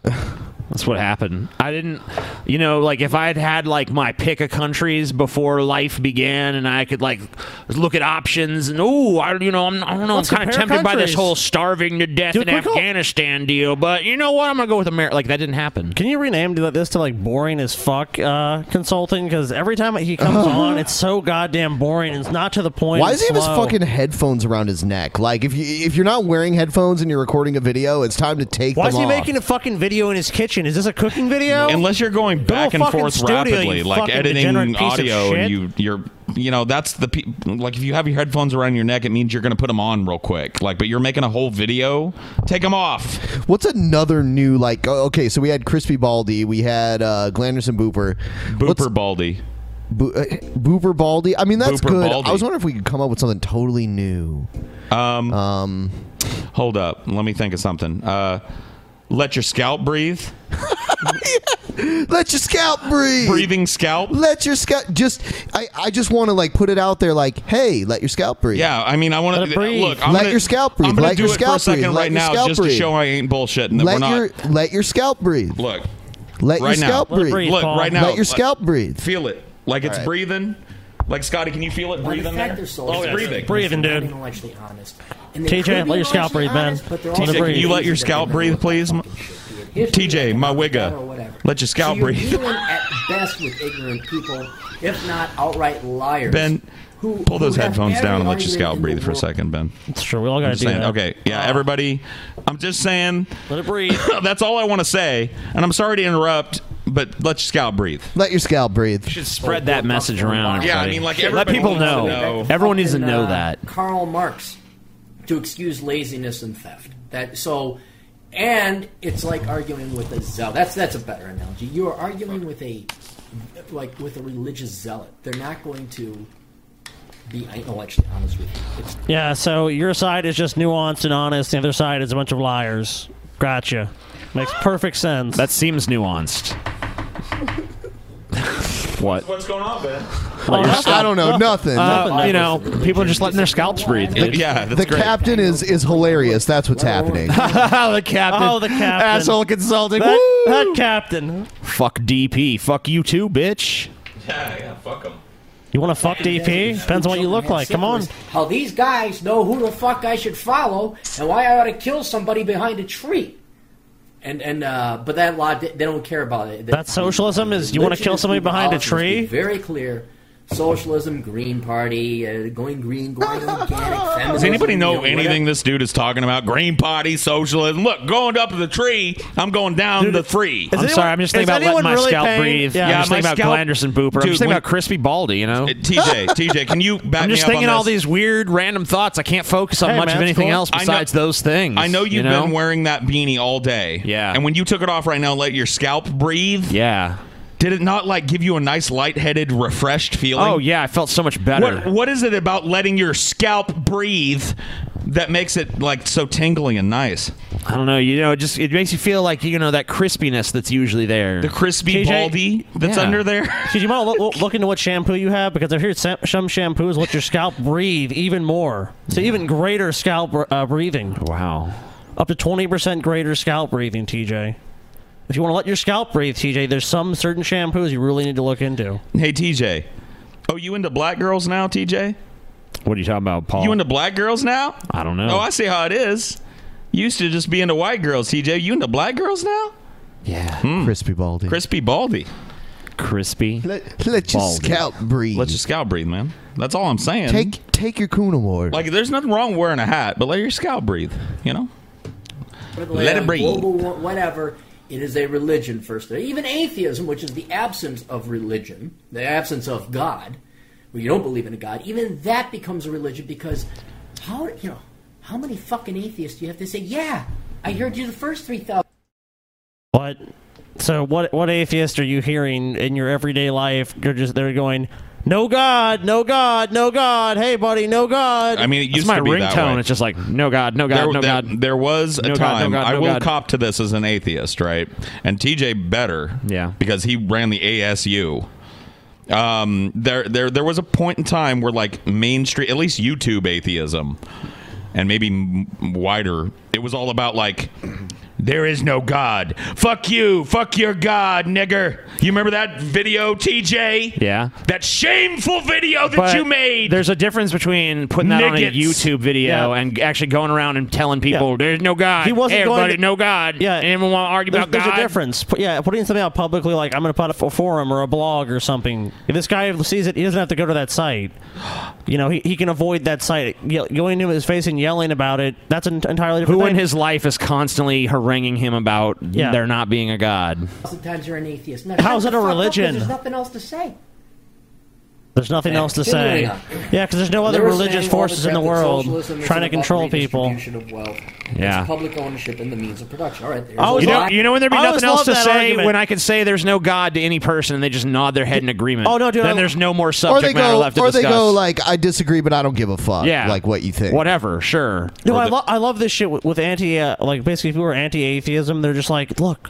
[SPEAKER 6] That's what happened. I didn't, you know, like if I'd had like my pick of countries before life began, and I could like look at options, and oh, I, you know, I'm, I don't know,
[SPEAKER 25] Let's
[SPEAKER 6] I'm kind of
[SPEAKER 25] compare
[SPEAKER 6] tempted by this
[SPEAKER 25] countries.
[SPEAKER 6] whole starving to death
[SPEAKER 25] Do a
[SPEAKER 6] in
[SPEAKER 25] quick call.
[SPEAKER 6] Afghanistan deal, but you know what? I'm gonna go with America. Like that didn't happen.
[SPEAKER 5] Can you rename this to like boring as fuck uh, consulting? Because every time he comes on, it's so goddamn boring. and It's not to the point.
[SPEAKER 2] Why
[SPEAKER 5] it's
[SPEAKER 2] does he have his
[SPEAKER 5] slow.
[SPEAKER 2] fucking headphones around his neck? Like if you if you're not wearing headphones and you're recording a video, it's time to take
[SPEAKER 5] Why
[SPEAKER 2] them
[SPEAKER 5] is he
[SPEAKER 2] off.
[SPEAKER 5] making a fucking video in his kitchen? Is this a cooking video?
[SPEAKER 7] Unless you're going back and forth rapidly, like editing audio, and you you're you know that's the pe- like if you have your headphones around your neck, it means you're going to put them on real quick. Like, but you're making a whole video, take them off.
[SPEAKER 2] What's another new like? oh, Okay, so we had Crispy Baldy, we had uh, Glanderson Booper,
[SPEAKER 7] Booper Baldy,
[SPEAKER 2] Bo- uh, Booper Baldy. I mean, that's
[SPEAKER 7] Booper
[SPEAKER 2] good.
[SPEAKER 7] Baldy.
[SPEAKER 2] I was wondering if we could come up with something totally new.
[SPEAKER 7] Um, hold up, let me think of something. Uh, let your scalp breathe.
[SPEAKER 2] Let your scalp breathe.
[SPEAKER 7] Breathing scalp.
[SPEAKER 2] Let your scalp just. I, I just want to like put it out there, like, hey, let your scalp breathe.
[SPEAKER 7] Yeah, I mean, I want to look. I'm
[SPEAKER 2] let
[SPEAKER 7] gonna-
[SPEAKER 2] your scalp breathe.
[SPEAKER 7] I'm going
[SPEAKER 2] let
[SPEAKER 7] to do
[SPEAKER 2] your
[SPEAKER 7] it for a
[SPEAKER 2] scalp breathe.
[SPEAKER 7] second
[SPEAKER 2] Let
[SPEAKER 7] right
[SPEAKER 2] your
[SPEAKER 7] now,
[SPEAKER 2] scalp
[SPEAKER 7] just to
[SPEAKER 2] breathe.
[SPEAKER 7] show I ain't bullshitting that
[SPEAKER 2] let
[SPEAKER 7] we're not.
[SPEAKER 2] your let your scalp breathe.
[SPEAKER 7] Look.
[SPEAKER 2] Let
[SPEAKER 7] right
[SPEAKER 2] your
[SPEAKER 7] now.
[SPEAKER 2] scalp breathe.
[SPEAKER 7] Look right now.
[SPEAKER 2] Let your
[SPEAKER 7] Like,
[SPEAKER 2] scalp breathe.
[SPEAKER 7] Feel it. Like it's
[SPEAKER 2] All right.
[SPEAKER 7] breathing. Like Scotty, can you feel it
[SPEAKER 27] By the
[SPEAKER 7] breathing there?
[SPEAKER 27] fact
[SPEAKER 7] Oh,
[SPEAKER 27] they're so
[SPEAKER 7] it's
[SPEAKER 27] yeah.
[SPEAKER 7] breathing.
[SPEAKER 5] Breathing, dude.
[SPEAKER 27] Intellectually honest. And they
[SPEAKER 5] TJ,
[SPEAKER 27] could be
[SPEAKER 5] let your scalp
[SPEAKER 27] intellectually
[SPEAKER 5] breathe, man.
[SPEAKER 27] honest, but they're also
[SPEAKER 7] TJ, can you let your
[SPEAKER 27] lazy that
[SPEAKER 7] scalp
[SPEAKER 27] they never
[SPEAKER 7] breathe, please? TJ, my wigga. Let your scalp
[SPEAKER 27] you're
[SPEAKER 7] breathe.
[SPEAKER 27] dealing at best with ignorant people, if not outright liars.
[SPEAKER 7] Ben,
[SPEAKER 27] who,
[SPEAKER 7] pull those
[SPEAKER 27] who have
[SPEAKER 7] headphones
[SPEAKER 27] every
[SPEAKER 7] down and let your
[SPEAKER 27] argument
[SPEAKER 7] scalp
[SPEAKER 27] in the
[SPEAKER 7] breathe for a
[SPEAKER 27] world.
[SPEAKER 7] second, Ben.
[SPEAKER 5] Sure, we all
[SPEAKER 7] I'm
[SPEAKER 5] gotta
[SPEAKER 7] just
[SPEAKER 5] do
[SPEAKER 7] saying,
[SPEAKER 5] that.
[SPEAKER 7] Okay,
[SPEAKER 27] Uh-huh.
[SPEAKER 7] yeah, everybody. I'm just saying.
[SPEAKER 5] Let it breathe.
[SPEAKER 7] that's all I want to say. And I'm sorry to interrupt, but let your scalp breathe.
[SPEAKER 2] Let your scalp breathe.
[SPEAKER 6] should spread
[SPEAKER 27] Oh,
[SPEAKER 6] that message around.
[SPEAKER 7] Yeah, I
[SPEAKER 6] everybody.
[SPEAKER 7] mean, like,
[SPEAKER 6] let
[SPEAKER 7] everybody
[SPEAKER 6] people
[SPEAKER 7] needs to
[SPEAKER 6] know.
[SPEAKER 7] know.
[SPEAKER 6] Everyone needs to
[SPEAKER 27] And,
[SPEAKER 6] know
[SPEAKER 27] uh,
[SPEAKER 6] that.
[SPEAKER 27] Karl Marx to excuse laziness and theft. That so, and it's like arguing with a zealot. That's that's a better analogy. You are arguing with a like with a religious zealot. They're not going to be intellectually honest with you. It's
[SPEAKER 5] Yeah, so your side is just nuanced and honest, the other side is a bunch of liars. Gotcha. Makes perfect sense. That
[SPEAKER 6] seems nuanced. What?
[SPEAKER 7] What's going on, Ben?
[SPEAKER 6] Let your scalp-
[SPEAKER 2] I don't know. Nothing.
[SPEAKER 6] Uh,
[SPEAKER 2] Nothing.
[SPEAKER 6] You know, people are just letting their scalps breathe. dude.
[SPEAKER 2] the captain is is hilarious. That's what's happening.
[SPEAKER 6] the captain.
[SPEAKER 5] Oh, the captain.
[SPEAKER 6] Asshole consulting.
[SPEAKER 5] That,
[SPEAKER 6] Woo!
[SPEAKER 5] that captain.
[SPEAKER 6] Fuck DP. Fuck you too, bitch.
[SPEAKER 7] Yeah, yeah, fuck them.
[SPEAKER 5] You want to fuck DP? Depends on what you look like. Come on.
[SPEAKER 27] How these guys know who the fuck I should follow and why I ought to kill somebody behind a tree. And and uh, but that law they don't care about it.
[SPEAKER 5] That socialism is you want to
[SPEAKER 27] Religion
[SPEAKER 5] kill
[SPEAKER 27] is
[SPEAKER 5] somebody
[SPEAKER 27] people
[SPEAKER 5] behind a
[SPEAKER 27] out, so let's be
[SPEAKER 5] tree?
[SPEAKER 27] Very clear. Socialism, Green Party, uh, going green, going organic. Feminism,
[SPEAKER 7] Does anybody
[SPEAKER 27] you
[SPEAKER 7] know
[SPEAKER 27] whatever.
[SPEAKER 7] anything this dude is talking about? Green Party, socialism. Look, going up to the tree, I'm going down the tree.
[SPEAKER 6] I'm sorry. I'm just thinking about letting my scalp breathe.
[SPEAKER 7] Yeah,
[SPEAKER 6] I'm just
[SPEAKER 7] my
[SPEAKER 6] thinking about
[SPEAKER 7] scalp-
[SPEAKER 6] Glanderson Booper. I'm
[SPEAKER 7] Dude,
[SPEAKER 6] just thinking
[SPEAKER 7] when-
[SPEAKER 6] about Crispy Baldy. You know,
[SPEAKER 7] TJ, TJ, can you back
[SPEAKER 6] I'm
[SPEAKER 7] me
[SPEAKER 6] just
[SPEAKER 7] up on
[SPEAKER 6] thinking all
[SPEAKER 7] this?
[SPEAKER 6] these weird random thoughts. I can't focus on
[SPEAKER 7] Hey,
[SPEAKER 6] much
[SPEAKER 7] man,
[SPEAKER 6] of
[SPEAKER 7] it's
[SPEAKER 6] anything
[SPEAKER 7] cool.
[SPEAKER 6] else
[SPEAKER 7] I know-
[SPEAKER 6] besides those things.
[SPEAKER 7] I know you've
[SPEAKER 6] you know?
[SPEAKER 7] been wearing that beanie all day. Yeah. And when you took it off right now, let your scalp breathe.
[SPEAKER 6] Yeah.
[SPEAKER 7] Did it not like give you a nice lightheaded, refreshed feeling?
[SPEAKER 6] Oh yeah, I felt so much better.
[SPEAKER 7] What what is it about letting your scalp breathe that makes it like so tingly and nice?
[SPEAKER 6] I don't know. You know, it just it makes you feel like you know that crispiness that's usually there. The
[SPEAKER 7] crispy baldy that's under there.
[SPEAKER 5] Because you might look, look, look into what shampoo you have because I hear sa- some shampoos let your scalp breathe even more. So even greater scalp uh, breathing.
[SPEAKER 6] Wow.
[SPEAKER 5] Up to 20% greater scalp breathing, TJ. If you want to let your scalp breathe, TJ, there's some certain shampoos you really need to look into.
[SPEAKER 7] Hey TJ. Oh, you into black girls now, TJ?
[SPEAKER 6] What are you talking about, Paul?
[SPEAKER 7] You into black girls now?
[SPEAKER 6] I don't know.
[SPEAKER 7] Oh, I see how it is. You used to just be into white girls, TJ. You into black girls now? Hmm.
[SPEAKER 6] Yeah.
[SPEAKER 2] Crispy Baldy.
[SPEAKER 7] Crispy Baldy.
[SPEAKER 6] Crispy.
[SPEAKER 2] Let, let your
[SPEAKER 7] Baldy.
[SPEAKER 2] scalp breathe.
[SPEAKER 7] Let your scalp breathe, man. That's all I'm saying.
[SPEAKER 2] Take take your Kuhn award.
[SPEAKER 7] like there's nothing wrong wearing a hat, but let your scalp breathe, you know?
[SPEAKER 27] Whether
[SPEAKER 7] Let
[SPEAKER 27] they
[SPEAKER 7] it
[SPEAKER 27] are
[SPEAKER 7] breathe.
[SPEAKER 27] Global, wa- whatever. It is a religion first. Even atheism, which is the absence of religion, the absence of God, where you don't believe in a God, even that becomes a religion because how you know how many fucking atheists do you have to say? Yeah, I heard you the first three thousand.
[SPEAKER 5] What? So what? What atheist are you hearing in your everyday life? You're just they're going, no God, no God, no God. Hey, buddy, no God.
[SPEAKER 7] I mean, it used
[SPEAKER 6] my
[SPEAKER 7] to be that
[SPEAKER 6] ringtone.
[SPEAKER 7] way.
[SPEAKER 6] It's just like no god, no god,
[SPEAKER 7] there,
[SPEAKER 6] no
[SPEAKER 7] there-
[SPEAKER 6] god.
[SPEAKER 7] there was a
[SPEAKER 6] No God, no
[SPEAKER 7] time.
[SPEAKER 6] God,
[SPEAKER 7] I
[SPEAKER 6] no
[SPEAKER 7] will
[SPEAKER 6] God.
[SPEAKER 7] cop to this as an atheist, right? And TJ better, yeah, because he ran the ASU. Um, there, there, there was a point in time where like mainstream, at least YouTube atheism, and maybe m- wider, it was all about like. There is no God. Fuck you. Fuck your God, nigger. You remember that video, TJ?
[SPEAKER 6] Yeah.
[SPEAKER 7] That shameful video that
[SPEAKER 6] But
[SPEAKER 7] you made.
[SPEAKER 6] There's a difference between putting that on a
[SPEAKER 7] Niggets.
[SPEAKER 6] YouTube video and actually going around and telling people there's no God.
[SPEAKER 5] He wasn't
[SPEAKER 6] hey,
[SPEAKER 5] going
[SPEAKER 6] everybody,
[SPEAKER 5] to-
[SPEAKER 6] no God. Yeah. Anyone want to argue
[SPEAKER 5] There's,
[SPEAKER 6] about
[SPEAKER 5] there's
[SPEAKER 6] God?
[SPEAKER 5] a difference. Put- Yeah, putting something out publicly, like I'm going to put up a forum or a blog or something. If this guy sees it, he doesn't have to go to that site. You know, he, he can avoid that site. Ye- Going into his face and yelling about it, that's an entirely different
[SPEAKER 6] Who
[SPEAKER 5] thing.
[SPEAKER 6] in his life is constantly haranguing him about
[SPEAKER 5] Yeah.
[SPEAKER 6] there not being a God?
[SPEAKER 27] Sometimes you're an atheist. Now,
[SPEAKER 5] How's
[SPEAKER 27] shut
[SPEAKER 5] that
[SPEAKER 27] the fuck up
[SPEAKER 5] a
[SPEAKER 27] 'cause
[SPEAKER 5] religion?
[SPEAKER 27] There's nothing else to say.
[SPEAKER 5] There's nothing else to say.
[SPEAKER 27] Continuing on.
[SPEAKER 5] Yeah, because there's no other
[SPEAKER 27] They were
[SPEAKER 5] religious
[SPEAKER 27] saying all
[SPEAKER 5] forces in the
[SPEAKER 27] crap that
[SPEAKER 5] world
[SPEAKER 27] socialism is
[SPEAKER 5] trying to
[SPEAKER 27] about
[SPEAKER 5] control people.
[SPEAKER 27] redistribution Of wealth.
[SPEAKER 6] Yeah.
[SPEAKER 27] It's public ownership and the means of production. All right. there's
[SPEAKER 6] You
[SPEAKER 27] a
[SPEAKER 6] know,
[SPEAKER 27] lot.
[SPEAKER 6] you know when there'd be
[SPEAKER 27] I
[SPEAKER 6] nothing
[SPEAKER 27] always
[SPEAKER 6] else to
[SPEAKER 27] love that
[SPEAKER 6] say
[SPEAKER 27] argument.
[SPEAKER 6] when I could say there's no God to any person and they just nod their head in agreement.
[SPEAKER 2] Oh, no, dude,
[SPEAKER 6] Then
[SPEAKER 2] I-
[SPEAKER 6] there's no more
[SPEAKER 2] or they
[SPEAKER 6] subject matter
[SPEAKER 2] go,
[SPEAKER 6] left to
[SPEAKER 2] or
[SPEAKER 6] discuss.
[SPEAKER 2] they go like, I disagree, but I don't give a fuck.
[SPEAKER 6] Yeah.
[SPEAKER 2] like what you think.
[SPEAKER 6] Whatever, sure.
[SPEAKER 5] No, I, lo- I love this shit with, with anti, uh, like basically people who are anti-atheism, they're just like, look,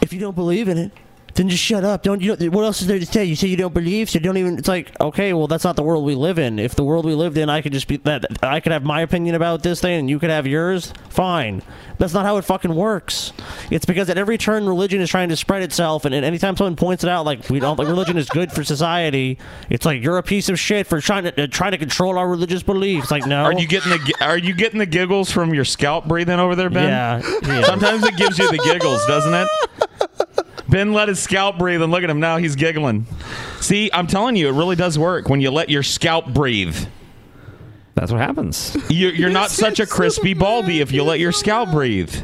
[SPEAKER 5] if you don't believe in it, then just shut up. Don't you? Don't, what else is there to say? You say you don't believe, so don't even. It's like, okay, well, that's not the world we live in. If the world we lived in, I could just be that. I could have my opinion about this thing, and you could have yours. Fine. That's not how it fucking works. It's because at every turn, religion is trying to spread itself, and, and anytime someone points it out, like we don't think religion is good for society, it's like you're a piece of shit for trying to uh, trying to control our religious beliefs. Like, no.
[SPEAKER 7] Are you getting the gi- Are you getting the giggles from your scalp breathing over there, Ben?
[SPEAKER 5] Yeah, yeah.
[SPEAKER 7] Sometimes it gives you the giggles, doesn't it? Ben let his scalp breathe, and look at him now. He's giggling. See, I'm telling you, it really does work when you let your scalp breathe.
[SPEAKER 6] That's what happens.
[SPEAKER 7] You're, you're not such a crispy baldy if you let your scalp breathe.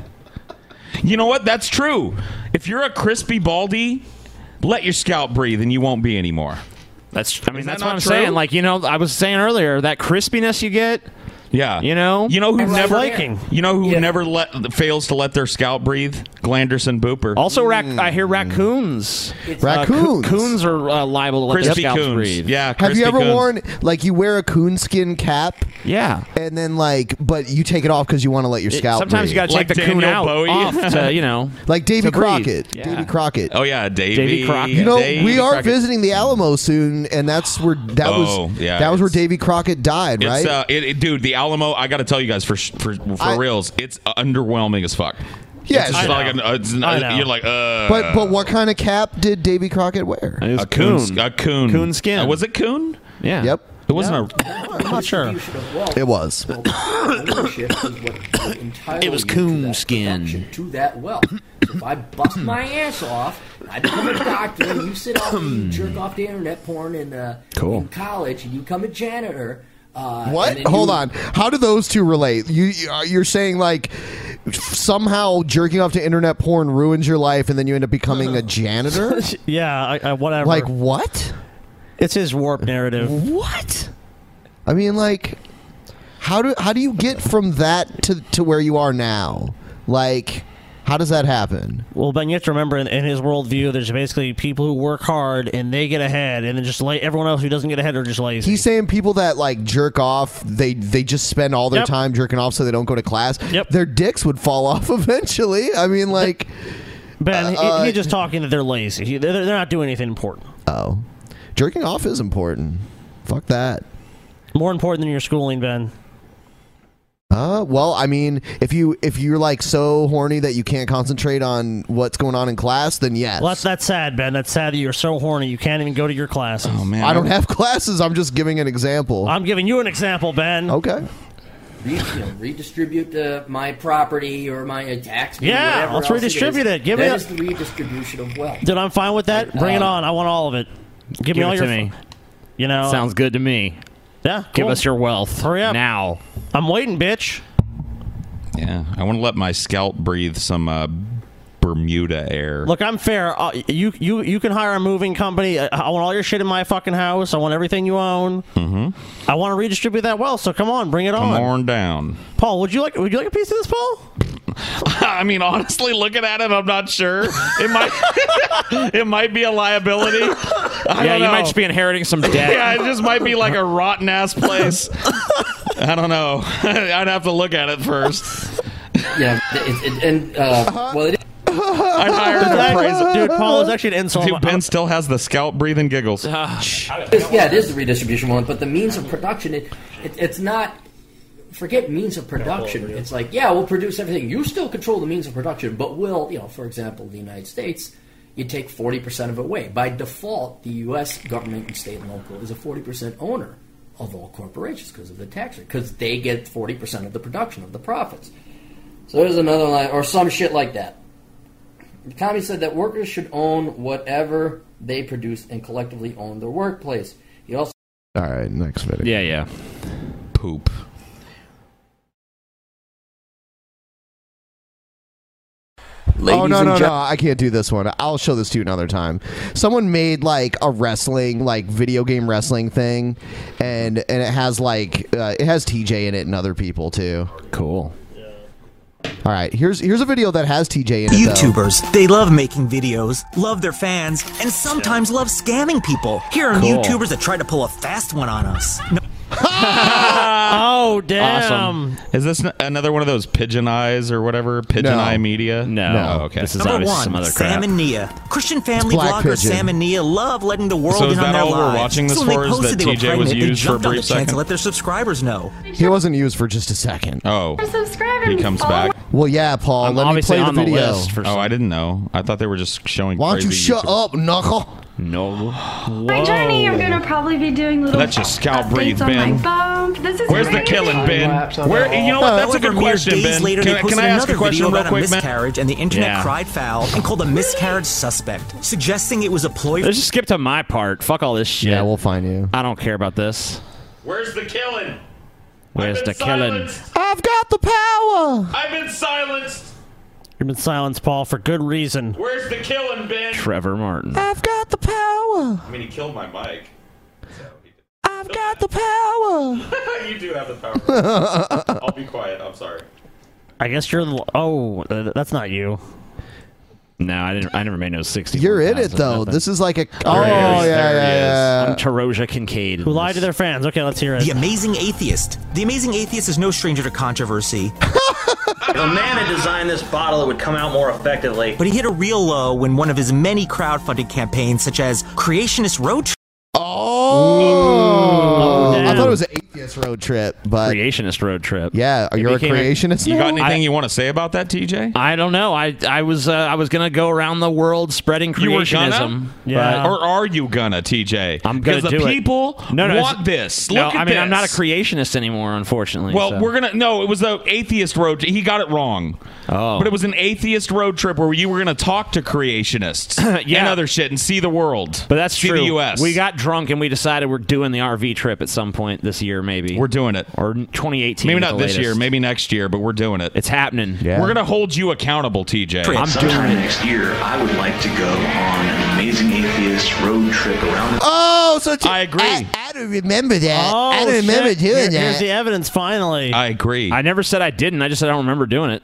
[SPEAKER 7] You know what? That's true. If you're a crispy baldy, let your scalp breathe, and you won't be anymore.
[SPEAKER 6] That's. I mean, that's
[SPEAKER 7] not
[SPEAKER 6] what I'm
[SPEAKER 7] true?
[SPEAKER 6] saying. Like you know, I was saying earlier that crispiness you get.
[SPEAKER 7] Yeah.
[SPEAKER 6] You know.
[SPEAKER 7] You know who
[SPEAKER 6] That's
[SPEAKER 7] never
[SPEAKER 6] flaking.
[SPEAKER 7] You know who never let fails to let their scalp breathe? Glanderson Booper.
[SPEAKER 6] Also, rac-
[SPEAKER 2] Hmm.
[SPEAKER 6] I
[SPEAKER 7] Hmm.
[SPEAKER 6] hear raccoons.
[SPEAKER 2] Raccoons.
[SPEAKER 6] Uh, coo- coons are uh, liable to let
[SPEAKER 7] Crispy
[SPEAKER 6] their scalps
[SPEAKER 7] coons.
[SPEAKER 6] breathe.
[SPEAKER 7] Yeah,
[SPEAKER 2] Have you ever worn like you wear a coonskin cap?
[SPEAKER 6] Yeah,
[SPEAKER 2] and then like, but you take it off because you want to let your
[SPEAKER 6] It-
[SPEAKER 2] scalp.
[SPEAKER 6] sometimes you
[SPEAKER 2] breathe.
[SPEAKER 6] gotta take Like the coon Daniel out- Bowie. off to, you know,
[SPEAKER 2] like Davy
[SPEAKER 6] to breathe.
[SPEAKER 2] Crockett.
[SPEAKER 6] Yeah.
[SPEAKER 2] Davy Crockett.
[SPEAKER 7] Oh yeah, Davy.
[SPEAKER 6] Davy Crockett.
[SPEAKER 2] You know,
[SPEAKER 7] Davy
[SPEAKER 2] we are
[SPEAKER 7] Crockett.
[SPEAKER 2] visiting the Alamo soon, and that's where that
[SPEAKER 7] Oh,
[SPEAKER 2] was.
[SPEAKER 7] yeah,
[SPEAKER 2] that was where Davy Crockett died,
[SPEAKER 7] It's,
[SPEAKER 2] right?
[SPEAKER 7] uh, it, it- dude, the Alamo. I got to tell you guys for sh- for for reals, it's underwhelming as fuck.
[SPEAKER 2] Yeah,
[SPEAKER 7] it's
[SPEAKER 2] it's-
[SPEAKER 7] just
[SPEAKER 2] I
[SPEAKER 7] like an, uh, it's an-
[SPEAKER 2] I know.
[SPEAKER 7] you're like, uh,
[SPEAKER 2] but but what kind of cap did Davy Crockett wear?
[SPEAKER 6] It was
[SPEAKER 7] a coon, a coon, coon skin. was it coon?
[SPEAKER 6] Yeah.
[SPEAKER 2] Yep.
[SPEAKER 7] It wasn't
[SPEAKER 2] a. I'm not sure. It was.
[SPEAKER 27] ownership is what entitles
[SPEAKER 6] It was
[SPEAKER 27] you to
[SPEAKER 6] coon
[SPEAKER 27] that
[SPEAKER 6] skin.
[SPEAKER 27] production, to that wealth. if I bust my ass off, I become a doctor, and you sit off and you jerk off the internet porn in, uh,
[SPEAKER 2] Cool.
[SPEAKER 27] in college, and you become a janitor. Uh, and
[SPEAKER 2] What?
[SPEAKER 27] then
[SPEAKER 2] Hold
[SPEAKER 27] you-
[SPEAKER 2] on. How do those two relate? You you- uh, you're saying like somehow jerking off to internet porn ruins your life, and then you end up becoming a janitor.
[SPEAKER 5] yeah, I, I, whatever.
[SPEAKER 2] Like what?
[SPEAKER 5] It's his warp narrative.
[SPEAKER 2] What? I mean, like, how do how do you get from that to to where you are now? Like, how does that happen?
[SPEAKER 5] Well, Ben, you have to remember in, in his worldview, there's basically people who work hard and they get ahead, and then just la- everyone else who doesn't get ahead are just lazy.
[SPEAKER 2] He's saying people that like jerk off, they they just spend all their
[SPEAKER 5] Yep.
[SPEAKER 2] time jerking off, so they don't go to class. Yep. Their dicks would fall off eventually. I mean, like,
[SPEAKER 5] Ben, he,
[SPEAKER 2] uh,
[SPEAKER 5] he's just talking that they're lazy. He, they're, they're not doing anything important.
[SPEAKER 2] oh, jerking off is important. Fuck that.
[SPEAKER 5] More important than your schooling, Ben.
[SPEAKER 2] Uh, well, I mean, if you if you're like so horny that you can't concentrate on what's going on in class, then yes.
[SPEAKER 5] Well, that's, that's sad, Ben. That's sad that you're so horny you can't even go to your classes. Oh
[SPEAKER 2] I don't have classes. I'm just giving an example.
[SPEAKER 5] I'm giving you an example, Ben.
[SPEAKER 2] Okay.
[SPEAKER 27] Re- you know, redistribute uh, my property or my uh, tax. bill, whatever
[SPEAKER 5] Yeah, let's
[SPEAKER 27] else it
[SPEAKER 5] redistribute
[SPEAKER 27] is.
[SPEAKER 5] it. Give me
[SPEAKER 27] That
[SPEAKER 5] a-
[SPEAKER 27] is the redistribution of wealth.
[SPEAKER 5] Dude, I'm fine with that. Bring it
[SPEAKER 27] Uh,
[SPEAKER 5] on. I want all of it. Give, me
[SPEAKER 6] Give
[SPEAKER 5] all
[SPEAKER 6] it
[SPEAKER 5] your.
[SPEAKER 6] to me.
[SPEAKER 5] You know.
[SPEAKER 6] Sounds good to me.
[SPEAKER 5] Yeah.
[SPEAKER 6] Give
[SPEAKER 5] cool.
[SPEAKER 6] us your wealth.
[SPEAKER 5] Hurry up.
[SPEAKER 6] now.
[SPEAKER 5] I'm waiting, bitch.
[SPEAKER 7] Yeah, I want to let my scalp breathe some uh, Bermuda air.
[SPEAKER 5] Look, I'm fair. Uh, you you you can hire a moving company. Uh, I, I want all your shit in my fucking house. I want everything you own. Mm-hmm. I want to redistribute that wealth. So come on, bring it
[SPEAKER 7] Come
[SPEAKER 5] on.
[SPEAKER 7] on down.
[SPEAKER 5] Paul, would you like would you like a piece of this, Paul?
[SPEAKER 7] I mean, honestly, looking at it, I'm not sure. It might, it might be a liability. I
[SPEAKER 6] yeah,
[SPEAKER 7] don't
[SPEAKER 6] you
[SPEAKER 7] know.
[SPEAKER 6] might just be inheriting some debt.
[SPEAKER 7] Yeah, it just might be like a rotten ass place. I don't know. I'd have to look at it first.
[SPEAKER 27] Yeah, it, it, and uh, well, it
[SPEAKER 7] I'd hire an appraiser.
[SPEAKER 5] Dude, Paul is actually an insult.
[SPEAKER 7] Dude, Ben still has the scalp breathing giggles.
[SPEAKER 27] is, yeah, it is the redistribution one, but the means of production, it, it it's not. Forget means of production. It's like, yeah, we'll produce everything. You still control the means of production, but we'll, you know, for example, the United States, you take 40% of it away. By default, the U.S. government and state and local is a 40% owner of all corporations because of the tax rate, because they get 40% of the production, of the profits. So there's another line, or some shit like that. The Comedy said that workers should own whatever they produce and collectively own their workplace. He also
[SPEAKER 2] All right, next video.
[SPEAKER 6] Yeah, yeah.
[SPEAKER 7] Poop.
[SPEAKER 2] oh
[SPEAKER 11] Ladies
[SPEAKER 2] Oh, no
[SPEAKER 11] and
[SPEAKER 2] no
[SPEAKER 11] gen-
[SPEAKER 2] no! I can't do this one. I'll show this to you another time. Someone made like a wrestling, like video game wrestling thing, and and it has like uh, it has TJ in it and other people too.
[SPEAKER 6] Cool.
[SPEAKER 2] All right, here's here's a video that has TJ in it. though.
[SPEAKER 10] YouTubers, they love making videos, love their fans, and sometimes love scamming people. Here are
[SPEAKER 2] Cool.
[SPEAKER 10] YouTubers that try to pull a fast one on us. No-
[SPEAKER 6] Uh,
[SPEAKER 5] oh
[SPEAKER 7] Awesome. Is this n- another one of those pigeon eyes or whatever? Pigeon
[SPEAKER 10] No.
[SPEAKER 7] eye media?
[SPEAKER 10] No.
[SPEAKER 7] Oh, okay.
[SPEAKER 10] Number one, Sam and Nia. Christian family
[SPEAKER 7] Black
[SPEAKER 10] vlogger
[SPEAKER 7] Pigeon.
[SPEAKER 10] Sam and Nia love letting the world
[SPEAKER 7] So is
[SPEAKER 10] in on
[SPEAKER 7] that
[SPEAKER 10] their
[SPEAKER 7] all we're
[SPEAKER 10] lives.
[SPEAKER 7] watching this
[SPEAKER 10] so when
[SPEAKER 7] for
[SPEAKER 10] they
[SPEAKER 7] is that
[SPEAKER 10] posted they were
[SPEAKER 7] TJ
[SPEAKER 10] pregnant,
[SPEAKER 7] was
[SPEAKER 10] they
[SPEAKER 7] used for a
[SPEAKER 10] jumped on
[SPEAKER 7] brief
[SPEAKER 10] the chance
[SPEAKER 7] second?
[SPEAKER 10] to let their subscribers know.
[SPEAKER 2] He wasn't used for just a second.
[SPEAKER 7] Oh.
[SPEAKER 10] Subscribers.
[SPEAKER 7] He comes back.
[SPEAKER 2] Well, yeah, Paul. let me play the video.
[SPEAKER 7] oh, I didn't know. I thought they were just showing.
[SPEAKER 2] Why don't you shut up, Knuckle?
[SPEAKER 7] No.
[SPEAKER 28] My journey, I'm gonna probably be doing little
[SPEAKER 7] Let your scalp
[SPEAKER 28] updates
[SPEAKER 7] breathe,
[SPEAKER 28] on
[SPEAKER 7] Ben.
[SPEAKER 28] my bump. This is
[SPEAKER 7] Where's the
[SPEAKER 28] great.
[SPEAKER 7] killing, Ben? Where? You know what? That's a
[SPEAKER 10] However,
[SPEAKER 7] good
[SPEAKER 10] mere
[SPEAKER 7] question,
[SPEAKER 10] days
[SPEAKER 7] Ben.
[SPEAKER 10] Later,
[SPEAKER 7] Can,
[SPEAKER 10] they
[SPEAKER 7] I-
[SPEAKER 10] posted
[SPEAKER 7] can I ask a
[SPEAKER 10] another
[SPEAKER 7] question
[SPEAKER 10] video
[SPEAKER 7] real
[SPEAKER 10] about
[SPEAKER 7] quick,
[SPEAKER 10] a
[SPEAKER 7] Ben?
[SPEAKER 10] miscarriage, and the internet
[SPEAKER 6] Yeah.
[SPEAKER 10] cried foul and called the miscarriage suspect, suggesting it was a ploy.
[SPEAKER 6] Let's just skip to my part. Fuck all this shit. Yeah, we'll
[SPEAKER 2] find you.
[SPEAKER 6] I don't care about this.
[SPEAKER 7] Where's the killing?
[SPEAKER 6] Where's the killing?
[SPEAKER 2] I've got the power.
[SPEAKER 7] I've been silenced.
[SPEAKER 5] You've been silenced, Paul, for good reason.
[SPEAKER 7] Where's the killing, Ben?
[SPEAKER 6] Trevor Martin.
[SPEAKER 2] I've got the power.
[SPEAKER 7] I mean, he killed my mic.
[SPEAKER 2] I've got the power.
[SPEAKER 7] you do have the power. I'll be quiet. I'm sorry.
[SPEAKER 5] I guess you're. the- Oh, uh, that's not you.
[SPEAKER 6] No, I didn't. I never made no sixty.
[SPEAKER 2] You're in it though. This is like a. Oh yeah, yeah, yeah.
[SPEAKER 6] I'm Taroja Kincaid.
[SPEAKER 5] Who lied to their fans? Okay, let's hear it.
[SPEAKER 10] The amazing atheist. The amazing atheist is no stranger to controversy.
[SPEAKER 11] If a man had designed this bottle, it would come out more effectively.
[SPEAKER 10] But he hit a real low when one of his many crowdfunded campaigns, such as Creationist Road Trip.
[SPEAKER 2] Oh,
[SPEAKER 10] damn.
[SPEAKER 2] I thought it was an atheist road trip, but
[SPEAKER 6] creationist road trip.
[SPEAKER 2] Yeah, you're a creationist. now?
[SPEAKER 7] you want to say about that, TJ?
[SPEAKER 6] I don't know. I I was uh, I was gonna go around the world spreading
[SPEAKER 7] You were gonna,
[SPEAKER 6] creationism. but-
[SPEAKER 7] Or are you gonna, TJ? I'm Because
[SPEAKER 6] gonna
[SPEAKER 7] the
[SPEAKER 6] do it.
[SPEAKER 7] people
[SPEAKER 6] no, no,
[SPEAKER 7] want
[SPEAKER 6] it's-
[SPEAKER 7] this.
[SPEAKER 6] No,
[SPEAKER 7] Look
[SPEAKER 6] I
[SPEAKER 7] at
[SPEAKER 6] mean I'm not a
[SPEAKER 7] this.
[SPEAKER 6] creationist anymore, unfortunately.
[SPEAKER 7] Well,
[SPEAKER 6] so.
[SPEAKER 7] we're gonna no. It was the atheist road. He got it wrong.
[SPEAKER 6] Oh,
[SPEAKER 7] but it was an atheist road trip where you were gonna talk to creationists and other shit and see the world.
[SPEAKER 6] But that's
[SPEAKER 7] see
[SPEAKER 6] true.
[SPEAKER 7] the U.S.
[SPEAKER 6] We got drunk and we decided we're doing the RV trip at some point this year, maybe. We're
[SPEAKER 7] doing it.
[SPEAKER 6] Or 2018.
[SPEAKER 7] maybe
[SPEAKER 6] at
[SPEAKER 7] not
[SPEAKER 6] the
[SPEAKER 7] this year,
[SPEAKER 6] latest.
[SPEAKER 7] maybe next year, but we're doing it.
[SPEAKER 6] It's happening. Yeah.
[SPEAKER 7] We're gonna hold you accountable, TJ.
[SPEAKER 29] Sometime next year, I would like to go on an amazing atheist road trip around.
[SPEAKER 2] Oh, so
[SPEAKER 7] I agree. I,
[SPEAKER 2] I don't remember that.
[SPEAKER 5] Oh,
[SPEAKER 2] I don't remember
[SPEAKER 5] shit.
[SPEAKER 2] doing
[SPEAKER 5] Here- Here's
[SPEAKER 2] that.
[SPEAKER 5] the evidence. Finally,
[SPEAKER 7] I agree.
[SPEAKER 6] I never said I didn't. I just said I don't remember doing it.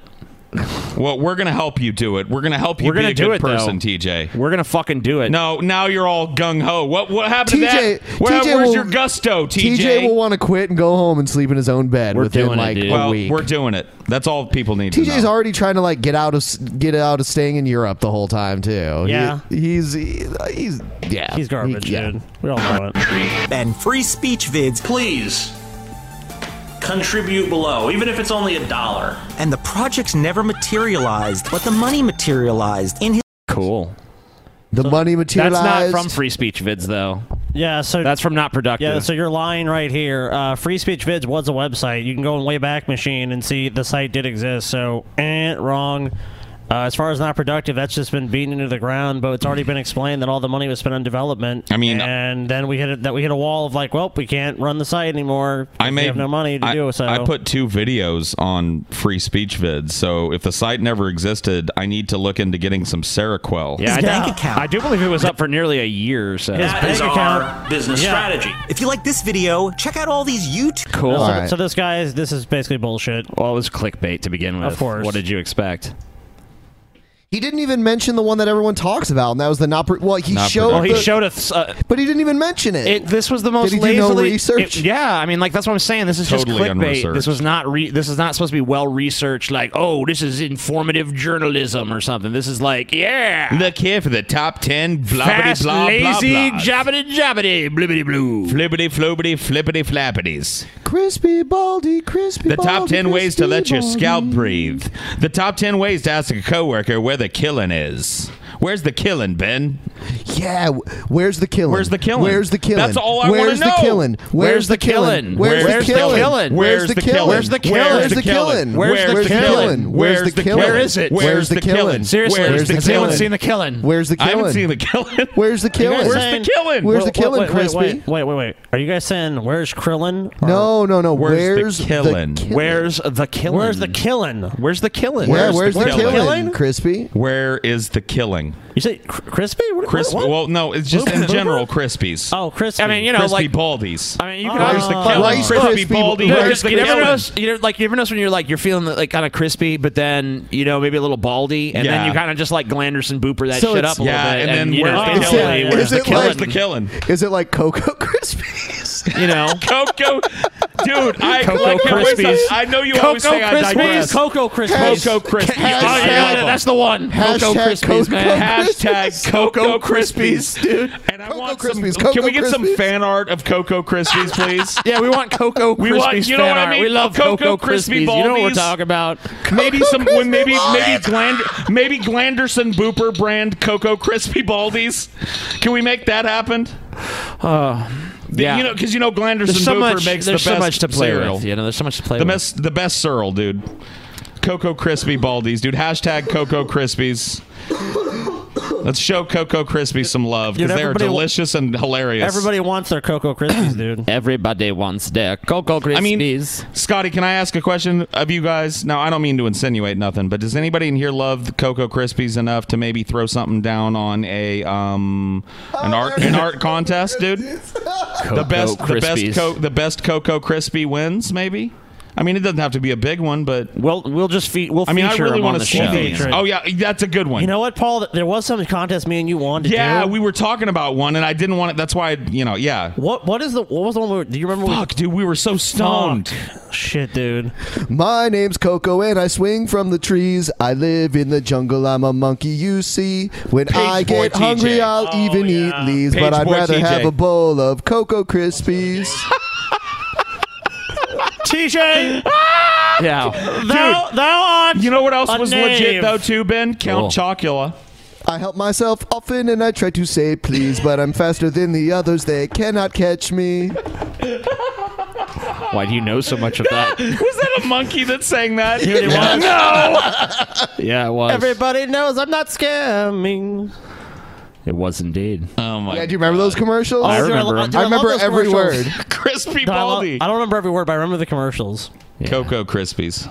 [SPEAKER 7] Well, we're gonna help you do it. We're gonna help you
[SPEAKER 6] We're
[SPEAKER 7] be
[SPEAKER 6] gonna
[SPEAKER 7] a
[SPEAKER 6] do
[SPEAKER 7] good
[SPEAKER 6] it, though.
[SPEAKER 7] person, TJ.
[SPEAKER 6] We're gonna fucking do it.
[SPEAKER 7] No, now you're all gung ho. What what happened
[SPEAKER 2] TJ
[SPEAKER 7] to that? Where-
[SPEAKER 2] TJ
[SPEAKER 7] where's
[SPEAKER 2] will-
[SPEAKER 7] your gusto, TJ?
[SPEAKER 2] TJ will want to quit and go home and sleep in his own bed within like a
[SPEAKER 7] well,
[SPEAKER 2] week.
[SPEAKER 7] we're doing it. That's all people need to know.
[SPEAKER 2] TJ's already trying to like get out of s- get out of staying in Europe the whole time too.
[SPEAKER 10] Yeah.
[SPEAKER 2] he, he's he- he's yeah
[SPEAKER 5] he's garbage, dude. We all know it.
[SPEAKER 10] And free speech vids.
[SPEAKER 11] Please contribute below, even if it's only a dollar.
[SPEAKER 10] And the projects never materialized, but the money materialized in his.
[SPEAKER 6] Cool.
[SPEAKER 2] The money
[SPEAKER 6] That's not
[SPEAKER 2] materialized.
[SPEAKER 6] from free speech vids though.
[SPEAKER 5] Yeah, so
[SPEAKER 6] that's from not productive.
[SPEAKER 5] Yeah, so you're lying right here. Uh, Free Speech Vids was a website. You can go in Wayback Machine and see the site did exist. So, eh, wrong. Uh, as far as not productive, that's just been beaten into the ground. But it's already been explained that all the money was spent on development. I mean, and then we hit a, that we hit a wall of like, well, we can't run the site anymore.
[SPEAKER 7] I
[SPEAKER 5] we
[SPEAKER 7] made
[SPEAKER 5] have no money to
[SPEAKER 7] I,
[SPEAKER 5] do so.
[SPEAKER 7] I put two videos on free speech vids. So if the site never existed, I need to look into getting some Seroquel.
[SPEAKER 6] Yeah, I, think- I do believe it was up for nearly a year or so.
[SPEAKER 11] That is our business
[SPEAKER 6] Yeah.
[SPEAKER 11] strategy.
[SPEAKER 10] If you like this video, check out all these YouTube.
[SPEAKER 6] Cool.
[SPEAKER 5] So, so this guy is this is basically bullshit.
[SPEAKER 6] Well, it was clickbait to begin with.
[SPEAKER 5] Of course.
[SPEAKER 6] What did you expect?
[SPEAKER 2] He didn't even mention the one that everyone talks about, and that was the not. Pro- well, he
[SPEAKER 6] Not
[SPEAKER 2] showed.
[SPEAKER 6] productive. Well, Oh, he
[SPEAKER 2] the-
[SPEAKER 6] showed us.
[SPEAKER 2] but he didn't even mention it.
[SPEAKER 6] It- this was the most
[SPEAKER 2] Did he do no
[SPEAKER 6] lazily
[SPEAKER 2] research?
[SPEAKER 6] it- yeah, I mean, like that's what I'm saying. This is
[SPEAKER 7] Totally
[SPEAKER 6] just clickbait.
[SPEAKER 7] unresearched.
[SPEAKER 6] This was not. Re- this is not supposed to be well researched. Like, oh, this is informative journalism or something. This is like, yeah,
[SPEAKER 7] Look here for the top ten
[SPEAKER 6] fast, lazy, jobbity jobbity, blibbity blue,
[SPEAKER 7] flippity flobity, flippity flappities.
[SPEAKER 2] crispy baldy, crispy.
[SPEAKER 7] The top
[SPEAKER 2] Baldy,
[SPEAKER 7] 10 ways to
[SPEAKER 2] Crispy
[SPEAKER 7] let your
[SPEAKER 2] Baldy.
[SPEAKER 7] scalp breathe. The top 10 ways to ask a coworker where the killing is. Where's the killing, Ben?
[SPEAKER 2] Yeah, w- where's the killing? Where's the
[SPEAKER 7] killing?
[SPEAKER 2] Where's the killing?
[SPEAKER 7] That's all I wanna
[SPEAKER 2] Where's the
[SPEAKER 7] know.
[SPEAKER 2] killing?
[SPEAKER 7] Where's the killing?
[SPEAKER 2] Where's the
[SPEAKER 7] Where's the
[SPEAKER 2] killing?
[SPEAKER 7] killing? Where's the killing?
[SPEAKER 2] Where's the killing? Where's the killing?
[SPEAKER 6] Where's the killing?
[SPEAKER 2] Where's the killing?
[SPEAKER 6] Where is it?
[SPEAKER 2] Where's the killing?
[SPEAKER 6] Seriously,
[SPEAKER 2] Where's the
[SPEAKER 6] has anyone
[SPEAKER 2] killing?
[SPEAKER 6] seen the killing?
[SPEAKER 2] Where's the
[SPEAKER 6] I haven't
[SPEAKER 2] killing?
[SPEAKER 6] seen
[SPEAKER 7] the killing.
[SPEAKER 2] Where's the killing? Where's the killing,
[SPEAKER 5] wait, wait,
[SPEAKER 2] Crispy?
[SPEAKER 5] wait, wait, wait, wait. Are you guys saying where's Krillin?
[SPEAKER 2] No, no, no. Where's,
[SPEAKER 6] Where's the killing?
[SPEAKER 5] Where's the killing?
[SPEAKER 6] Where's the killing?
[SPEAKER 2] Yeah, where's the killing? Crispy?
[SPEAKER 7] Where is the killing?
[SPEAKER 5] You say cr- crispy? What,
[SPEAKER 7] Crispy.
[SPEAKER 5] what-
[SPEAKER 7] Well, no, it's just in
[SPEAKER 5] Hoover?
[SPEAKER 7] general crispies.
[SPEAKER 5] Oh, crispy. I mean,
[SPEAKER 6] you know,
[SPEAKER 7] crispy
[SPEAKER 6] like-
[SPEAKER 7] baldies.
[SPEAKER 6] I mean, you can
[SPEAKER 7] Where's
[SPEAKER 6] always
[SPEAKER 7] the killing? crispy baldy. Where's the
[SPEAKER 6] you never
[SPEAKER 7] killing?
[SPEAKER 6] notice, you know, like you ever notice when you're like you're feeling like kind of crispy, but then you know maybe a little baldy, and then
[SPEAKER 7] Yeah.
[SPEAKER 6] you kind of just like Glanderson Booper that
[SPEAKER 2] So
[SPEAKER 6] shit
[SPEAKER 2] it's-
[SPEAKER 6] up a little
[SPEAKER 7] yeah,
[SPEAKER 6] bit,
[SPEAKER 7] and then
[SPEAKER 6] you know,
[SPEAKER 7] where's the
[SPEAKER 6] it's
[SPEAKER 7] killing?
[SPEAKER 6] basically,
[SPEAKER 7] Yeah,
[SPEAKER 6] Where's
[SPEAKER 7] yeah.
[SPEAKER 6] the
[SPEAKER 7] Is it like-
[SPEAKER 6] killing?
[SPEAKER 7] Where's the killing?
[SPEAKER 2] Is it like Cocoa Crispies?
[SPEAKER 6] You know,
[SPEAKER 7] Cocoa, dude. I,
[SPEAKER 6] Cocoa
[SPEAKER 7] I can't wait to-
[SPEAKER 6] Krispies.
[SPEAKER 7] I know you
[SPEAKER 6] Cocoa
[SPEAKER 7] always say I
[SPEAKER 6] Krispies.
[SPEAKER 7] digress.
[SPEAKER 6] Cocoa Krispies.
[SPEAKER 7] Cocoa Krispies.
[SPEAKER 6] Oh, you got it. That's the one. Cocoa Krispies, man.
[SPEAKER 7] Hashtag Cocoa Krispies, dude. And I want
[SPEAKER 2] Krispies,
[SPEAKER 7] some. Can
[SPEAKER 2] Cocoa
[SPEAKER 7] we get some
[SPEAKER 2] Krispies.
[SPEAKER 7] fan art of Cocoa Krispies, please?
[SPEAKER 6] Yeah, we want Cocoa
[SPEAKER 7] We want.
[SPEAKER 6] Krispies
[SPEAKER 7] You know
[SPEAKER 6] fan
[SPEAKER 7] what I
[SPEAKER 6] art.
[SPEAKER 7] mean?
[SPEAKER 6] We love Cocoa
[SPEAKER 7] Krispy
[SPEAKER 6] Krispies. You know what we're
[SPEAKER 7] Baldies.
[SPEAKER 6] talking about.
[SPEAKER 7] Maybe some.
[SPEAKER 6] Krispy
[SPEAKER 7] Maybe maybe
[SPEAKER 6] Baldies.
[SPEAKER 7] Gland, maybe Glanderson Booper brand Cocoa Krispy Baldies. Can we make that happen?
[SPEAKER 6] Uh, yeah.
[SPEAKER 7] You know, because you know Glanderson
[SPEAKER 6] There's so
[SPEAKER 7] Booper
[SPEAKER 6] much-
[SPEAKER 7] makes the
[SPEAKER 6] there's
[SPEAKER 7] best
[SPEAKER 6] so much to play
[SPEAKER 7] cereal.
[SPEAKER 6] with, you know, there's so much to play
[SPEAKER 7] the
[SPEAKER 6] with.
[SPEAKER 7] Best, the best cereal, dude. Cocoa Krispy Baldies, dude. Hashtag Cocoa Krispies. Let's show Cocoa Krispies some love
[SPEAKER 5] Dude,
[SPEAKER 7] because they are
[SPEAKER 5] everybody wa-
[SPEAKER 7] delicious and hilarious.
[SPEAKER 5] Everybody wants their Cocoa Krispies, dude.
[SPEAKER 6] Everybody wants their Cocoa Krispies.
[SPEAKER 7] I mean, Scotty, can I ask a question of you guys? Now, I don't mean to insinuate nothing, but does anybody in here love the Cocoa Krispies enough to maybe throw something down on a um an art an art contest, dude? the best the
[SPEAKER 6] Krispies.
[SPEAKER 7] best co- the best Cocoa Crispy wins, maybe. I mean, it doesn't have to be a big one, but
[SPEAKER 6] we'll we'll just fe- we'll.
[SPEAKER 7] I mean, I
[SPEAKER 6] feature
[SPEAKER 7] really
[SPEAKER 6] them
[SPEAKER 7] want to
[SPEAKER 6] on the
[SPEAKER 7] see
[SPEAKER 6] show.
[SPEAKER 7] these.
[SPEAKER 6] Feature it.
[SPEAKER 7] Oh yeah, that's a good one.
[SPEAKER 5] You know what, Paul? There was some contest me and you wanted to
[SPEAKER 7] yeah,
[SPEAKER 5] do.
[SPEAKER 7] we were talking about one, and I didn't want it. That's why, I, you know, yeah.
[SPEAKER 5] What what is the what was the one? We were, do you remember?
[SPEAKER 7] Fuck, dude, we were so stoned.
[SPEAKER 5] Shit, dude.
[SPEAKER 2] My name's Coco and I swing from the trees. I live in the jungle. I'm a monkey, you see. When
[SPEAKER 7] Page
[SPEAKER 2] I
[SPEAKER 7] boy
[SPEAKER 2] get hungry,
[SPEAKER 7] TJ.
[SPEAKER 2] I'll
[SPEAKER 5] Oh,
[SPEAKER 2] even eat leaves,
[SPEAKER 7] Page
[SPEAKER 2] but I'd
[SPEAKER 7] boy
[SPEAKER 2] rather
[SPEAKER 7] TJ.
[SPEAKER 2] have a bowl of Cocoa Krispies.
[SPEAKER 5] TJ,
[SPEAKER 6] yeah.
[SPEAKER 5] thou thou art.
[SPEAKER 7] You know what else
[SPEAKER 5] a
[SPEAKER 7] was
[SPEAKER 5] knave.
[SPEAKER 7] legit though, too, Ben? Count
[SPEAKER 6] Cool.
[SPEAKER 7] Chocula.
[SPEAKER 2] Oh. I help myself often and I try to say please, but I'm faster than the others. They cannot catch me.
[SPEAKER 6] Why do you know so much of that?
[SPEAKER 7] Was that a monkey that sang that?
[SPEAKER 6] it was.
[SPEAKER 7] No!
[SPEAKER 6] yeah, it was.
[SPEAKER 5] Everybody knows I'm not scamming.
[SPEAKER 6] it was indeed.
[SPEAKER 7] Oh my!
[SPEAKER 2] Yeah, do you remember those commercials?
[SPEAKER 6] I remember.
[SPEAKER 5] dude,
[SPEAKER 2] I
[SPEAKER 5] love
[SPEAKER 2] remember
[SPEAKER 5] Oh, those
[SPEAKER 2] every
[SPEAKER 5] commercials.
[SPEAKER 2] word.
[SPEAKER 7] Crispy
[SPEAKER 5] No, I, lo-
[SPEAKER 7] Baldy.
[SPEAKER 5] I don't remember every word, but I remember the commercials.
[SPEAKER 7] Cocoa Krispies.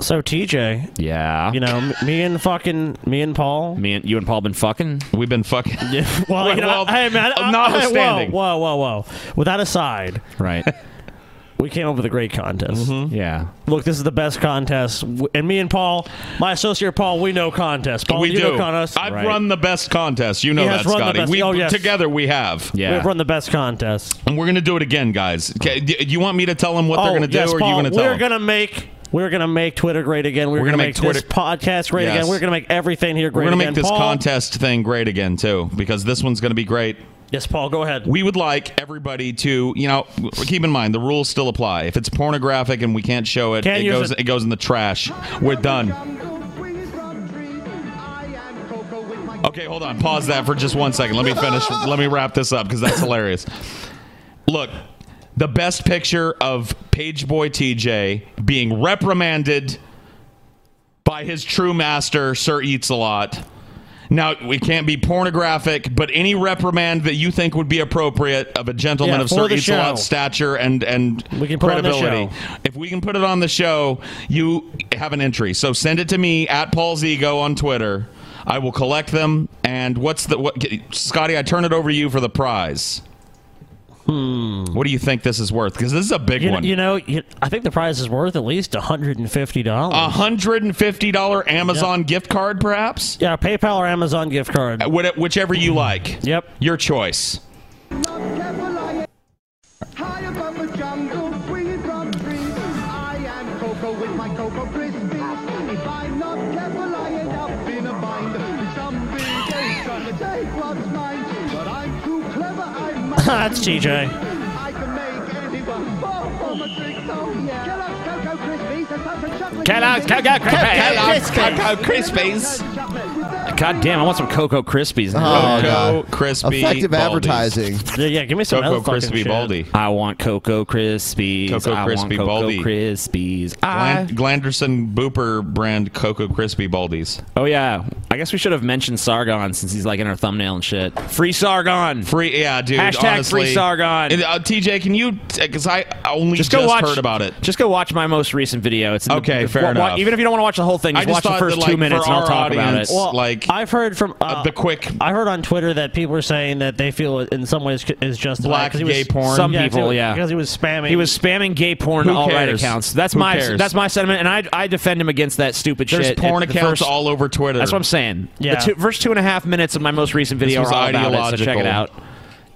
[SPEAKER 5] So TJ,
[SPEAKER 6] Yeah.
[SPEAKER 5] you know, m- me and fucking me and Paul.
[SPEAKER 6] Me and you and Paul been fucking.
[SPEAKER 7] We've been fucking.
[SPEAKER 5] Yeah, well, you know,
[SPEAKER 7] Well,
[SPEAKER 5] hey man, I- I-
[SPEAKER 7] notwithstanding.
[SPEAKER 5] whoa, whoa, whoa, whoa. With that aside,
[SPEAKER 6] Right. Mm-hmm.
[SPEAKER 5] we came up with a great contest. Mm-hmm.
[SPEAKER 6] Yeah.
[SPEAKER 5] Look, this is the best contest, W- and me and Paul, my associate Paul, we know contests. Paul,
[SPEAKER 7] we
[SPEAKER 5] you
[SPEAKER 7] do.
[SPEAKER 5] know contests.
[SPEAKER 7] I've run the best contest. You know
[SPEAKER 5] He
[SPEAKER 7] that,
[SPEAKER 5] has run the
[SPEAKER 7] Scotty.
[SPEAKER 5] best-
[SPEAKER 7] We
[SPEAKER 5] oh, yes.
[SPEAKER 7] together we have.
[SPEAKER 5] We've run the best contest.
[SPEAKER 7] And we're gonna do it again, guys. Okay, do do you want me to tell them what they're
[SPEAKER 5] Oh,
[SPEAKER 7] gonna do,
[SPEAKER 5] yes,
[SPEAKER 7] or
[SPEAKER 5] Paul,
[SPEAKER 7] are you gonna tell
[SPEAKER 5] We're
[SPEAKER 7] them?
[SPEAKER 5] gonna make we're gonna make Twitter great again. We're,
[SPEAKER 7] We're gonna
[SPEAKER 5] gonna, make,
[SPEAKER 7] make
[SPEAKER 5] this
[SPEAKER 7] Twitter-
[SPEAKER 5] podcast great
[SPEAKER 7] Yes.
[SPEAKER 5] again. We're gonna make everything here
[SPEAKER 7] We're
[SPEAKER 5] great
[SPEAKER 7] going to
[SPEAKER 5] again.
[SPEAKER 7] make this
[SPEAKER 5] Paul,
[SPEAKER 7] contest thing great again, too, because this one's going to be great.
[SPEAKER 5] Yes, Paul, go ahead.
[SPEAKER 7] We would like everybody to, you know, w- keep in mind the rules still apply. If it's pornographic and we can't show it,
[SPEAKER 5] Can't
[SPEAKER 7] it
[SPEAKER 5] use
[SPEAKER 7] goes
[SPEAKER 5] it.
[SPEAKER 7] it. goes in the trash. We're done. Okay, hold on. Pause that for just one second. Let me finish. Let me wrap this up because that's hilarious. Look, the best picture of Pageboy TJ being reprimanded by by his true master, Sir Eats a Lot. Now, we can't be pornographic, but any reprimand that you think would be appropriate of a gentleman
[SPEAKER 8] Yeah,
[SPEAKER 7] of
[SPEAKER 8] for
[SPEAKER 7] Sir
[SPEAKER 8] the
[SPEAKER 7] Eats a Lot's
[SPEAKER 8] show.
[SPEAKER 7] stature and, and
[SPEAKER 8] We can put it on the
[SPEAKER 7] credibility. If we can put it on the show, you have an entry. So send it to me at Paul's Ego on Twitter. I will collect them. And what's the what, Scotty? I turn it over to you for the prize. Hmm. What do you think this is worth? Because this is a big
[SPEAKER 5] You,
[SPEAKER 7] one.
[SPEAKER 5] you know, you, I think the prize is worth at least $150.
[SPEAKER 7] A hundred and fifty dollar Amazon gift card, perhaps. Uh,
[SPEAKER 5] Yeah, PayPal or Amazon gift card.
[SPEAKER 7] whichever you like.
[SPEAKER 5] Yep.
[SPEAKER 7] Your choice.
[SPEAKER 5] That's TJ.
[SPEAKER 6] Kellogg's Cocoa Krispies. Cocoa God damn, I want some Cocoa Krispies. now.
[SPEAKER 2] Oh, God. Effective advertising.
[SPEAKER 5] Yeah, yeah, give me some other fucking shit.
[SPEAKER 6] I want Cocoa Krispies.
[SPEAKER 7] Cocoa
[SPEAKER 6] I want
[SPEAKER 7] Crispy
[SPEAKER 6] Cocoa
[SPEAKER 7] Baldy.
[SPEAKER 6] Krispies. I-
[SPEAKER 7] Glan- Glanderson Booper brand Cocoa Crispy Baldies.
[SPEAKER 6] Oh yeah, I guess we should have mentioned Sargon since he's like in our thumbnail and shit. Free Sargon.
[SPEAKER 7] Free yeah, dude.
[SPEAKER 6] Hashtag
[SPEAKER 7] honestly.
[SPEAKER 6] free Sargon.
[SPEAKER 7] And, uh, TJ, can you? Because I only just,
[SPEAKER 6] Just go watch-
[SPEAKER 7] heard about it.
[SPEAKER 6] Just go watch my most recent video. It's in the-
[SPEAKER 7] Okay, fair
[SPEAKER 6] wa- wa-
[SPEAKER 7] enough.
[SPEAKER 6] Even if you don't want to watch the whole thing,
[SPEAKER 7] I
[SPEAKER 6] just,
[SPEAKER 7] just
[SPEAKER 6] watch the
[SPEAKER 7] thought
[SPEAKER 6] first
[SPEAKER 7] that,
[SPEAKER 6] two
[SPEAKER 7] like,
[SPEAKER 6] minutes,
[SPEAKER 7] for
[SPEAKER 6] and I'll
[SPEAKER 7] our
[SPEAKER 6] talk about it.
[SPEAKER 7] audience, Well, like,
[SPEAKER 5] I've heard from uh,
[SPEAKER 7] the quick.
[SPEAKER 5] I heard on Twitter that people are saying that they feel it in some ways c- is justified.
[SPEAKER 6] Black
[SPEAKER 5] 'cause he was-
[SPEAKER 6] gay porn. Some people,
[SPEAKER 5] too,
[SPEAKER 6] yeah.
[SPEAKER 5] because he was spamming.
[SPEAKER 6] He was spamming gay porn
[SPEAKER 5] Who
[SPEAKER 6] all right
[SPEAKER 5] cares?
[SPEAKER 6] accounts. That's
[SPEAKER 5] Who
[SPEAKER 6] my
[SPEAKER 5] cares?
[SPEAKER 6] that's my sentiment, and I, I defend him against that stupid
[SPEAKER 7] There's
[SPEAKER 6] shit.
[SPEAKER 7] porn
[SPEAKER 6] It- the
[SPEAKER 7] accounts all over Twitter.
[SPEAKER 6] That's what I'm saying.
[SPEAKER 7] Yeah.
[SPEAKER 6] The two, first two and a half minutes of my most recent
[SPEAKER 7] This
[SPEAKER 6] video
[SPEAKER 7] was
[SPEAKER 6] are all about it, so check it
[SPEAKER 7] ideological.
[SPEAKER 6] out.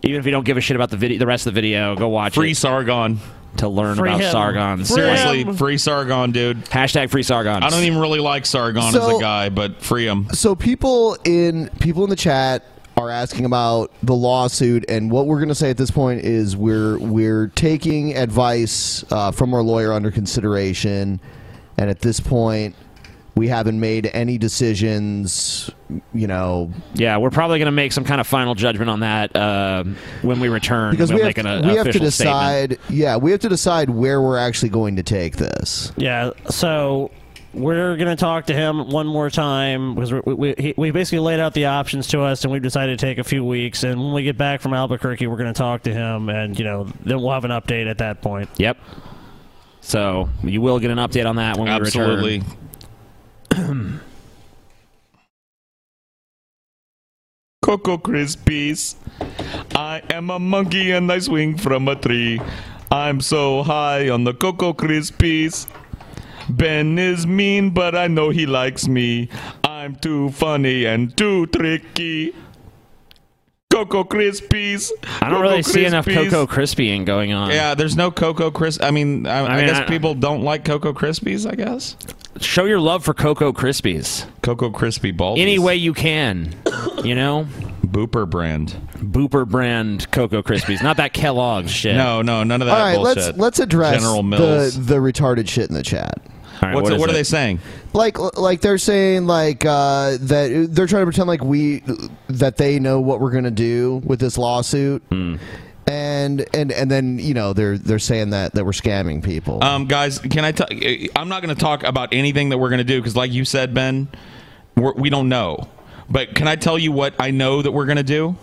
[SPEAKER 6] Even if you don't give a shit about the video, the rest of the video, go watch
[SPEAKER 7] Free
[SPEAKER 6] it.
[SPEAKER 7] Sargon
[SPEAKER 6] to learn
[SPEAKER 7] Free
[SPEAKER 6] about
[SPEAKER 7] him.
[SPEAKER 6] Sargon.
[SPEAKER 7] Free
[SPEAKER 6] Seriously,
[SPEAKER 7] him. free Sargon, dude.
[SPEAKER 6] Hashtag free Sargon.
[SPEAKER 7] I don't even really like Sargon as
[SPEAKER 2] So-
[SPEAKER 7] a guy, but free him.
[SPEAKER 2] So people in people in the chat are asking about the lawsuit, and what we're going to say at this point is we're we're taking advice uh, from our lawyer under consideration, and at this point, we haven't made any decisions. You know,
[SPEAKER 6] Yeah, we're probably going to make some kind of final judgment on that uh, when we return.
[SPEAKER 2] because
[SPEAKER 6] we'll
[SPEAKER 2] we have,
[SPEAKER 6] make an uh,
[SPEAKER 2] we have to
[SPEAKER 6] official statement.
[SPEAKER 2] decide. Yeah, we have to decide where we're actually going to take this.
[SPEAKER 5] Yeah, so we're going to talk to him one more time because we, we, he, we basically laid out the options to us and we've decided to take a few weeks. And when we get back from Albuquerque, we're going to talk to him and, you know, then we'll have an update at that point.
[SPEAKER 6] Yep. So you will get an update on that when we
[SPEAKER 7] Absolutely.
[SPEAKER 6] return.
[SPEAKER 7] Cocoa Krispies. I am a monkey and I swing from a tree. I'm so high on the Cocoa Krispies. Ben is mean, but I know he likes me. I'm too funny and too tricky. Cocoa Krispies.
[SPEAKER 6] I don't really see enough Cocoa Crispying going on.
[SPEAKER 7] Yeah, there's no Cocoa Crisp. I mean, I, I
[SPEAKER 6] mean,
[SPEAKER 7] guess
[SPEAKER 6] I-
[SPEAKER 7] people don't like Cocoa Krispies. I guess
[SPEAKER 6] Show your love for Cocoa Krispies.
[SPEAKER 7] Cocoa Crispy Baldies.
[SPEAKER 6] Any way you can, you know?
[SPEAKER 7] Booper brand.
[SPEAKER 6] Booper brand Cocoa Krispies. Not that Kellogg's shit.
[SPEAKER 7] No, no, none of
[SPEAKER 2] All right, let's let's address the the retarded shit in the chat.
[SPEAKER 6] All right,
[SPEAKER 7] What's
[SPEAKER 6] what
[SPEAKER 7] it-
[SPEAKER 6] is
[SPEAKER 7] what are
[SPEAKER 6] it?
[SPEAKER 7] they saying?
[SPEAKER 2] like like they're saying like uh, that they're trying to pretend like we that they know what we're gonna do with this lawsuit
[SPEAKER 6] Hmm.
[SPEAKER 2] and and and then you know they're they're saying that that we're scamming people
[SPEAKER 7] Um, guys, can I? T- I'm not going to talk about anything that we're going to do because, like you said, Ben, we're, we don't know. But can I tell you what I know that we're going to do?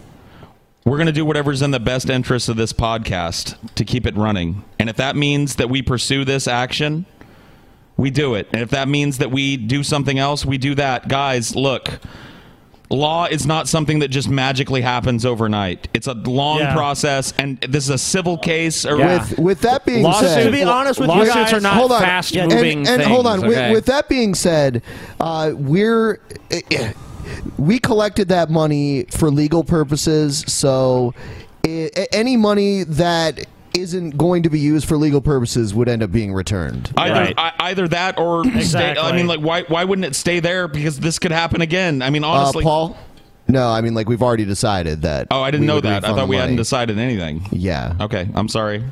[SPEAKER 7] We're going to do whatever's in the best interest of this podcast to keep it running. And if that means that we pursue this action, we do it. And if that means that we do something else, we do that. Guys, look. Law is not something that just magically happens overnight. It's a long
[SPEAKER 2] Yeah.
[SPEAKER 7] process, and this is a civil case. Or
[SPEAKER 2] With with that being said,
[SPEAKER 6] lawsuits are not
[SPEAKER 2] hold on.
[SPEAKER 6] fast-moving
[SPEAKER 2] And, and hold on,
[SPEAKER 6] things,
[SPEAKER 2] with,
[SPEAKER 6] okay?
[SPEAKER 2] with that being said, uh, we're we collected that money for legal purposes. So i any money that isn't going to be used for legal purposes would end up being returned.
[SPEAKER 7] Either I, either that or stay, I
[SPEAKER 2] Exactly.
[SPEAKER 7] mean, like why why wouldn't it stay there? Because this could happen again. I mean,
[SPEAKER 2] Uh,
[SPEAKER 7] honestly,
[SPEAKER 2] Paul. No, I mean like we've already decided that.
[SPEAKER 7] Oh, I didn't
[SPEAKER 2] we
[SPEAKER 7] know
[SPEAKER 2] would
[SPEAKER 7] that. I
[SPEAKER 2] refund
[SPEAKER 7] thought
[SPEAKER 2] the
[SPEAKER 7] we hadn't
[SPEAKER 2] money.
[SPEAKER 7] decided anything.
[SPEAKER 2] Yeah.
[SPEAKER 7] Okay, I'm sorry.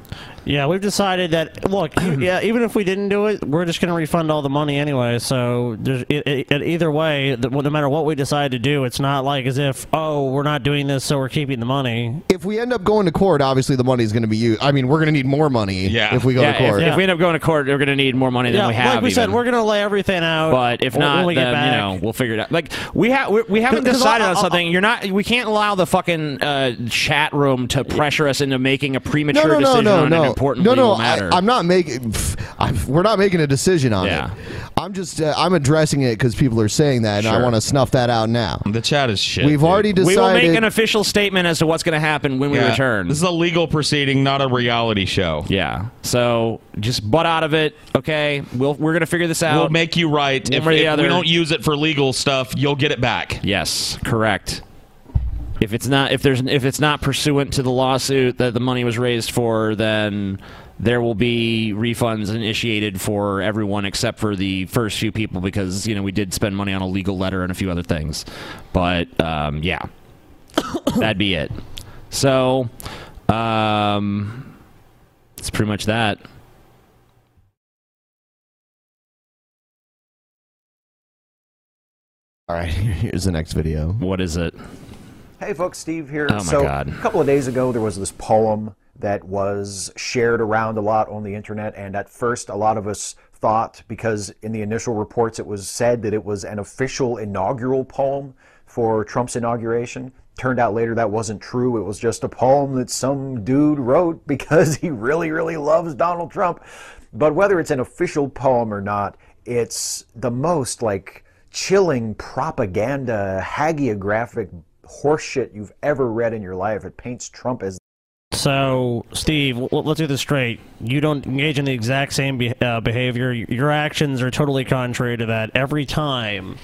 [SPEAKER 5] Yeah, we've decided that. Look, e- yeah, even if we didn't do it, we're just going to refund all the money anyway. So, there's, i i i- either way, the, no matter what we decide to do, it's not like as if oh, we're not doing this, so we're keeping the money.
[SPEAKER 2] If we end up going to court, obviously the money's going to be used. I mean, we're going to need more money if we go
[SPEAKER 6] Yeah,
[SPEAKER 2] to court.
[SPEAKER 6] If, if we end up going to court, we're going to need more money than
[SPEAKER 5] yeah,
[SPEAKER 6] we have.
[SPEAKER 5] like we said,
[SPEAKER 6] even.
[SPEAKER 5] we're going to lay everything out.
[SPEAKER 6] But if
[SPEAKER 5] when-
[SPEAKER 6] not,
[SPEAKER 5] when we get
[SPEAKER 6] then,
[SPEAKER 5] back.
[SPEAKER 6] you know, we'll figure it out. Like we have, we, we haven't
[SPEAKER 5] 'Cause- 'cause
[SPEAKER 6] decided
[SPEAKER 5] I-
[SPEAKER 6] on
[SPEAKER 5] I-
[SPEAKER 6] something. You're not. We can't allow the fucking uh, chat room to pressure us into making a premature
[SPEAKER 2] no, no,
[SPEAKER 6] decision
[SPEAKER 2] no,
[SPEAKER 6] on
[SPEAKER 2] no,
[SPEAKER 6] an important
[SPEAKER 2] no,
[SPEAKER 6] legal
[SPEAKER 2] no.
[SPEAKER 6] matter.
[SPEAKER 2] I, I'm not making. pff, I'm, we're not making a decision on it. I'm just. Uh, I'm addressing it because people are saying that, and I
[SPEAKER 6] Sure.
[SPEAKER 2] want to snuff that out now.
[SPEAKER 7] The chat is shit.
[SPEAKER 2] We've already
[SPEAKER 6] we will
[SPEAKER 2] decided.
[SPEAKER 6] make an official statement as to what's going to happen when we
[SPEAKER 7] Yeah.
[SPEAKER 6] return.
[SPEAKER 7] This is a legal proceeding, not a reality show.
[SPEAKER 6] Yeah. So just butt out of it, okay? We'll we're gonna figure this out.
[SPEAKER 7] We'll make you right.
[SPEAKER 6] One
[SPEAKER 7] If,
[SPEAKER 6] way or the
[SPEAKER 7] if
[SPEAKER 6] other.
[SPEAKER 7] we don't use it for legal stuff, you'll get it back.
[SPEAKER 6] Yes, correct. If it's not if there's if it's not pursuant to the lawsuit that the money was raised for, then there will be refunds initiated for everyone except for the first few people because you know we did spend money on a legal letter and a few other things. But um, yeah, that'd be it. So um, it's pretty much that.
[SPEAKER 2] All right. Here's the next video.
[SPEAKER 6] What is it?
[SPEAKER 30] Hey, folks, Steve here.
[SPEAKER 2] Oh, my
[SPEAKER 30] so,
[SPEAKER 2] God.
[SPEAKER 30] a couple of days ago, there was this poem that was shared around a lot on the internet, and at first, a lot of us thought because in the initial reports it was said that it was an official inaugural poem for Trump's inauguration. Turned out later that wasn't true. It was just a poem that some dude wrote because he really, really loves Donald Trump. But whether it's an official poem or not, it's the most like chilling propaganda, hagiographic horseshit you've ever read in your life. It paints Trump as
[SPEAKER 5] So, Steve, w- let's do this straight. You don't engage in the exact same be- uh, behavior. Your actions are totally contrary to that. Every time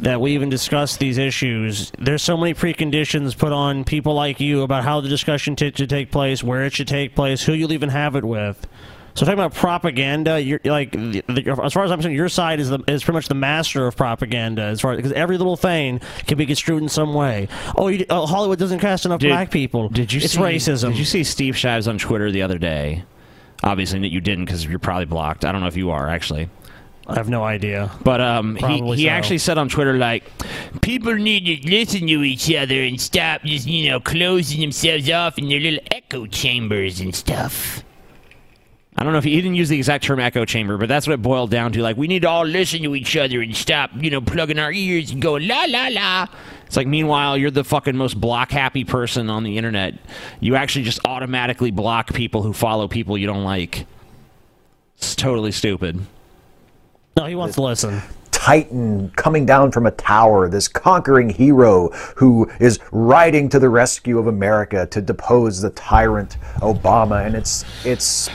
[SPEAKER 5] that we even discuss these issues, there's so many preconditions put on people like you about how the discussion t- should take place, where it should take place, who you'll even have it with. So, talking about propaganda, you're like, the, the, as far as I'm concerned, your side is the is pretty much the master of propaganda. As far because every little thing can be construed in some way. Oh, you, oh Hollywood doesn't cast enough
[SPEAKER 6] Dude,
[SPEAKER 5] black people.
[SPEAKER 6] Did you
[SPEAKER 5] It's
[SPEAKER 6] see,
[SPEAKER 5] racism.
[SPEAKER 6] Did you see Steve Shives on Twitter the other day? Obviously, you didn't because you're probably blocked. I don't know if you are actually.
[SPEAKER 5] I have no idea.
[SPEAKER 6] But um, he,
[SPEAKER 5] Probably
[SPEAKER 6] he
[SPEAKER 5] so.
[SPEAKER 6] actually said on Twitter like,
[SPEAKER 25] People need to listen to each other and stop just, you know, closing themselves off in their little echo chambers and stuff.
[SPEAKER 6] I don't know if he, he didn't use the exact term echo chamber, but that's what it boiled down to. Like, we need to all listen to each other and stop, you know, plugging our ears and going la la la. It's like, meanwhile, you're the fucking most block happy person on the internet. You actually just automatically block people who follow people you don't like. It's totally stupid.
[SPEAKER 5] No, he wants to listen.
[SPEAKER 30] Titan coming down from a tower, this conquering hero who is riding to the rescue of America to depose the tyrant Obama, and it's it's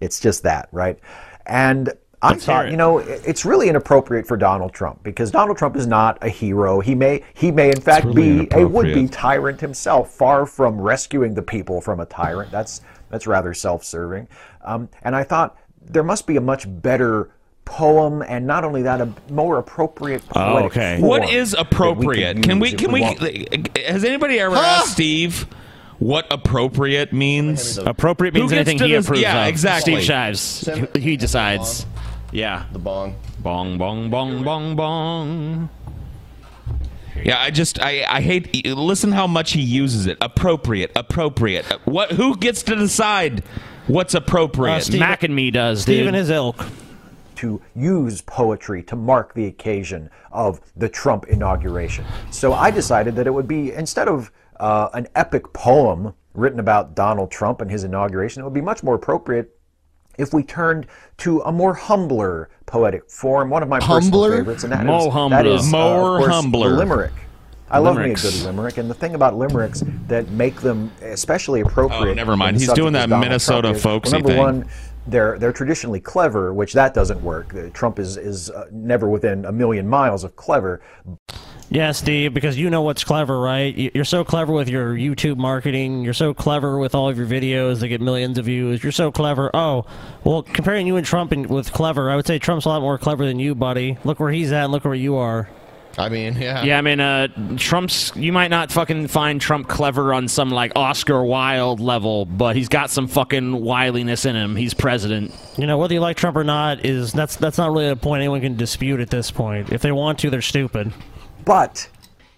[SPEAKER 30] it's just that, right? And I thought, you know, it- it's really inappropriate for Donald Trump because Donald Trump is not a hero. He may he may in fact be a would-be tyrant himself, far from rescuing the people from a tyrant. That's that's rather self-serving. Um, and I thought there must be a much better poem, and not only that, a more
[SPEAKER 7] Oh,
[SPEAKER 30] appropriate poetic form
[SPEAKER 7] What is
[SPEAKER 30] that we could
[SPEAKER 7] appropriate? Can we
[SPEAKER 30] use if
[SPEAKER 7] can we
[SPEAKER 30] want.
[SPEAKER 7] has anybody ever asked Steve what appropriate means?
[SPEAKER 6] Appropriate means
[SPEAKER 7] Who gets
[SPEAKER 6] anything
[SPEAKER 7] to
[SPEAKER 6] he
[SPEAKER 7] this-
[SPEAKER 6] approves
[SPEAKER 7] yeah,
[SPEAKER 6] of.
[SPEAKER 7] exactly.
[SPEAKER 6] Steve Shives. He, he decides. Yeah. The
[SPEAKER 2] bong.
[SPEAKER 6] Bong, bong, bong, bong, bong.
[SPEAKER 7] Yeah, I just I, I hate listen how much he uses it. Appropriate, appropriate. What who gets to decide what's
[SPEAKER 6] Uh,
[SPEAKER 2] Uh,
[SPEAKER 7] appropriate?
[SPEAKER 6] Mac and me does.
[SPEAKER 7] Steve and
[SPEAKER 5] his ilk.
[SPEAKER 30] To use poetry to mark the occasion of the Trump inauguration. So I decided that it would be, instead of uh, an epic poem written about Donald Trump and his inauguration, it would be much more appropriate if we turned to a more humbler poetic form, one of my personal
[SPEAKER 2] Humbler?
[SPEAKER 30] favorites, and that is
[SPEAKER 2] Mo
[SPEAKER 30] that
[SPEAKER 2] humbler.
[SPEAKER 30] is uh,
[SPEAKER 2] More
[SPEAKER 30] of course,
[SPEAKER 2] humbler.
[SPEAKER 30] the limerick. I love me a
[SPEAKER 2] Limericks.
[SPEAKER 30] good limerick, and the thing about limericks that make them especially appropriate.
[SPEAKER 7] Oh, never mind.
[SPEAKER 30] when the
[SPEAKER 7] He's
[SPEAKER 30] subject
[SPEAKER 7] doing
[SPEAKER 30] is
[SPEAKER 7] that
[SPEAKER 30] Donald
[SPEAKER 7] Minnesota
[SPEAKER 30] Trump is,
[SPEAKER 7] folksy
[SPEAKER 30] well, number
[SPEAKER 7] thing.
[SPEAKER 30] one, they're they're traditionally clever, which that doesn't work. Uh, Trump is is uh, never within a million miles of clever,
[SPEAKER 5] Yeah, Steve, because you know what's clever, right? You- You're so clever with your YouTube marketing. You're so clever with all of your videos that get millions of views. You're so clever. Oh, well, comparing you and Trump and with clever, I would say Trump's a lot more clever than you, buddy. Look where he's at and look where you are.
[SPEAKER 2] I mean, yeah.
[SPEAKER 6] Yeah, I mean, uh, Trump's. You might not fucking find Trump clever on some like Oscar Wilde level, but he's got some fucking wiliness in him. He's president.
[SPEAKER 5] You know, whether you like Trump or not is that's that's not really a point anyone can dispute at this point. If they want to, they're stupid.
[SPEAKER 30] But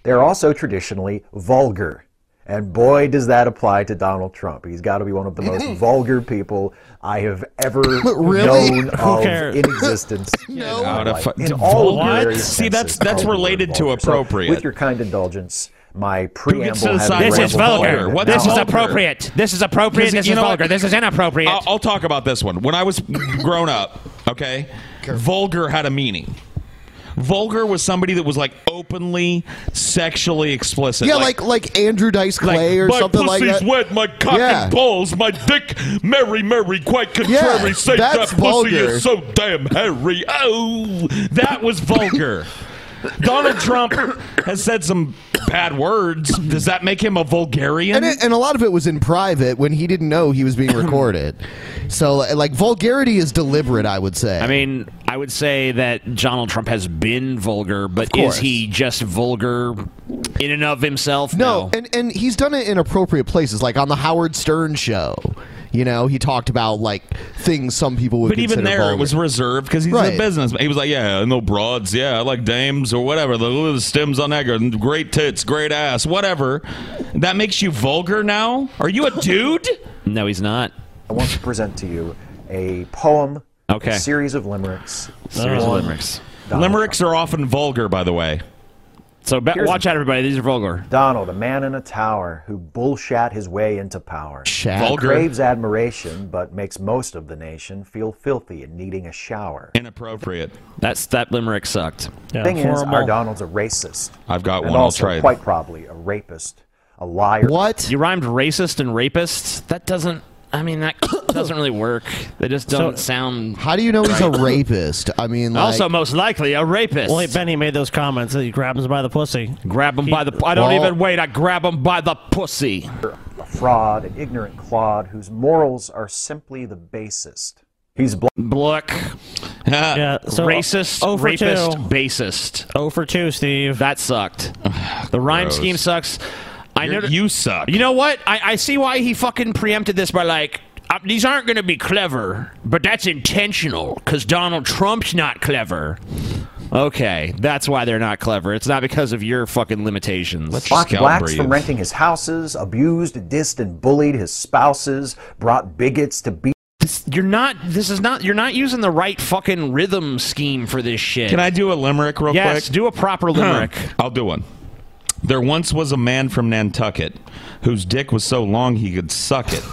[SPEAKER 30] they're also traditionally vulgar. And boy, does that apply to Donald Trump. He's got to be one of the most vulgar people I have ever
[SPEAKER 6] Really?
[SPEAKER 30] known
[SPEAKER 6] Who
[SPEAKER 30] of
[SPEAKER 6] cares?
[SPEAKER 30] in existence. no.
[SPEAKER 7] How to fu-
[SPEAKER 30] in all
[SPEAKER 7] What?
[SPEAKER 30] various
[SPEAKER 7] See, that's-
[SPEAKER 30] senses,
[SPEAKER 7] that's
[SPEAKER 30] vulgar and
[SPEAKER 7] related to
[SPEAKER 30] vulgar. So,
[SPEAKER 7] appropriate.
[SPEAKER 30] with your kind indulgence, my
[SPEAKER 7] Who
[SPEAKER 30] preamble
[SPEAKER 7] gets to
[SPEAKER 30] has
[SPEAKER 7] decide
[SPEAKER 30] rambled
[SPEAKER 7] what's vulgar?
[SPEAKER 30] on.
[SPEAKER 7] What's
[SPEAKER 30] Now-
[SPEAKER 7] vulgar?
[SPEAKER 6] This is appropriate,
[SPEAKER 7] Because
[SPEAKER 6] this
[SPEAKER 7] you
[SPEAKER 6] is
[SPEAKER 7] know
[SPEAKER 6] vulgar, this is inappropriate.
[SPEAKER 7] I'll, I'll talk about this one. When I was grown up, okay, vulgar had a meaning. Vulgar was somebody that was like openly sexually explicit.
[SPEAKER 2] yeah, like like Andrew Dice Clay or
[SPEAKER 7] my
[SPEAKER 2] something like
[SPEAKER 7] pussy's
[SPEAKER 2] that.
[SPEAKER 7] wet, my cock
[SPEAKER 2] Yeah.
[SPEAKER 7] and balls, my dick, merry, merry, quite
[SPEAKER 2] Yeah,
[SPEAKER 7] contrary. say that
[SPEAKER 2] that's
[SPEAKER 7] pussy
[SPEAKER 2] vulgar.
[SPEAKER 7] is so damn hairy. Oh, that was vulgar. Donald Trump has said some bad words. Does that make him a vulgarian?
[SPEAKER 2] And, it, and a lot of it was in private when he didn't know he was being recorded. so, li- like, vulgarity is deliberate, I would say.
[SPEAKER 6] I mean, I would say that Donald Trump has been vulgar, but
[SPEAKER 2] course.
[SPEAKER 6] is he just vulgar in and of himself?
[SPEAKER 2] No, and and he's done it in appropriate places, like on the Howard Stern show. You know, he talked about like things some people would.
[SPEAKER 7] But even
[SPEAKER 2] consider
[SPEAKER 7] there,
[SPEAKER 2] vulgar.
[SPEAKER 7] it was reserved because he's
[SPEAKER 2] Right.
[SPEAKER 7] a businessman. He was like, "Yeah, no broads. Yeah, I like dames or whatever. The little stems on that, girl, great tits, great ass, whatever." That makes you vulgar now. Are you a dude?
[SPEAKER 6] no, he's not.
[SPEAKER 30] I want to present to you a poem,
[SPEAKER 7] Okay.
[SPEAKER 30] a series of limericks.
[SPEAKER 7] Series
[SPEAKER 6] Uh,
[SPEAKER 7] of
[SPEAKER 30] on
[SPEAKER 7] limericks.
[SPEAKER 30] Donald
[SPEAKER 7] Limericks are often vulgar, by the way.
[SPEAKER 6] So
[SPEAKER 30] Here's watch
[SPEAKER 6] out, everybody. These are vulgar.
[SPEAKER 30] Donald, a man in a tower who bullshat his way into power.
[SPEAKER 2] Shat.
[SPEAKER 30] He
[SPEAKER 2] Vulgar.
[SPEAKER 30] Craves admiration, but makes most of the nation feel filthy and needing a shower.
[SPEAKER 7] Inappropriate.
[SPEAKER 6] That's that limerick sucked.
[SPEAKER 30] Thing is, our Donald's a racist.
[SPEAKER 7] I've got
[SPEAKER 30] and
[SPEAKER 6] one, I'll
[SPEAKER 30] also,
[SPEAKER 6] try it.
[SPEAKER 30] quite probably, a rapist, a liar.
[SPEAKER 2] What?
[SPEAKER 6] You rhymed racist and rapist? That doesn't. I mean, that doesn't really work. They just
[SPEAKER 2] So-
[SPEAKER 6] don't sound.
[SPEAKER 2] How do you know he's a rapist? I mean, like,
[SPEAKER 6] also, most likely a rapist.
[SPEAKER 5] Well, hey, Benny made those comments that he grabs him by the pussy.
[SPEAKER 6] Grab him by the. I don't
[SPEAKER 5] Well-
[SPEAKER 6] even wait. I grab him by the pussy.
[SPEAKER 30] A fraud, an ignorant clod whose morals are simply the basest. He's bl-
[SPEAKER 6] Block.
[SPEAKER 5] Yeah, so, uh,
[SPEAKER 6] racist,
[SPEAKER 5] oh for
[SPEAKER 6] rapist,
[SPEAKER 5] two.
[SPEAKER 6] basist.
[SPEAKER 5] Oh for two, Steve.
[SPEAKER 6] That sucked. The rhyme
[SPEAKER 5] Gross.
[SPEAKER 6] scheme sucks. I
[SPEAKER 7] You're-
[SPEAKER 6] know
[SPEAKER 7] you suck.
[SPEAKER 6] You know what? I, I see why he fucking preempted this by like. uh, These aren't going to be clever, but that's intentional because Donald Trump's not clever. Okay, that's why they're not clever. It's not because of your fucking limitations.
[SPEAKER 30] blocked blacks from renting his houses, abused, dissed, and bullied his spouses, brought bigots to be.
[SPEAKER 6] You're not. This is not. You're not using the right fucking rhythm scheme for this shit.
[SPEAKER 7] Can I do a limerick real quick?
[SPEAKER 6] Yes, do a proper limerick.
[SPEAKER 7] Huh. I'll do one. There once was a man from Nantucket whose dick was so long he could suck it.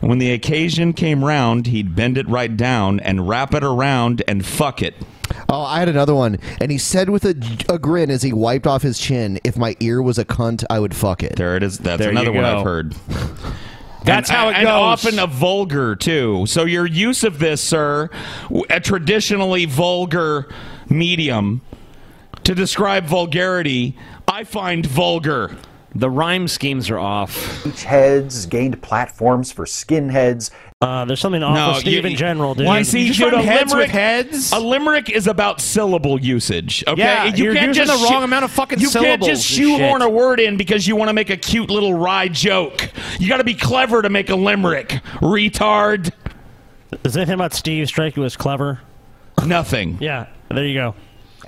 [SPEAKER 7] And when the occasion came round, he'd bend it right down and wrap it around and fuck it.
[SPEAKER 2] oh, I had another one, and he said with a, a grin as he wiped off his chin, "If my ear was a cunt, I would fuck it."
[SPEAKER 7] There it is. That's another one I've heard.
[SPEAKER 6] That's
[SPEAKER 7] And-
[SPEAKER 6] how it
[SPEAKER 7] and
[SPEAKER 6] goes.
[SPEAKER 7] often a vulgar too. So your use of this, sir, w- a traditionally vulgar medium to describe vulgarity, I find vulgar.
[SPEAKER 6] The rhyme schemes are off.
[SPEAKER 30] Beach heads gained platforms for skinheads.
[SPEAKER 5] Uh, there's something off with Steve in general, dude.
[SPEAKER 7] Why see, dude, a limerick,
[SPEAKER 6] heads?
[SPEAKER 7] A limerick is about syllable usage. Okay,
[SPEAKER 6] Yeah,
[SPEAKER 7] you
[SPEAKER 6] you're
[SPEAKER 7] can't
[SPEAKER 6] using
[SPEAKER 7] just
[SPEAKER 6] the wrong
[SPEAKER 7] shoo-
[SPEAKER 6] amount of fucking
[SPEAKER 7] You can't
[SPEAKER 6] syllables
[SPEAKER 7] just
[SPEAKER 6] and
[SPEAKER 7] shoehorn
[SPEAKER 6] shit.
[SPEAKER 7] a word in because you want to make a cute little wry joke. You got to be clever to make a limerick, retard.
[SPEAKER 5] Is anything about Steve strike you as clever?
[SPEAKER 7] Nothing.
[SPEAKER 5] Yeah, there you go.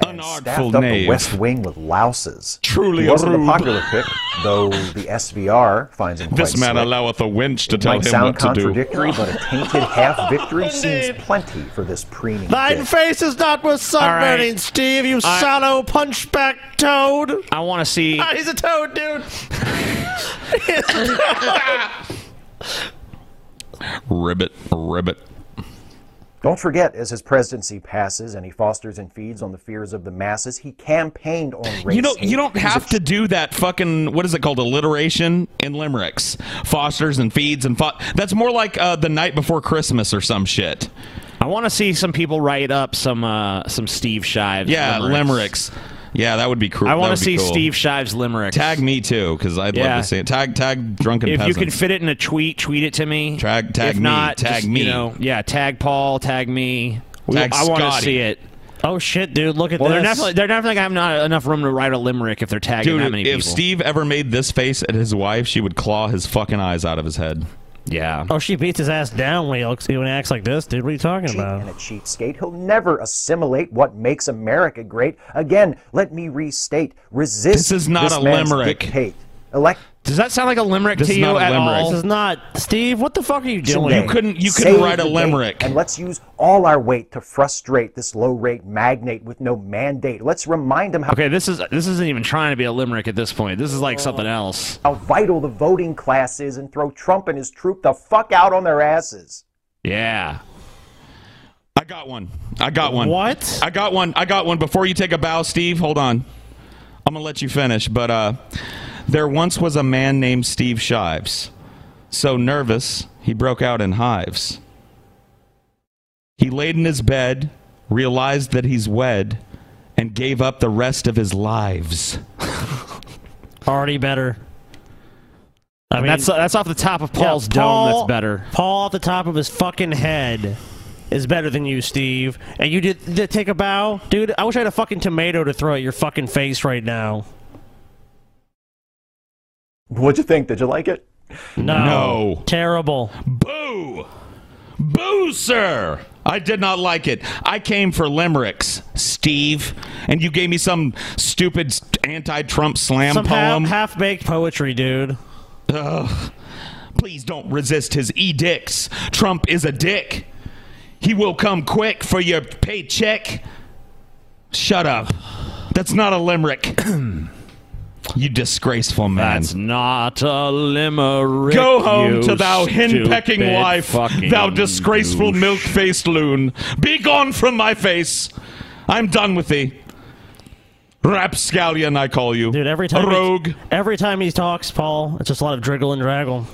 [SPEAKER 30] Staffed up the West Wing with louses.
[SPEAKER 7] Truly
[SPEAKER 30] he wasn't
[SPEAKER 7] a
[SPEAKER 30] a
[SPEAKER 7] rube.
[SPEAKER 30] popular pick, though the SVR finds him
[SPEAKER 7] This man
[SPEAKER 30] quite slick.
[SPEAKER 7] alloweth a wench to
[SPEAKER 30] It
[SPEAKER 7] tell
[SPEAKER 30] might
[SPEAKER 7] him
[SPEAKER 30] sound
[SPEAKER 7] what to do.
[SPEAKER 30] contradictory, but a tainted half victory seems plenty for this preening.
[SPEAKER 5] Thine
[SPEAKER 30] dick.
[SPEAKER 5] face is not with sunburning,
[SPEAKER 6] All right.
[SPEAKER 5] Steve, you
[SPEAKER 6] I-
[SPEAKER 5] sallow punchback toad.
[SPEAKER 6] I want to see.
[SPEAKER 5] Ah, he's a toad, dude.
[SPEAKER 7] Ribbit, ribbit.
[SPEAKER 30] Don't forget, as his presidency passes and he fosters and feeds on the fears of the masses, he campaigned on race.
[SPEAKER 7] You don't.
[SPEAKER 30] hate.
[SPEAKER 7] You don't have to do that. Fucking what is it called? Alliteration in limericks, fosters and feeds and fo- that's more like uh, the night before Christmas or some shit.
[SPEAKER 6] I want to see some people write up some uh, some Steve Shives.
[SPEAKER 7] Yeah, limericks. Yeah, that would be cool.
[SPEAKER 6] I want
[SPEAKER 7] That
[SPEAKER 6] to
[SPEAKER 7] would
[SPEAKER 6] see
[SPEAKER 7] be cool.
[SPEAKER 6] Steve Shives limericks.
[SPEAKER 7] Tag me too, because I'd
[SPEAKER 6] Yeah.
[SPEAKER 7] love to see it. Tag tag drunken
[SPEAKER 6] if you
[SPEAKER 7] peasants.
[SPEAKER 6] can fit it in a tweet, tweet it to me.
[SPEAKER 7] Tag tag
[SPEAKER 6] if
[SPEAKER 7] me.
[SPEAKER 6] not,
[SPEAKER 7] tag
[SPEAKER 6] just,
[SPEAKER 7] me.
[SPEAKER 6] You know, yeah, tag Paul. Tag me. We-
[SPEAKER 7] Tag
[SPEAKER 6] I want to
[SPEAKER 7] Scotty.
[SPEAKER 6] see it.
[SPEAKER 5] Oh shit, dude! Look at
[SPEAKER 6] Well,
[SPEAKER 5] this.
[SPEAKER 6] they're definitely they're definitely gonna have not enough room to write a limerick if they're tagging
[SPEAKER 7] Dude,
[SPEAKER 6] that many
[SPEAKER 7] if
[SPEAKER 6] people.
[SPEAKER 7] Steve ever made this face at his wife, she would claw his fucking eyes out of his head.
[SPEAKER 6] Yeah.
[SPEAKER 5] Oh, she beats his ass down when he looks when he acts like this, dude. What are you talking
[SPEAKER 30] and
[SPEAKER 5] about?
[SPEAKER 30] a cheapskate. He'll never assimilate what makes America great. Again, let me restate: resist.
[SPEAKER 7] This is not a
[SPEAKER 30] man's
[SPEAKER 7] limerick.
[SPEAKER 30] Dictate. Elect.
[SPEAKER 6] Does that sound like a limerick
[SPEAKER 7] This to is you not a at limerick. all?
[SPEAKER 5] This is not Steve. What the fuck are you doing?
[SPEAKER 30] Today. Save the day,
[SPEAKER 7] limerick.
[SPEAKER 30] And let's use all our weight to frustrate this low-rate magnate with no mandate. Let's remind him how
[SPEAKER 6] Okay, this is this isn't even trying to be a limerick at this point. This is
[SPEAKER 7] Oh.
[SPEAKER 6] like something else.
[SPEAKER 30] how vital the voting class is, and throw Trump and his troop the fuck out on their asses.
[SPEAKER 6] Yeah.
[SPEAKER 7] I got one. I got one.
[SPEAKER 5] What?
[SPEAKER 7] I got one. I got one. Before you take a bow, Steve, hold on. I'm gonna let you finish, but uh, there once was a man named Steve Shives. So nervous, he broke out in hives. He laid in his bed, realized that he's wed, and gave up the rest of his lives.
[SPEAKER 5] Already better. I mean,
[SPEAKER 6] that's that's off the top of
[SPEAKER 5] Yeah,
[SPEAKER 6] Paul's dome.
[SPEAKER 5] Paul-
[SPEAKER 6] That's better.
[SPEAKER 5] Paul off the top of his fucking head is better than you, Steve. And you did, did take a bow, dude. I wish I had a fucking tomato to throw at your fucking face right now.
[SPEAKER 30] What'd you think? Did you like it?
[SPEAKER 5] No.
[SPEAKER 7] No.
[SPEAKER 5] Terrible.
[SPEAKER 7] Boo! Boo, sir! I did not like it. I came for limericks, Steve, and you gave me some stupid st- anti-Trump slam
[SPEAKER 5] Some
[SPEAKER 7] poem.
[SPEAKER 5] half baked poetry, dude.
[SPEAKER 7] Ugh. Please don't resist his edicts. Trump is a dick. He will come quick for your paycheck. Shut up. That's not a limerick. you disgraceful man.
[SPEAKER 6] That's not a limerick.
[SPEAKER 7] Go home
[SPEAKER 6] you
[SPEAKER 7] to thou henpecking
[SPEAKER 6] stupid
[SPEAKER 7] wife,
[SPEAKER 6] fucking
[SPEAKER 7] thou disgraceful milk faced loon. Be gone from my face. I'm done with thee. Rapscallion, I call you. Dude,
[SPEAKER 5] every time
[SPEAKER 7] A
[SPEAKER 5] he-
[SPEAKER 7] rogue,
[SPEAKER 5] every time he talks, Paul, it's just a lot of driggle and draggle.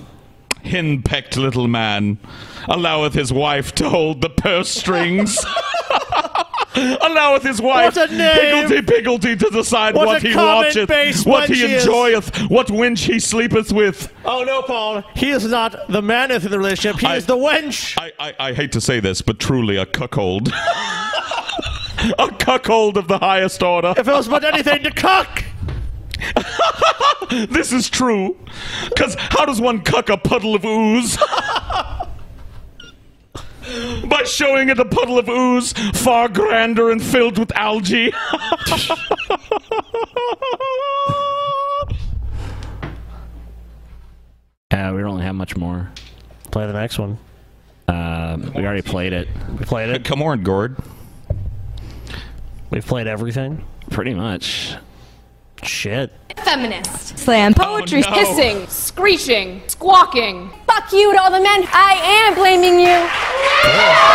[SPEAKER 7] henpecked little man, alloweth his wife to hold the purse strings. alloweth his wife,
[SPEAKER 3] What a name!
[SPEAKER 7] piggledy piggledy, to decide
[SPEAKER 3] What
[SPEAKER 7] what,
[SPEAKER 3] a
[SPEAKER 7] he
[SPEAKER 3] common
[SPEAKER 7] watcheth,
[SPEAKER 3] base
[SPEAKER 7] what
[SPEAKER 3] wench
[SPEAKER 7] he
[SPEAKER 3] is.
[SPEAKER 7] enjoyeth, what wench he sleepeth with.
[SPEAKER 5] Oh no, Paul! He is not the man in the relationship. He is the wench.
[SPEAKER 7] I, I, I hate to say this, but truly a cuckold. a cuckold of the highest order.
[SPEAKER 5] If it was but anything to cuck!
[SPEAKER 7] this is true. Because how does one cuck a puddle of ooze? By showing it a puddle of ooze far grander and filled with algae.
[SPEAKER 6] Uh, we don't have much more.
[SPEAKER 5] Play the next one.
[SPEAKER 6] Um, we already played it.
[SPEAKER 5] We played it.
[SPEAKER 7] Come on, Gord.
[SPEAKER 5] We've played everything.
[SPEAKER 6] Pretty much.
[SPEAKER 5] Shit.
[SPEAKER 20] Feminist. Slam. Poetry.
[SPEAKER 5] no.
[SPEAKER 20] Hissing. Screeching. Squawking. Fuck you to all the men. I am blaming you.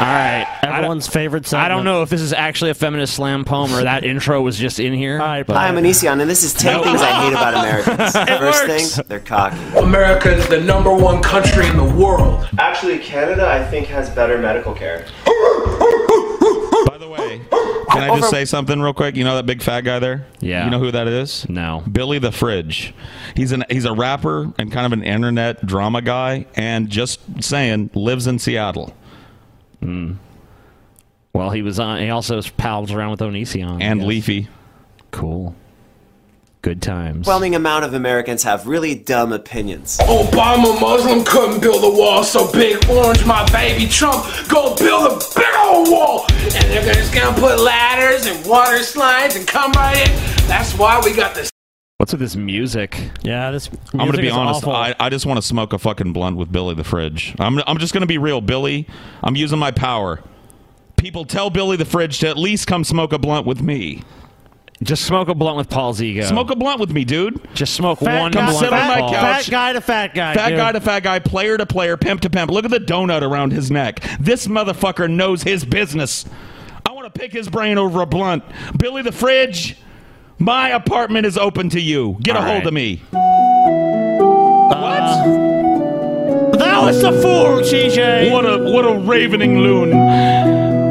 [SPEAKER 6] All right.
[SPEAKER 5] Everyone's favorite
[SPEAKER 6] I don't know if this is actually a feminist slam poem or that intro was just in here. but-
[SPEAKER 9] Hi, I'm Anision, and this is 10
[SPEAKER 6] Nope.
[SPEAKER 9] things I hate about Americans.
[SPEAKER 6] It
[SPEAKER 9] First
[SPEAKER 6] works.
[SPEAKER 9] thing, they're cocky.
[SPEAKER 18] America is the number one country in the world.
[SPEAKER 19] Actually, Canada, I think, has better medical care.
[SPEAKER 7] Can I just say something real quick? You know that big fat guy there?
[SPEAKER 6] Yeah.
[SPEAKER 7] You know who that is?
[SPEAKER 6] No.
[SPEAKER 7] Billy the Fridge. He's an he's a rapper and kind of an internet drama guy, and just saying lives in Seattle.
[SPEAKER 6] Well, he was on. He also was pals around with Onision I
[SPEAKER 7] And
[SPEAKER 6] guess.
[SPEAKER 7] Leafy.
[SPEAKER 6] Cool. Good times.
[SPEAKER 9] Overwhelming amount of Americans have really dumb opinions.
[SPEAKER 18] Obama Muslim couldn't build a wall so big. Orange, my baby Trump, go build a big old wall. And they're gonna- just gonna put ladders and water slides and come right in. That's why we got this.
[SPEAKER 6] What's with this music?
[SPEAKER 5] Yeah, this.
[SPEAKER 7] I'm gonna
[SPEAKER 5] music
[SPEAKER 7] be
[SPEAKER 5] is
[SPEAKER 7] honest.
[SPEAKER 5] awful.
[SPEAKER 7] I, I just want to smoke a fucking blunt with Billy the Fridge. I'm I'm just gonna be real, Billy. I'm using my power. People tell Billy the Fridge to at least come smoke a blunt with me.
[SPEAKER 6] Just smoke a blunt with Paul's ego.
[SPEAKER 7] Smoke a blunt with me, dude.
[SPEAKER 6] Just smoke one
[SPEAKER 7] Come
[SPEAKER 6] blunt
[SPEAKER 7] sit on
[SPEAKER 6] with
[SPEAKER 7] my
[SPEAKER 6] Paul.
[SPEAKER 7] couch.
[SPEAKER 5] Fat guy to fat guy.
[SPEAKER 7] Fat
[SPEAKER 5] dude.
[SPEAKER 7] guy to fat guy, player to player, pimp to pimp. Look at the donut around his neck. This motherfucker knows his business. I want to pick his brain over a blunt. Billy the Fridge, my apartment is open to you. Get a
[SPEAKER 6] All
[SPEAKER 7] hold
[SPEAKER 6] right.
[SPEAKER 7] of me.
[SPEAKER 5] Uh, Thou is the fool, TJ.
[SPEAKER 7] What a what a ravening loon.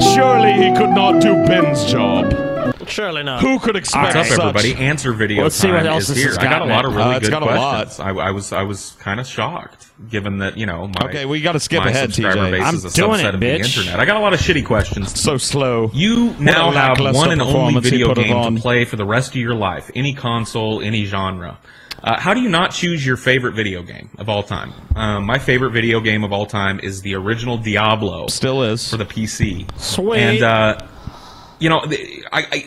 [SPEAKER 7] Surely he could not do Ben's job.
[SPEAKER 5] Surely not.
[SPEAKER 8] Who could expect What's up, everybody? Answer video
[SPEAKER 5] Let's see
[SPEAKER 8] time
[SPEAKER 5] what else
[SPEAKER 8] is
[SPEAKER 5] this
[SPEAKER 8] here.
[SPEAKER 5] has
[SPEAKER 8] I got a
[SPEAKER 5] gotten
[SPEAKER 8] lot
[SPEAKER 5] it.
[SPEAKER 8] of really
[SPEAKER 5] Uh, it's
[SPEAKER 8] good
[SPEAKER 5] got a lot.
[SPEAKER 8] questions. I, I was I was kind of shocked, given that you know my
[SPEAKER 7] Okay, we gotta skip
[SPEAKER 8] my
[SPEAKER 7] ahead,
[SPEAKER 8] subscriber
[SPEAKER 7] TJ.
[SPEAKER 8] Base
[SPEAKER 7] I'm
[SPEAKER 8] is a
[SPEAKER 7] doing
[SPEAKER 8] subset
[SPEAKER 7] it,
[SPEAKER 8] of the
[SPEAKER 7] bitch.
[SPEAKER 8] internet. I got a lot of shitty questions.
[SPEAKER 7] So slow.
[SPEAKER 8] You now
[SPEAKER 7] What a
[SPEAKER 8] have
[SPEAKER 7] lackluster
[SPEAKER 8] one and only
[SPEAKER 7] performance he
[SPEAKER 8] video
[SPEAKER 7] put it
[SPEAKER 8] game
[SPEAKER 7] on.
[SPEAKER 8] to play for the rest of your life, any console, any genre. Uh, how do you not choose your favorite video game of all time? Um, my favorite video game of all time is the original Diablo.
[SPEAKER 7] Still is
[SPEAKER 8] for the PC.
[SPEAKER 5] Sweet.
[SPEAKER 8] And uh, you know, the- I, I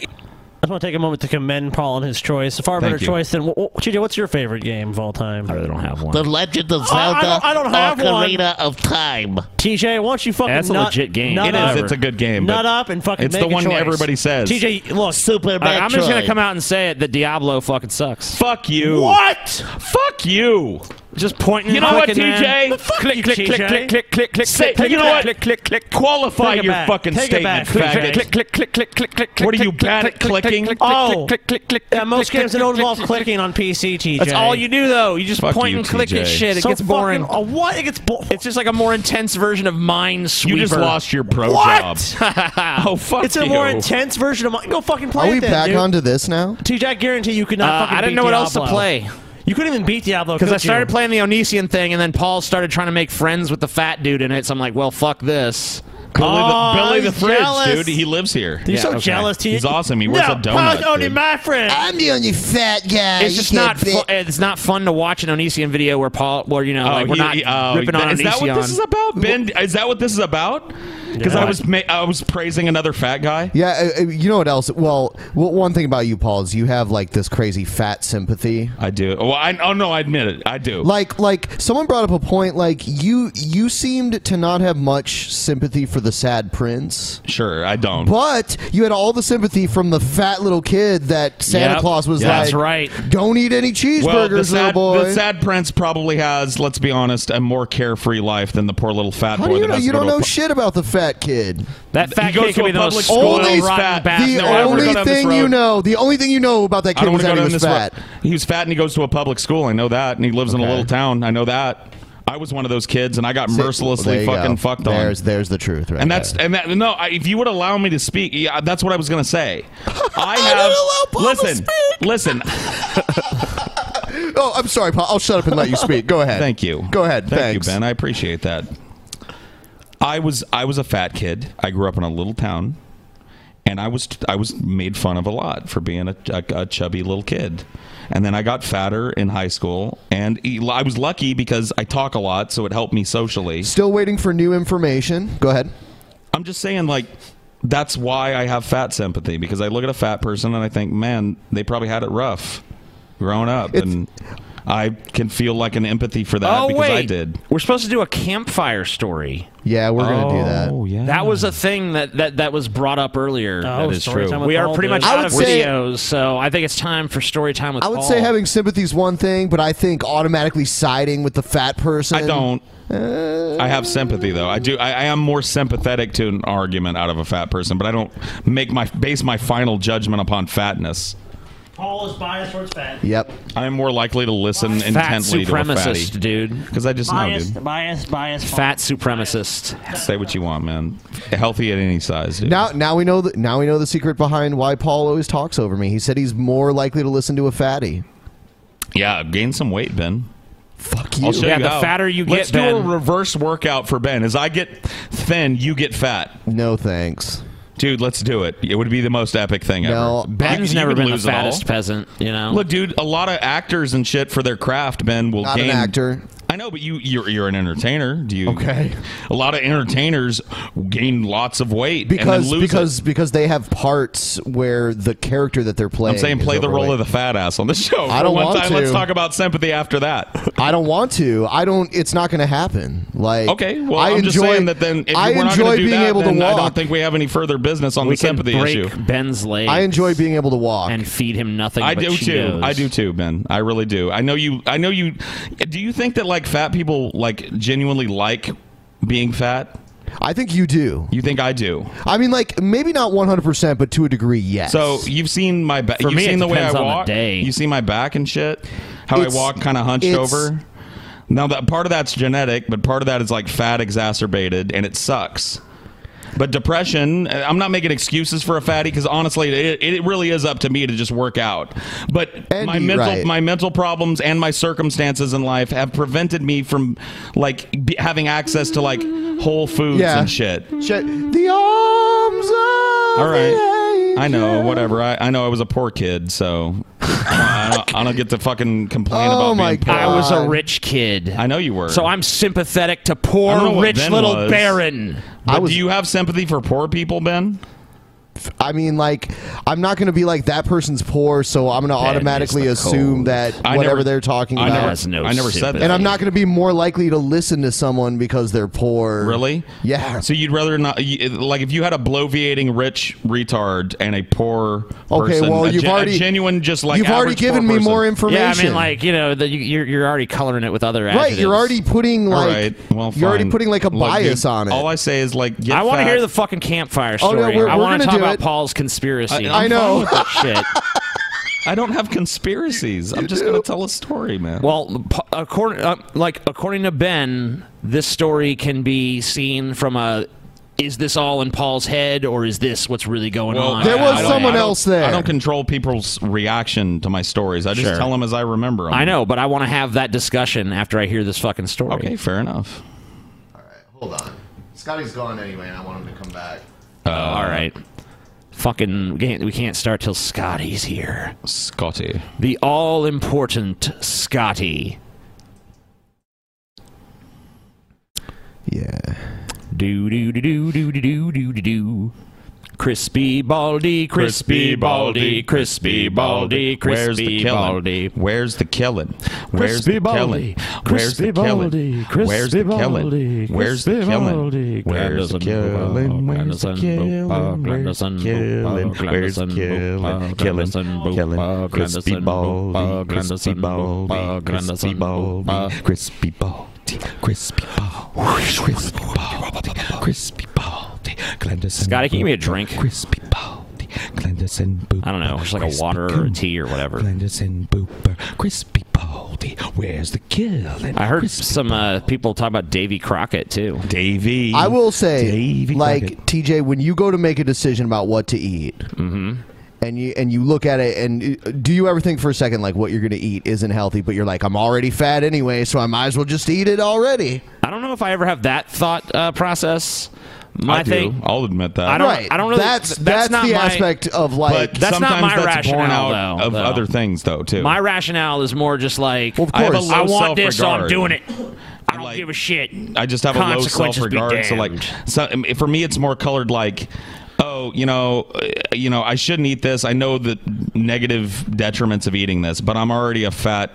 [SPEAKER 5] I just want to take a moment to commend Paul on his choice. A far
[SPEAKER 8] Thank
[SPEAKER 5] better
[SPEAKER 8] you.
[SPEAKER 5] choice than. wh- wh- TJ, what's your favorite game of all time? I really don't have one.
[SPEAKER 21] The Legend of
[SPEAKER 5] Oh, I- I
[SPEAKER 21] Zelda
[SPEAKER 5] don't- I don't have one.
[SPEAKER 21] Ocarina of Time.
[SPEAKER 5] TJ, why don't you fucking
[SPEAKER 21] That's a
[SPEAKER 5] nut-
[SPEAKER 21] legit game.
[SPEAKER 5] nut
[SPEAKER 21] It is.
[SPEAKER 5] up-
[SPEAKER 21] It's a good game,
[SPEAKER 5] Nut
[SPEAKER 21] but
[SPEAKER 5] up and fucking.
[SPEAKER 21] it's
[SPEAKER 5] make
[SPEAKER 21] the
[SPEAKER 5] a
[SPEAKER 21] one
[SPEAKER 5] choice.
[SPEAKER 21] everybody says.
[SPEAKER 5] TJ, look, super.
[SPEAKER 21] Alright, I'm just gonna come
[SPEAKER 5] out.
[SPEAKER 21] out and say it. The Diablo fucking sucks.
[SPEAKER 7] Fuck you.
[SPEAKER 21] What?
[SPEAKER 7] Fuck you.
[SPEAKER 21] Just pointing.
[SPEAKER 7] You
[SPEAKER 21] and
[SPEAKER 7] know what,
[SPEAKER 21] clicking, man.
[SPEAKER 7] TJ?
[SPEAKER 21] Fuck
[SPEAKER 7] Click,
[SPEAKER 21] you,
[SPEAKER 7] click, click,
[SPEAKER 21] TJ.
[SPEAKER 7] click, click, click, click,
[SPEAKER 21] Say-
[SPEAKER 7] click,
[SPEAKER 21] You know
[SPEAKER 7] click,
[SPEAKER 21] what?
[SPEAKER 7] click, click, click. Qualify
[SPEAKER 21] Take it
[SPEAKER 7] your
[SPEAKER 21] back.
[SPEAKER 7] fucking
[SPEAKER 21] Take it back.
[SPEAKER 7] statement,
[SPEAKER 21] Click,
[SPEAKER 7] faggot.
[SPEAKER 21] click, click, click, click, click, click, click,
[SPEAKER 7] What are you
[SPEAKER 21] click,
[SPEAKER 7] bad
[SPEAKER 21] click,
[SPEAKER 7] at
[SPEAKER 21] click, click,
[SPEAKER 7] clicking?
[SPEAKER 21] click, click,
[SPEAKER 5] Oh,
[SPEAKER 21] click, click, click,
[SPEAKER 5] Yeah, most
[SPEAKER 21] click,
[SPEAKER 5] games
[SPEAKER 21] click,
[SPEAKER 5] don't involve
[SPEAKER 21] click, click,
[SPEAKER 5] clicking on PC. TJ,
[SPEAKER 21] That's all you do, though. You just
[SPEAKER 5] Fuck
[SPEAKER 21] point
[SPEAKER 5] you,
[SPEAKER 21] and click at
[SPEAKER 5] TJ.
[SPEAKER 21] shit. It
[SPEAKER 5] So
[SPEAKER 21] gets boring.
[SPEAKER 5] fucking- oh, what? It gets boring.
[SPEAKER 21] It's just like a more intense version of Minesweeper.
[SPEAKER 7] You just lost your pro
[SPEAKER 21] what?
[SPEAKER 7] job.
[SPEAKER 21] oh
[SPEAKER 7] fuck
[SPEAKER 5] It's a
[SPEAKER 7] you.
[SPEAKER 5] more intense version of. Mine. Go fucking play
[SPEAKER 2] Are
[SPEAKER 5] it
[SPEAKER 2] we
[SPEAKER 5] then,
[SPEAKER 2] back
[SPEAKER 5] dude.
[SPEAKER 2] onto this now?
[SPEAKER 5] TJ, I guarantee you could not.
[SPEAKER 21] Uh,
[SPEAKER 5] fucking
[SPEAKER 21] I didn't
[SPEAKER 5] beat
[SPEAKER 21] know what else to
[SPEAKER 5] Diablo.
[SPEAKER 21] play.
[SPEAKER 5] You couldn't even beat
[SPEAKER 2] Oh,
[SPEAKER 5] Diablo
[SPEAKER 21] Because I
[SPEAKER 5] could you?
[SPEAKER 21] started playing the Onision thing, and then Paul started trying to make friends with the fat dude in it. So I'm like, well, fuck this.
[SPEAKER 7] Billy,
[SPEAKER 21] Oh,
[SPEAKER 7] the, Billy the
[SPEAKER 21] I'm
[SPEAKER 7] Fridge,
[SPEAKER 21] jealous.
[SPEAKER 7] dude. He lives here.
[SPEAKER 21] You're so jealous, TJ.
[SPEAKER 7] He's awesome. He wears
[SPEAKER 21] No,
[SPEAKER 7] a
[SPEAKER 21] Paul's
[SPEAKER 7] donut.
[SPEAKER 21] only
[SPEAKER 7] dude.
[SPEAKER 21] my friend.
[SPEAKER 3] I'm the only fat guy.
[SPEAKER 21] it's
[SPEAKER 3] You
[SPEAKER 21] just
[SPEAKER 3] can't
[SPEAKER 21] not.
[SPEAKER 3] fit-
[SPEAKER 21] Fu- it's not fun to watch an Onision video where Paul, where you know, like we're
[SPEAKER 7] he-
[SPEAKER 21] not
[SPEAKER 7] he- oh,
[SPEAKER 21] ripping on
[SPEAKER 7] that- Is that what
[SPEAKER 21] Onision.
[SPEAKER 7] this is about, Ben? Is that what this is about? Because I
[SPEAKER 2] Yeah.
[SPEAKER 7] was ma- I was praising another fat guy.
[SPEAKER 2] Yeah, uh, uh, you know what else? Well, well, one thing about you, Paul, is you have like this crazy fat sympathy.
[SPEAKER 7] I do. Well, I, oh no, I admit it. I do.
[SPEAKER 2] Like, like someone brought up a point. Like you, you seemed to not have much sympathy for the sad prince.
[SPEAKER 7] Sure, I don't.
[SPEAKER 2] But you had all the sympathy from the fat little kid that Santa
[SPEAKER 7] Yep.
[SPEAKER 2] Claus was
[SPEAKER 7] Yeah.
[SPEAKER 2] like,
[SPEAKER 7] That's right.
[SPEAKER 2] Don't eat any cheeseburgers,
[SPEAKER 7] Well, the
[SPEAKER 2] little
[SPEAKER 7] sad,
[SPEAKER 2] boy."
[SPEAKER 7] the sad prince probably has, let's be honest, a more carefree life than the poor little fat
[SPEAKER 2] How
[SPEAKER 7] boy
[SPEAKER 2] do you
[SPEAKER 7] that
[SPEAKER 2] know?
[SPEAKER 7] has to
[SPEAKER 2] You
[SPEAKER 7] go
[SPEAKER 2] don't
[SPEAKER 7] to a
[SPEAKER 2] know
[SPEAKER 7] pu-
[SPEAKER 2] shit about the fat kid.
[SPEAKER 21] That
[SPEAKER 7] fat He goes kid to could a be the most public school. spoiled,
[SPEAKER 2] only
[SPEAKER 7] rotten
[SPEAKER 2] fat-
[SPEAKER 7] bastard
[SPEAKER 2] The
[SPEAKER 7] that ever
[SPEAKER 2] only
[SPEAKER 7] got on this
[SPEAKER 2] thing you
[SPEAKER 7] road.
[SPEAKER 2] know, the only thing you know about that
[SPEAKER 7] I
[SPEAKER 2] kid
[SPEAKER 7] don't
[SPEAKER 2] was
[SPEAKER 7] want to go
[SPEAKER 2] that he
[SPEAKER 7] down
[SPEAKER 2] was
[SPEAKER 7] this
[SPEAKER 2] fat.
[SPEAKER 7] road. He was fat and he goes to a public school. I know that, and he lives in a little town. I know that. I was one of those kids, and I got
[SPEAKER 2] See, there
[SPEAKER 7] mercilessly
[SPEAKER 2] you go.
[SPEAKER 7] fucking fucked on.
[SPEAKER 2] There's there's the truth, right?
[SPEAKER 7] and that's and that no. I, if you would allow me to speak, yeah, that's what I was gonna say. I have listen, listen.
[SPEAKER 2] there. oh, I'm sorry, Paul. I'll shut up and let you speak. Go ahead.
[SPEAKER 7] Thank you.
[SPEAKER 2] Go ahead.
[SPEAKER 7] Thank
[SPEAKER 2] Thanks.
[SPEAKER 7] you, Ben. I appreciate that. I was I was a fat kid. I grew up in a little town, and I was I was made fun of a lot for being a, a, a chubby little kid. And then I got fatter in high school, and e, I was lucky because I talk a lot, so it helped me socially.
[SPEAKER 2] Still waiting for new information. Go ahead.
[SPEAKER 7] I'm just saying, like, that's why I have fat sympathy because I look at a fat person and I think, man, they probably had it rough growing up, and I can feel like an empathy for that
[SPEAKER 21] Oh
[SPEAKER 7] because
[SPEAKER 21] wait,
[SPEAKER 7] I did.
[SPEAKER 21] we're supposed to do a campfire story.
[SPEAKER 2] Yeah, we're gonna do that.
[SPEAKER 7] Oh yeah.
[SPEAKER 21] That was a thing that, that, that was brought up earlier.
[SPEAKER 2] Oh,
[SPEAKER 21] that is
[SPEAKER 2] story
[SPEAKER 21] true.
[SPEAKER 2] time with
[SPEAKER 21] We are
[SPEAKER 2] Paul,
[SPEAKER 21] pretty
[SPEAKER 2] dude.
[SPEAKER 21] much
[SPEAKER 2] I
[SPEAKER 21] out
[SPEAKER 2] would
[SPEAKER 21] of
[SPEAKER 2] say-
[SPEAKER 21] videos, so I think it's time for story time with
[SPEAKER 2] I would
[SPEAKER 21] Paul.
[SPEAKER 2] say having sympathy is one thing, but I think automatically siding with the fat person. Eh,
[SPEAKER 7] I don't. I have sympathy though. I do. I, I am more sympathetic to an argument out of a fat person, but I don't make my base my final judgment upon fatness.
[SPEAKER 5] Paul is biased towards fat.
[SPEAKER 2] Yep.
[SPEAKER 7] I am more likely to listen
[SPEAKER 21] Fat
[SPEAKER 7] intently to a
[SPEAKER 21] supremacist,
[SPEAKER 7] fatty,
[SPEAKER 21] dude.
[SPEAKER 7] Because I just know,
[SPEAKER 5] Biased,
[SPEAKER 7] dude.
[SPEAKER 5] biased, biased. Paul.
[SPEAKER 21] Fat supremacist.
[SPEAKER 7] Say what you want, man. Healthy at any size, dude.
[SPEAKER 2] Now, now we know the now we know the secret behind why Paul always talks over me. He said he's more likely to listen to a fatty.
[SPEAKER 7] Yeah, gain some weight, Ben.
[SPEAKER 2] Fuck
[SPEAKER 7] I'll show
[SPEAKER 21] Yeah,
[SPEAKER 7] you
[SPEAKER 21] the
[SPEAKER 7] how.
[SPEAKER 21] fatter you
[SPEAKER 7] Let's
[SPEAKER 21] get,
[SPEAKER 7] do
[SPEAKER 21] Ben.
[SPEAKER 7] a reverse workout for Ben. As I get thin, you get fat.
[SPEAKER 2] No thanks.
[SPEAKER 7] Dude, let's do it. It would be the most epic thing
[SPEAKER 2] No,
[SPEAKER 7] ever.
[SPEAKER 21] Ben's
[SPEAKER 7] You- you
[SPEAKER 21] never
[SPEAKER 7] could
[SPEAKER 21] been the
[SPEAKER 7] lose it all.
[SPEAKER 21] fattest peasant, you know.
[SPEAKER 7] Look, dude, a lot of actors and shit for their craft, Ben, will
[SPEAKER 2] Not an
[SPEAKER 7] gain.
[SPEAKER 2] actor.
[SPEAKER 7] I know, but you you're, you're an entertainer. Do you?
[SPEAKER 2] Okay.
[SPEAKER 7] A lot of entertainers gain lots of weight and
[SPEAKER 2] Because
[SPEAKER 7] then lose
[SPEAKER 2] because
[SPEAKER 7] it.
[SPEAKER 2] because they have parts where the character that they're playing.
[SPEAKER 7] I'm saying play
[SPEAKER 2] is
[SPEAKER 7] the role of
[SPEAKER 2] overweight.
[SPEAKER 7] the fat ass on the show.
[SPEAKER 2] I
[SPEAKER 7] For
[SPEAKER 2] don't
[SPEAKER 7] one
[SPEAKER 2] want
[SPEAKER 7] time, Let's
[SPEAKER 2] to.
[SPEAKER 7] talk about sympathy after that.
[SPEAKER 2] I don't want to. I don't. It's not going to happen. Like
[SPEAKER 7] Okay, well,
[SPEAKER 2] I
[SPEAKER 7] am
[SPEAKER 2] enjoy.
[SPEAKER 7] just saying that then if
[SPEAKER 2] I
[SPEAKER 7] we're not
[SPEAKER 2] enjoy
[SPEAKER 7] going to do
[SPEAKER 2] being
[SPEAKER 7] that,
[SPEAKER 2] able to
[SPEAKER 7] then I
[SPEAKER 2] walk.
[SPEAKER 7] don't think we have any further business on
[SPEAKER 21] we
[SPEAKER 7] the sympathy
[SPEAKER 21] can break
[SPEAKER 7] issue.
[SPEAKER 21] Ben's legs.
[SPEAKER 2] I enjoy being able to walk.
[SPEAKER 21] and feed him nothing.
[SPEAKER 7] I
[SPEAKER 21] but
[SPEAKER 7] do too.
[SPEAKER 21] Cheetos.
[SPEAKER 7] I do too, Ben. I really do. I know you. I know you. Do you think that like fat people like genuinely like being fat?
[SPEAKER 2] I think you do.
[SPEAKER 7] You think I do?
[SPEAKER 2] I mean, like maybe not 100, percent but to a degree, yes.
[SPEAKER 7] So you've seen my back.
[SPEAKER 2] For
[SPEAKER 7] You've
[SPEAKER 2] me, it
[SPEAKER 7] seen the way I
[SPEAKER 2] depends on the
[SPEAKER 7] walk.
[SPEAKER 2] day.
[SPEAKER 7] You see my back and shit. How
[SPEAKER 2] It's-
[SPEAKER 7] I walk, kind of hunched
[SPEAKER 2] it's-
[SPEAKER 7] over. Now that part of that's genetic, but part of that is like fat exacerbated, and it sucks. But depression, uh, I'm not making excuses for a fatty because honestly, it, it really is up to me to just work out. But my
[SPEAKER 2] you're
[SPEAKER 7] mental,
[SPEAKER 2] right.
[SPEAKER 7] my mental problems and my circumstances in life have prevented me from like be, having access to like Whole Foods
[SPEAKER 2] Yeah.
[SPEAKER 7] and shit.
[SPEAKER 2] Shit. The arms of
[SPEAKER 7] All right.
[SPEAKER 2] the
[SPEAKER 7] I know,
[SPEAKER 2] angel.
[SPEAKER 7] whatever. I, I know I was a poor kid, so I, don't, I don't get to fucking complain
[SPEAKER 6] Oh
[SPEAKER 7] about
[SPEAKER 6] my
[SPEAKER 7] being poor.
[SPEAKER 6] God. I was a
[SPEAKER 7] rich kid. I know you were.
[SPEAKER 6] So I'm sympathetic to
[SPEAKER 7] I don't know
[SPEAKER 6] poor,
[SPEAKER 7] what
[SPEAKER 6] rich
[SPEAKER 7] Ben
[SPEAKER 6] little
[SPEAKER 7] was.
[SPEAKER 6] baron.
[SPEAKER 7] But do you have sympathy for poor people, Ben?
[SPEAKER 2] I mean, like, I'm not going to be like that person's poor, so I'm going to automatically assume that
[SPEAKER 7] I
[SPEAKER 2] whatever
[SPEAKER 7] never-
[SPEAKER 2] they're talking
[SPEAKER 7] I
[SPEAKER 2] about.
[SPEAKER 7] never- That's no I never said sympathy. that.
[SPEAKER 2] And I'm not going to be more likely to listen to someone because they're poor.
[SPEAKER 7] Really?
[SPEAKER 2] Yeah.
[SPEAKER 7] So you'd rather not, you- like, if you had a bloviating rich retard and a poor
[SPEAKER 2] Okay,
[SPEAKER 7] person,
[SPEAKER 2] well,
[SPEAKER 7] a
[SPEAKER 2] you've
[SPEAKER 7] gen- a
[SPEAKER 2] already-
[SPEAKER 7] genuine, just like
[SPEAKER 2] you've already
[SPEAKER 7] average poor
[SPEAKER 2] given me
[SPEAKER 7] person.
[SPEAKER 2] more
[SPEAKER 6] Yeah, I
[SPEAKER 2] information.
[SPEAKER 6] mean, like you know, the, you, you're you're already coloring it with other
[SPEAKER 2] Right, you're
[SPEAKER 6] adjectives.
[SPEAKER 2] already putting like
[SPEAKER 7] All right. Well,
[SPEAKER 2] you're already
[SPEAKER 7] fine.
[SPEAKER 2] putting like a
[SPEAKER 7] Look,
[SPEAKER 2] bias
[SPEAKER 7] dude,
[SPEAKER 2] on it.
[SPEAKER 7] All I say is like, get
[SPEAKER 6] I want to
[SPEAKER 7] fat.
[SPEAKER 6] hear the fucking campfire
[SPEAKER 7] Oh,
[SPEAKER 6] story.
[SPEAKER 7] no, we're-
[SPEAKER 6] I
[SPEAKER 7] we're
[SPEAKER 6] want
[SPEAKER 7] gonna
[SPEAKER 6] to talk
[SPEAKER 7] do
[SPEAKER 6] about
[SPEAKER 7] it.
[SPEAKER 6] Paul's conspiracy.
[SPEAKER 7] I- I'm
[SPEAKER 6] I'm
[SPEAKER 7] know.
[SPEAKER 6] fine with that shit.
[SPEAKER 7] I don't have conspiracies. I'm just going to tell a story, man.
[SPEAKER 6] Well, p- according uh, like according to Ben, this story can be seen from a is this all in Paul's head or is this what's really going on?
[SPEAKER 7] I- I don't- I don't- I don't control people's reaction to my stories. I just
[SPEAKER 6] Sure.
[SPEAKER 7] tell them as I remember them.
[SPEAKER 6] I know, but I want to have that discussion after I hear this fucking story. Okay,
[SPEAKER 7] fair enough.
[SPEAKER 2] Hold on. Scotty's gone anyway, and I want him to come back.
[SPEAKER 6] all right. Uh, Fucking, we can't, we can't start till Scotty's here.
[SPEAKER 7] Scotty.
[SPEAKER 6] The all important Scotty.
[SPEAKER 2] Yeah.
[SPEAKER 6] Do, do, do, do, do, do, do, do, do, do. Crispy Baldy, crispy Baldy, crispy Baldy,
[SPEAKER 7] Where's the
[SPEAKER 6] crispy
[SPEAKER 7] killing?
[SPEAKER 6] Baldy.
[SPEAKER 7] Where's the killing? Where's
[SPEAKER 6] Crispy
[SPEAKER 7] the killing?
[SPEAKER 6] Baldy,
[SPEAKER 7] Where's the
[SPEAKER 6] crispy Baldy,
[SPEAKER 7] killing? Where's the
[SPEAKER 6] crispy
[SPEAKER 7] killing?
[SPEAKER 6] Baldy,
[SPEAKER 7] Where's the
[SPEAKER 6] crispy
[SPEAKER 7] killing?
[SPEAKER 6] Baldy.
[SPEAKER 7] Where's the
[SPEAKER 6] Granderson,
[SPEAKER 7] killing?
[SPEAKER 6] Bopa,
[SPEAKER 7] Where's the
[SPEAKER 6] Granderson,
[SPEAKER 7] killing?
[SPEAKER 6] Bopa,
[SPEAKER 7] Where's the
[SPEAKER 6] Granderson,
[SPEAKER 7] killing?
[SPEAKER 6] Bopa,
[SPEAKER 7] Where's the
[SPEAKER 6] Granderson,
[SPEAKER 7] killing?
[SPEAKER 6] Bopa,
[SPEAKER 7] Killing,
[SPEAKER 6] Granderson,
[SPEAKER 7] killing.
[SPEAKER 6] Bopa,
[SPEAKER 7] Crispy
[SPEAKER 6] Granderson,
[SPEAKER 7] Baldy, crispy Baldy, crispy Baldy,
[SPEAKER 6] Bopa, Granderson, Bopa, Granderson, Bopa.
[SPEAKER 7] crispy Baldy, crispy Baldy, crispy Baldy, crispy Baldy. Glanderson,
[SPEAKER 6] Scotty, can you give me a drink?
[SPEAKER 7] Crispy Baldy, Glanderson,
[SPEAKER 6] I don't know, just like a
[SPEAKER 7] Crispy
[SPEAKER 6] water or a tea or whatever.
[SPEAKER 7] Glanderson, Booper, Crispy Baldy. Where's the killing?
[SPEAKER 6] I heard some uh, people talk about Davy Crockett too.
[SPEAKER 7] Davy,
[SPEAKER 2] I will say, like TJ, when you go to make a decision about what to eat,
[SPEAKER 7] Mm-hmm.
[SPEAKER 2] and you and you look at it, and uh, do you ever think for a second like what you're going to eat isn't healthy, but you're like, I'm already fat anyway, so I might as well just eat it already.
[SPEAKER 6] I don't know if I ever have that thought uh, process. My
[SPEAKER 7] I do.
[SPEAKER 6] thing,
[SPEAKER 7] I'll admit that.
[SPEAKER 6] I don't.
[SPEAKER 2] Right.
[SPEAKER 6] I don't really.
[SPEAKER 2] That's-
[SPEAKER 6] th-
[SPEAKER 2] that's
[SPEAKER 6] not
[SPEAKER 2] the
[SPEAKER 6] my-
[SPEAKER 2] aspect of, like-
[SPEAKER 7] But
[SPEAKER 6] that's not
[SPEAKER 7] sometimes
[SPEAKER 6] my
[SPEAKER 7] that's born
[SPEAKER 6] rationale
[SPEAKER 7] out
[SPEAKER 6] though.
[SPEAKER 7] of
[SPEAKER 6] though.
[SPEAKER 7] other things, though, too.
[SPEAKER 6] My rationale is more just like
[SPEAKER 7] of I have a course. low
[SPEAKER 6] I, want this, so I'm doing
[SPEAKER 7] self-regard.
[SPEAKER 6] it. I don't give a shit.
[SPEAKER 7] I just have a low self
[SPEAKER 6] Consequences be
[SPEAKER 7] regard. So like,
[SPEAKER 6] damned.
[SPEAKER 7] so um, for me, it's more colored like, oh, you know, uh, you know, I shouldn't eat this. I know the negative detriments of eating this, but I'm already a fat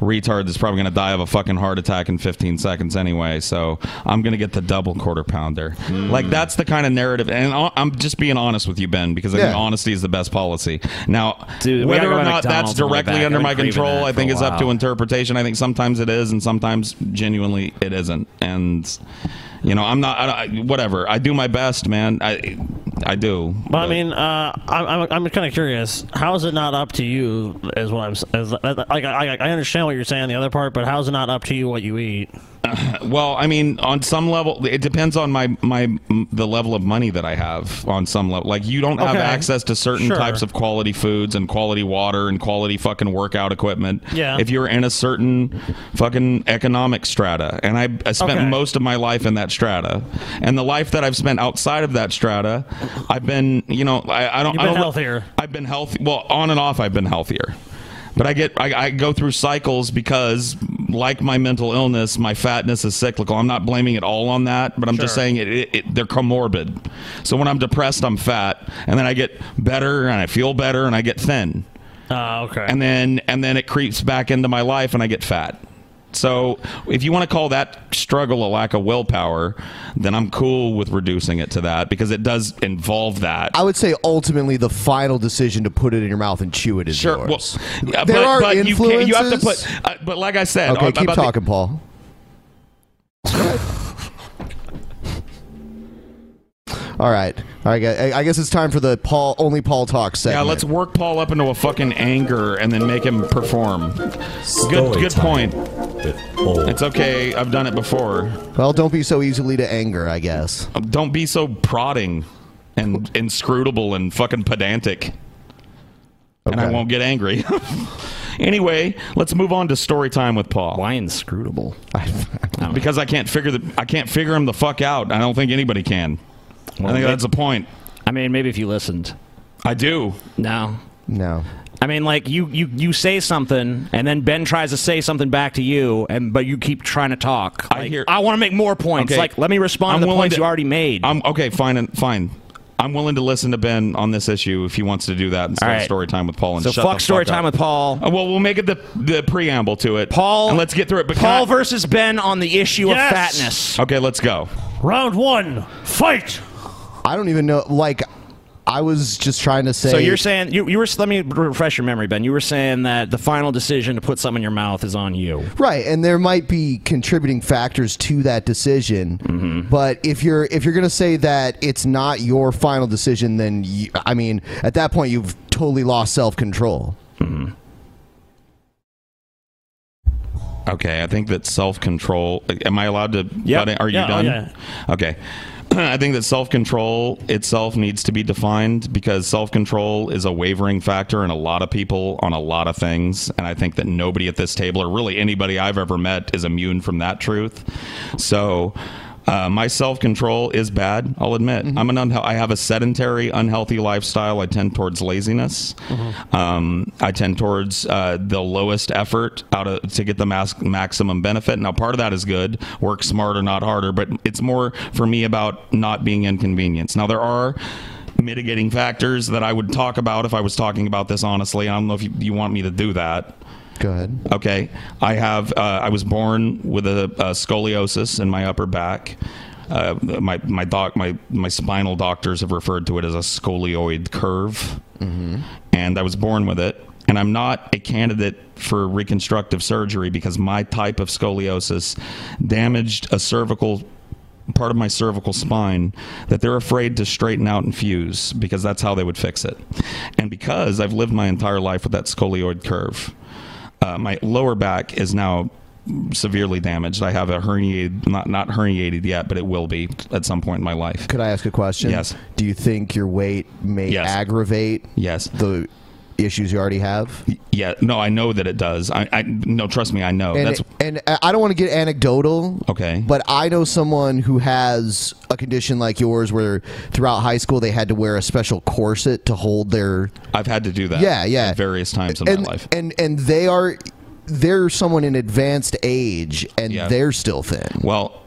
[SPEAKER 7] retard that's probably going to die of a fucking heart attack in 15 seconds anyway. So I'm going to get the double quarter pounder. Like that's the kind of narrative. And I- I'm just being honest with you, Ben, because I
[SPEAKER 2] Yeah.
[SPEAKER 7] think honesty is the best policy. Now,
[SPEAKER 6] we
[SPEAKER 7] whether
[SPEAKER 6] gotta go
[SPEAKER 7] or
[SPEAKER 6] to
[SPEAKER 7] not that's
[SPEAKER 6] McDonald's on the way
[SPEAKER 7] directly
[SPEAKER 6] back.
[SPEAKER 7] under
[SPEAKER 6] I've
[SPEAKER 7] my
[SPEAKER 6] been craving
[SPEAKER 7] control,
[SPEAKER 6] that
[SPEAKER 7] I think
[SPEAKER 6] for a
[SPEAKER 7] it's up to
[SPEAKER 6] while.
[SPEAKER 7] interpretation. I think sometimes it is, and sometimes genuinely it isn't. And you know, I'm not. I, don't- I, whatever. I do my best, man. I I do.
[SPEAKER 5] But I mean, uh, I'm, I'm, I'm kind of curious. How is it not up to you? Is what I'm. s- Is, like, I, I I understand what you're saying, the other part, but how is it not up to you what you eat?
[SPEAKER 7] Well, I mean, on some level, it depends on my my m- the level of money that I have. On some level, like you don't have
[SPEAKER 5] Okay.
[SPEAKER 7] access to certain
[SPEAKER 5] Sure.
[SPEAKER 7] types of quality foods and quality water and quality fucking workout equipment.
[SPEAKER 5] Yeah.
[SPEAKER 7] If you're in a certain fucking economic strata, and I, I spent
[SPEAKER 5] Okay.
[SPEAKER 7] most of my life in that strata, and the life that I've spent outside of that strata, I've been, you know, I, I don't,
[SPEAKER 5] You've
[SPEAKER 7] I
[SPEAKER 5] been
[SPEAKER 7] don't
[SPEAKER 5] healthier.
[SPEAKER 7] I've been healthy. Well, on and off, I've been healthier. But I get, I, I go through cycles because, like my mental illness, my fatness is cyclical. I'm not blaming it all on that, but I'm just
[SPEAKER 5] Sure.
[SPEAKER 7] saying it, it, it. They're comorbid. So when I'm depressed, I'm fat, and then I get better, and I feel better, and I get thin,
[SPEAKER 5] Ah, okay.
[SPEAKER 7] and then and then it creeps back into my life, and I get fat. So if you want to call that struggle a lack of willpower, then I'm cool with reducing it to that because it does involve that.
[SPEAKER 2] I would say ultimately the final decision to put it in your mouth and chew it is
[SPEAKER 7] Sure. Well,
[SPEAKER 2] yours.
[SPEAKER 7] yeah,
[SPEAKER 2] there
[SPEAKER 7] but-
[SPEAKER 2] are
[SPEAKER 7] but you
[SPEAKER 2] influences.
[SPEAKER 7] can't- you have to put- uh, but like I said,
[SPEAKER 2] okay,
[SPEAKER 7] uh,
[SPEAKER 2] keep
[SPEAKER 7] about the-
[SPEAKER 2] talking, Paul. All right. All right. gu- I I guess it's time for the Paul only Paul talk
[SPEAKER 7] Yeah,
[SPEAKER 2] segment.
[SPEAKER 7] let's work Paul up into a fucking anger and then make him perform. Good, good point. It's okay. I've done it before.
[SPEAKER 2] Well, don't be so easily to anger, I guess.
[SPEAKER 7] Don't be so prodding and inscrutable and fucking pedantic. And I won't get angry. anyway, let's move on to story time with Paul. Why inscrutable? because I can't figure the I can't figure him the fuck out. I don't think anybody can. I think that's the point.
[SPEAKER 6] I mean, maybe if you listened.
[SPEAKER 7] I do.
[SPEAKER 6] No.
[SPEAKER 2] No.
[SPEAKER 6] I mean, like you, you, you say something, and then Ben tries to say something back to you, and but you keep trying to talk. I hear. I want to make more points.
[SPEAKER 7] Okay.
[SPEAKER 6] Like, let me respond
[SPEAKER 7] I'm
[SPEAKER 6] to the
[SPEAKER 7] willing
[SPEAKER 6] points you already made.
[SPEAKER 7] I'm okay. Fine. and- Fine. I'm willing to listen to Ben on this issue if he wants to do that and start
[SPEAKER 6] All right.
[SPEAKER 7] story time with Paul. And
[SPEAKER 6] So
[SPEAKER 7] shut
[SPEAKER 6] fuck
[SPEAKER 7] the
[SPEAKER 6] story
[SPEAKER 7] up.
[SPEAKER 6] time with Paul.
[SPEAKER 7] Uh, well, we'll make it the the preamble to it.
[SPEAKER 6] Paul.
[SPEAKER 7] And let's get through it. But can
[SPEAKER 6] Paul
[SPEAKER 7] I-
[SPEAKER 6] versus Ben on the issue
[SPEAKER 7] Yes!
[SPEAKER 6] of fatness.
[SPEAKER 7] Okay, let's go.
[SPEAKER 2] Round one, fight. I don't even know. Like, I was just trying to say.
[SPEAKER 6] So you're saying you, you were let me refresh your memory, Ben. You were saying that the final decision to put something in your mouth is on you.
[SPEAKER 2] Right, and there might be contributing factors to that decision,
[SPEAKER 7] Mm-hmm.
[SPEAKER 2] but if you're if you're going to say that it's not your final decision, then you, I mean, at that point, you've totally lost self control.
[SPEAKER 7] Mm-hmm. Okay, I think that self control. Am I allowed to?
[SPEAKER 2] Yep.
[SPEAKER 7] Are you
[SPEAKER 2] Yeah, oh,
[SPEAKER 7] done?
[SPEAKER 2] yeah.
[SPEAKER 7] Okay. I think that self control itself needs to be defined because self control is a wavering factor in a lot of people on a lot of things. And I think that nobody at this table, or really anybody I've ever met, is immune from that truth. So. Uh, my self control is bad. I'll admit. I'm an unhe- I have a sedentary, unhealthy lifestyle. I tend towards laziness. Um, I tend towards uh, the lowest effort out of, to get the mas- maximum benefit. Now, part of that is good. Work smarter, not harder. But it's more for me about not being inconvenienced. Now, there are mitigating factors that I would talk about if I was talking about this honestly. I don't know if you, you want me to do that.
[SPEAKER 2] Go ahead.
[SPEAKER 7] Okay. I have. Uh, I was born with a, a scoliosis in my upper back. Uh, my my doc my my spinal doctors have referred to it as a scolioid curve,
[SPEAKER 2] Mm-hmm.
[SPEAKER 7] and I was born with it. And I'm not a candidate for reconstructive surgery because my type of scoliosis damaged a cervical part of my cervical spine that they're afraid to straighten out and fuse because that's how they would fix it. And because I've lived my entire life with that scolioid curve, uh, my lower back is now severely damaged. I have a herniated, not not herniated yet, but it will be at some point in my life.
[SPEAKER 2] Could I ask a question?
[SPEAKER 7] Yes.
[SPEAKER 2] Do you think your weight may aggravate?
[SPEAKER 7] Yes.
[SPEAKER 2] The issues you already have.
[SPEAKER 7] Yeah, no, I know that it does. I, I no, trust me, I know.
[SPEAKER 2] and,
[SPEAKER 7] Oh, That's
[SPEAKER 2] and I I don't want to get anecdotal.
[SPEAKER 7] Okay.
[SPEAKER 2] But I know someone who has a condition like yours where throughout high school they had to wear a special corset to hold their
[SPEAKER 7] I've had to do that.
[SPEAKER 2] Yeah, yeah.
[SPEAKER 7] At various times in
[SPEAKER 2] and,
[SPEAKER 7] my life.
[SPEAKER 2] And and they are they're someone in advanced age and
[SPEAKER 7] Yeah.
[SPEAKER 2] they're still thin.
[SPEAKER 7] Well,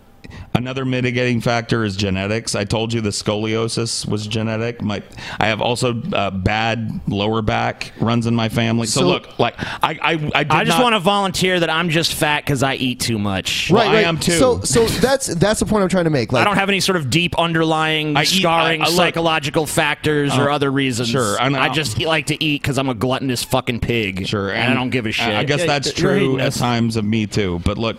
[SPEAKER 7] another mitigating factor is genetics. I told you the scoliosis was genetic. My, I have also uh, bad lower back runs in my family. So,
[SPEAKER 6] So-
[SPEAKER 7] look, like I, I, I, did
[SPEAKER 6] I just
[SPEAKER 7] not-
[SPEAKER 6] want to volunteer that I'm just fat because I eat too much.
[SPEAKER 7] Well, Right, I right. am too.
[SPEAKER 2] So so that's that's the point I'm trying to make. Like
[SPEAKER 6] I don't have any sort of deep underlying
[SPEAKER 2] I eat-
[SPEAKER 6] scarring
[SPEAKER 2] I- I look-
[SPEAKER 6] psychological factors or
[SPEAKER 7] Uh,
[SPEAKER 2] Oh,
[SPEAKER 6] other reasons.
[SPEAKER 2] sure,
[SPEAKER 6] I,
[SPEAKER 2] I know.
[SPEAKER 6] just like to eat because I'm a gluttonous fucking pig. Sure, and, I don't give a shit.
[SPEAKER 7] I guess that's true at times of me too. But look,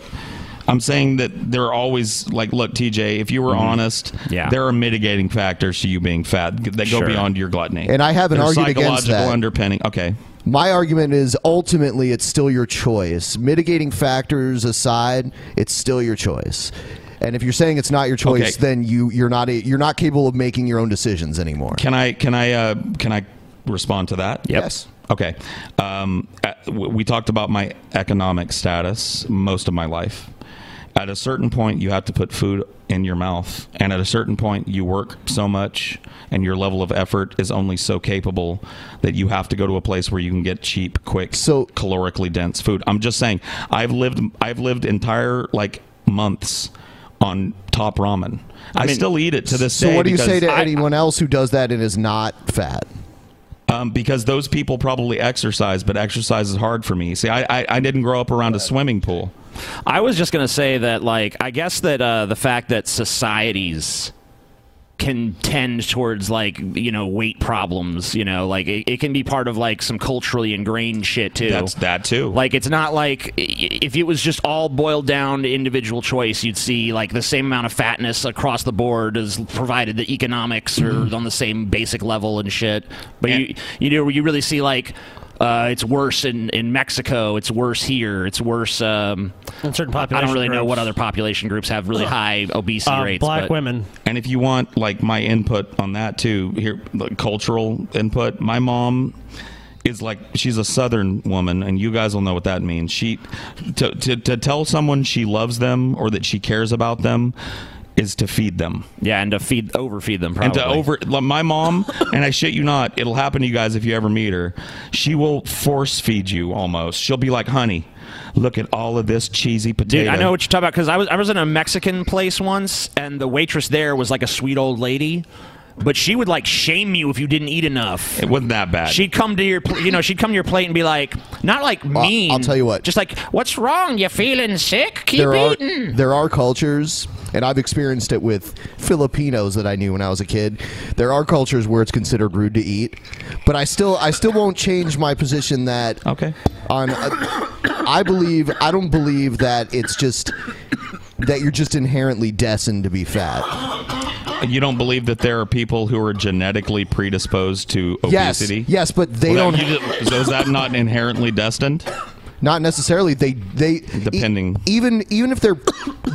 [SPEAKER 7] I'm saying that there are always like, look, TJ, if you were
[SPEAKER 6] Mm-hmm.
[SPEAKER 2] Mhm.
[SPEAKER 7] honest,
[SPEAKER 2] Yeah.
[SPEAKER 7] there are mitigating factors to you being fat that go
[SPEAKER 2] Sure.
[SPEAKER 7] beyond your gluttony.
[SPEAKER 2] And I have an
[SPEAKER 7] There's
[SPEAKER 2] argument against
[SPEAKER 7] psychological
[SPEAKER 2] that.
[SPEAKER 7] underpinning. Okay.
[SPEAKER 2] My argument is ultimately it's still your choice. Mitigating factors aside, it's still your choice. And if you're saying it's not your
[SPEAKER 7] Okay.
[SPEAKER 2] choice, then you you're not a, you're not capable of making your own decisions anymore.
[SPEAKER 7] Can I can I uh, can I respond to that?
[SPEAKER 2] Yes.
[SPEAKER 7] Okay. Um, uh, w- we talked about my economic status most of my life. At a certain point, you have to put food in your mouth, and at a certain point, you work so much, and your level of effort is only so capable that you have to go to a place where you can get cheap, quick, so calorically dense food. I'm just saying, I've lived, I've lived entire like months on top ramen. I,
[SPEAKER 2] mean,
[SPEAKER 7] still eat it to this
[SPEAKER 2] so
[SPEAKER 7] day.
[SPEAKER 2] what do you say
[SPEAKER 7] because I-
[SPEAKER 2] to anyone else who does that and is not fat?
[SPEAKER 7] um, because those people probably exercise, but exercise is hard for me. See, I, I, I didn't grow up around a swimming pool.
[SPEAKER 6] I was just gonna say that, like, I guess that uh, the fact that societies can tend towards like you know weight problems. You know, like it, it can be part of like some culturally ingrained shit too.
[SPEAKER 7] That's- that too.
[SPEAKER 6] Like it's not like i- i- if it was just all boiled down to individual choice, you'd see like the same amount of fatness across the board as provided the economics
[SPEAKER 7] Mm-hmm.
[SPEAKER 6] are on the same basic level and shit. But you you know you really see like. Uh, it's worse in, in Mexico. It's worse here. It's worse. Um,
[SPEAKER 5] in certain
[SPEAKER 6] I
[SPEAKER 5] population
[SPEAKER 6] don't really know what
[SPEAKER 5] groups.
[SPEAKER 6] other population groups have really high obesity
[SPEAKER 5] Uh,
[SPEAKER 6] rates.
[SPEAKER 5] black
[SPEAKER 6] but-
[SPEAKER 5] women.
[SPEAKER 7] And if you want like my input on that too, here the cultural input, my mom is like she's a southern woman and you guys will know what that means. She to to, to tell someone she loves them or that she cares about them is to feed them.
[SPEAKER 6] Yeah, and to feed overfeed them
[SPEAKER 7] And to
[SPEAKER 6] probably.
[SPEAKER 7] over like, my mom and I shit you not, it'll happen to you guys if you ever meet her. She will force feed you almost. She'll be like, "Honey, look at all of this cheesy potato."
[SPEAKER 6] Dude, I know what you're talking about because I was I was in a Mexican place once, and the waitress there was like a sweet old lady, but she would like shame you if you didn't eat enough.
[SPEAKER 7] It wasn't that bad.
[SPEAKER 6] She'd come to your pl- you know she'd come to your plate and be like, not like mean. I'll tell you what, just like what's wrong? You feeling sick? Keep
[SPEAKER 2] there are
[SPEAKER 6] eating.
[SPEAKER 2] there are cultures, and I've experienced it with Filipinos that I knew when I was a kid. There are cultures where it's considered rude to eat, but I still I still won't change my position that
[SPEAKER 7] okay
[SPEAKER 2] on uh, I believe I don't believe that it's just that you're just inherently destined to be fat.
[SPEAKER 7] You don't believe that there are people who are genetically predisposed to
[SPEAKER 2] Yes,
[SPEAKER 7] obesity?
[SPEAKER 2] yes, but they
[SPEAKER 7] Well,
[SPEAKER 2] don't-
[SPEAKER 7] you just- so is that not inherently destined?
[SPEAKER 2] Not necessarily. They they e-,
[SPEAKER 7] depending.
[SPEAKER 2] even even if they're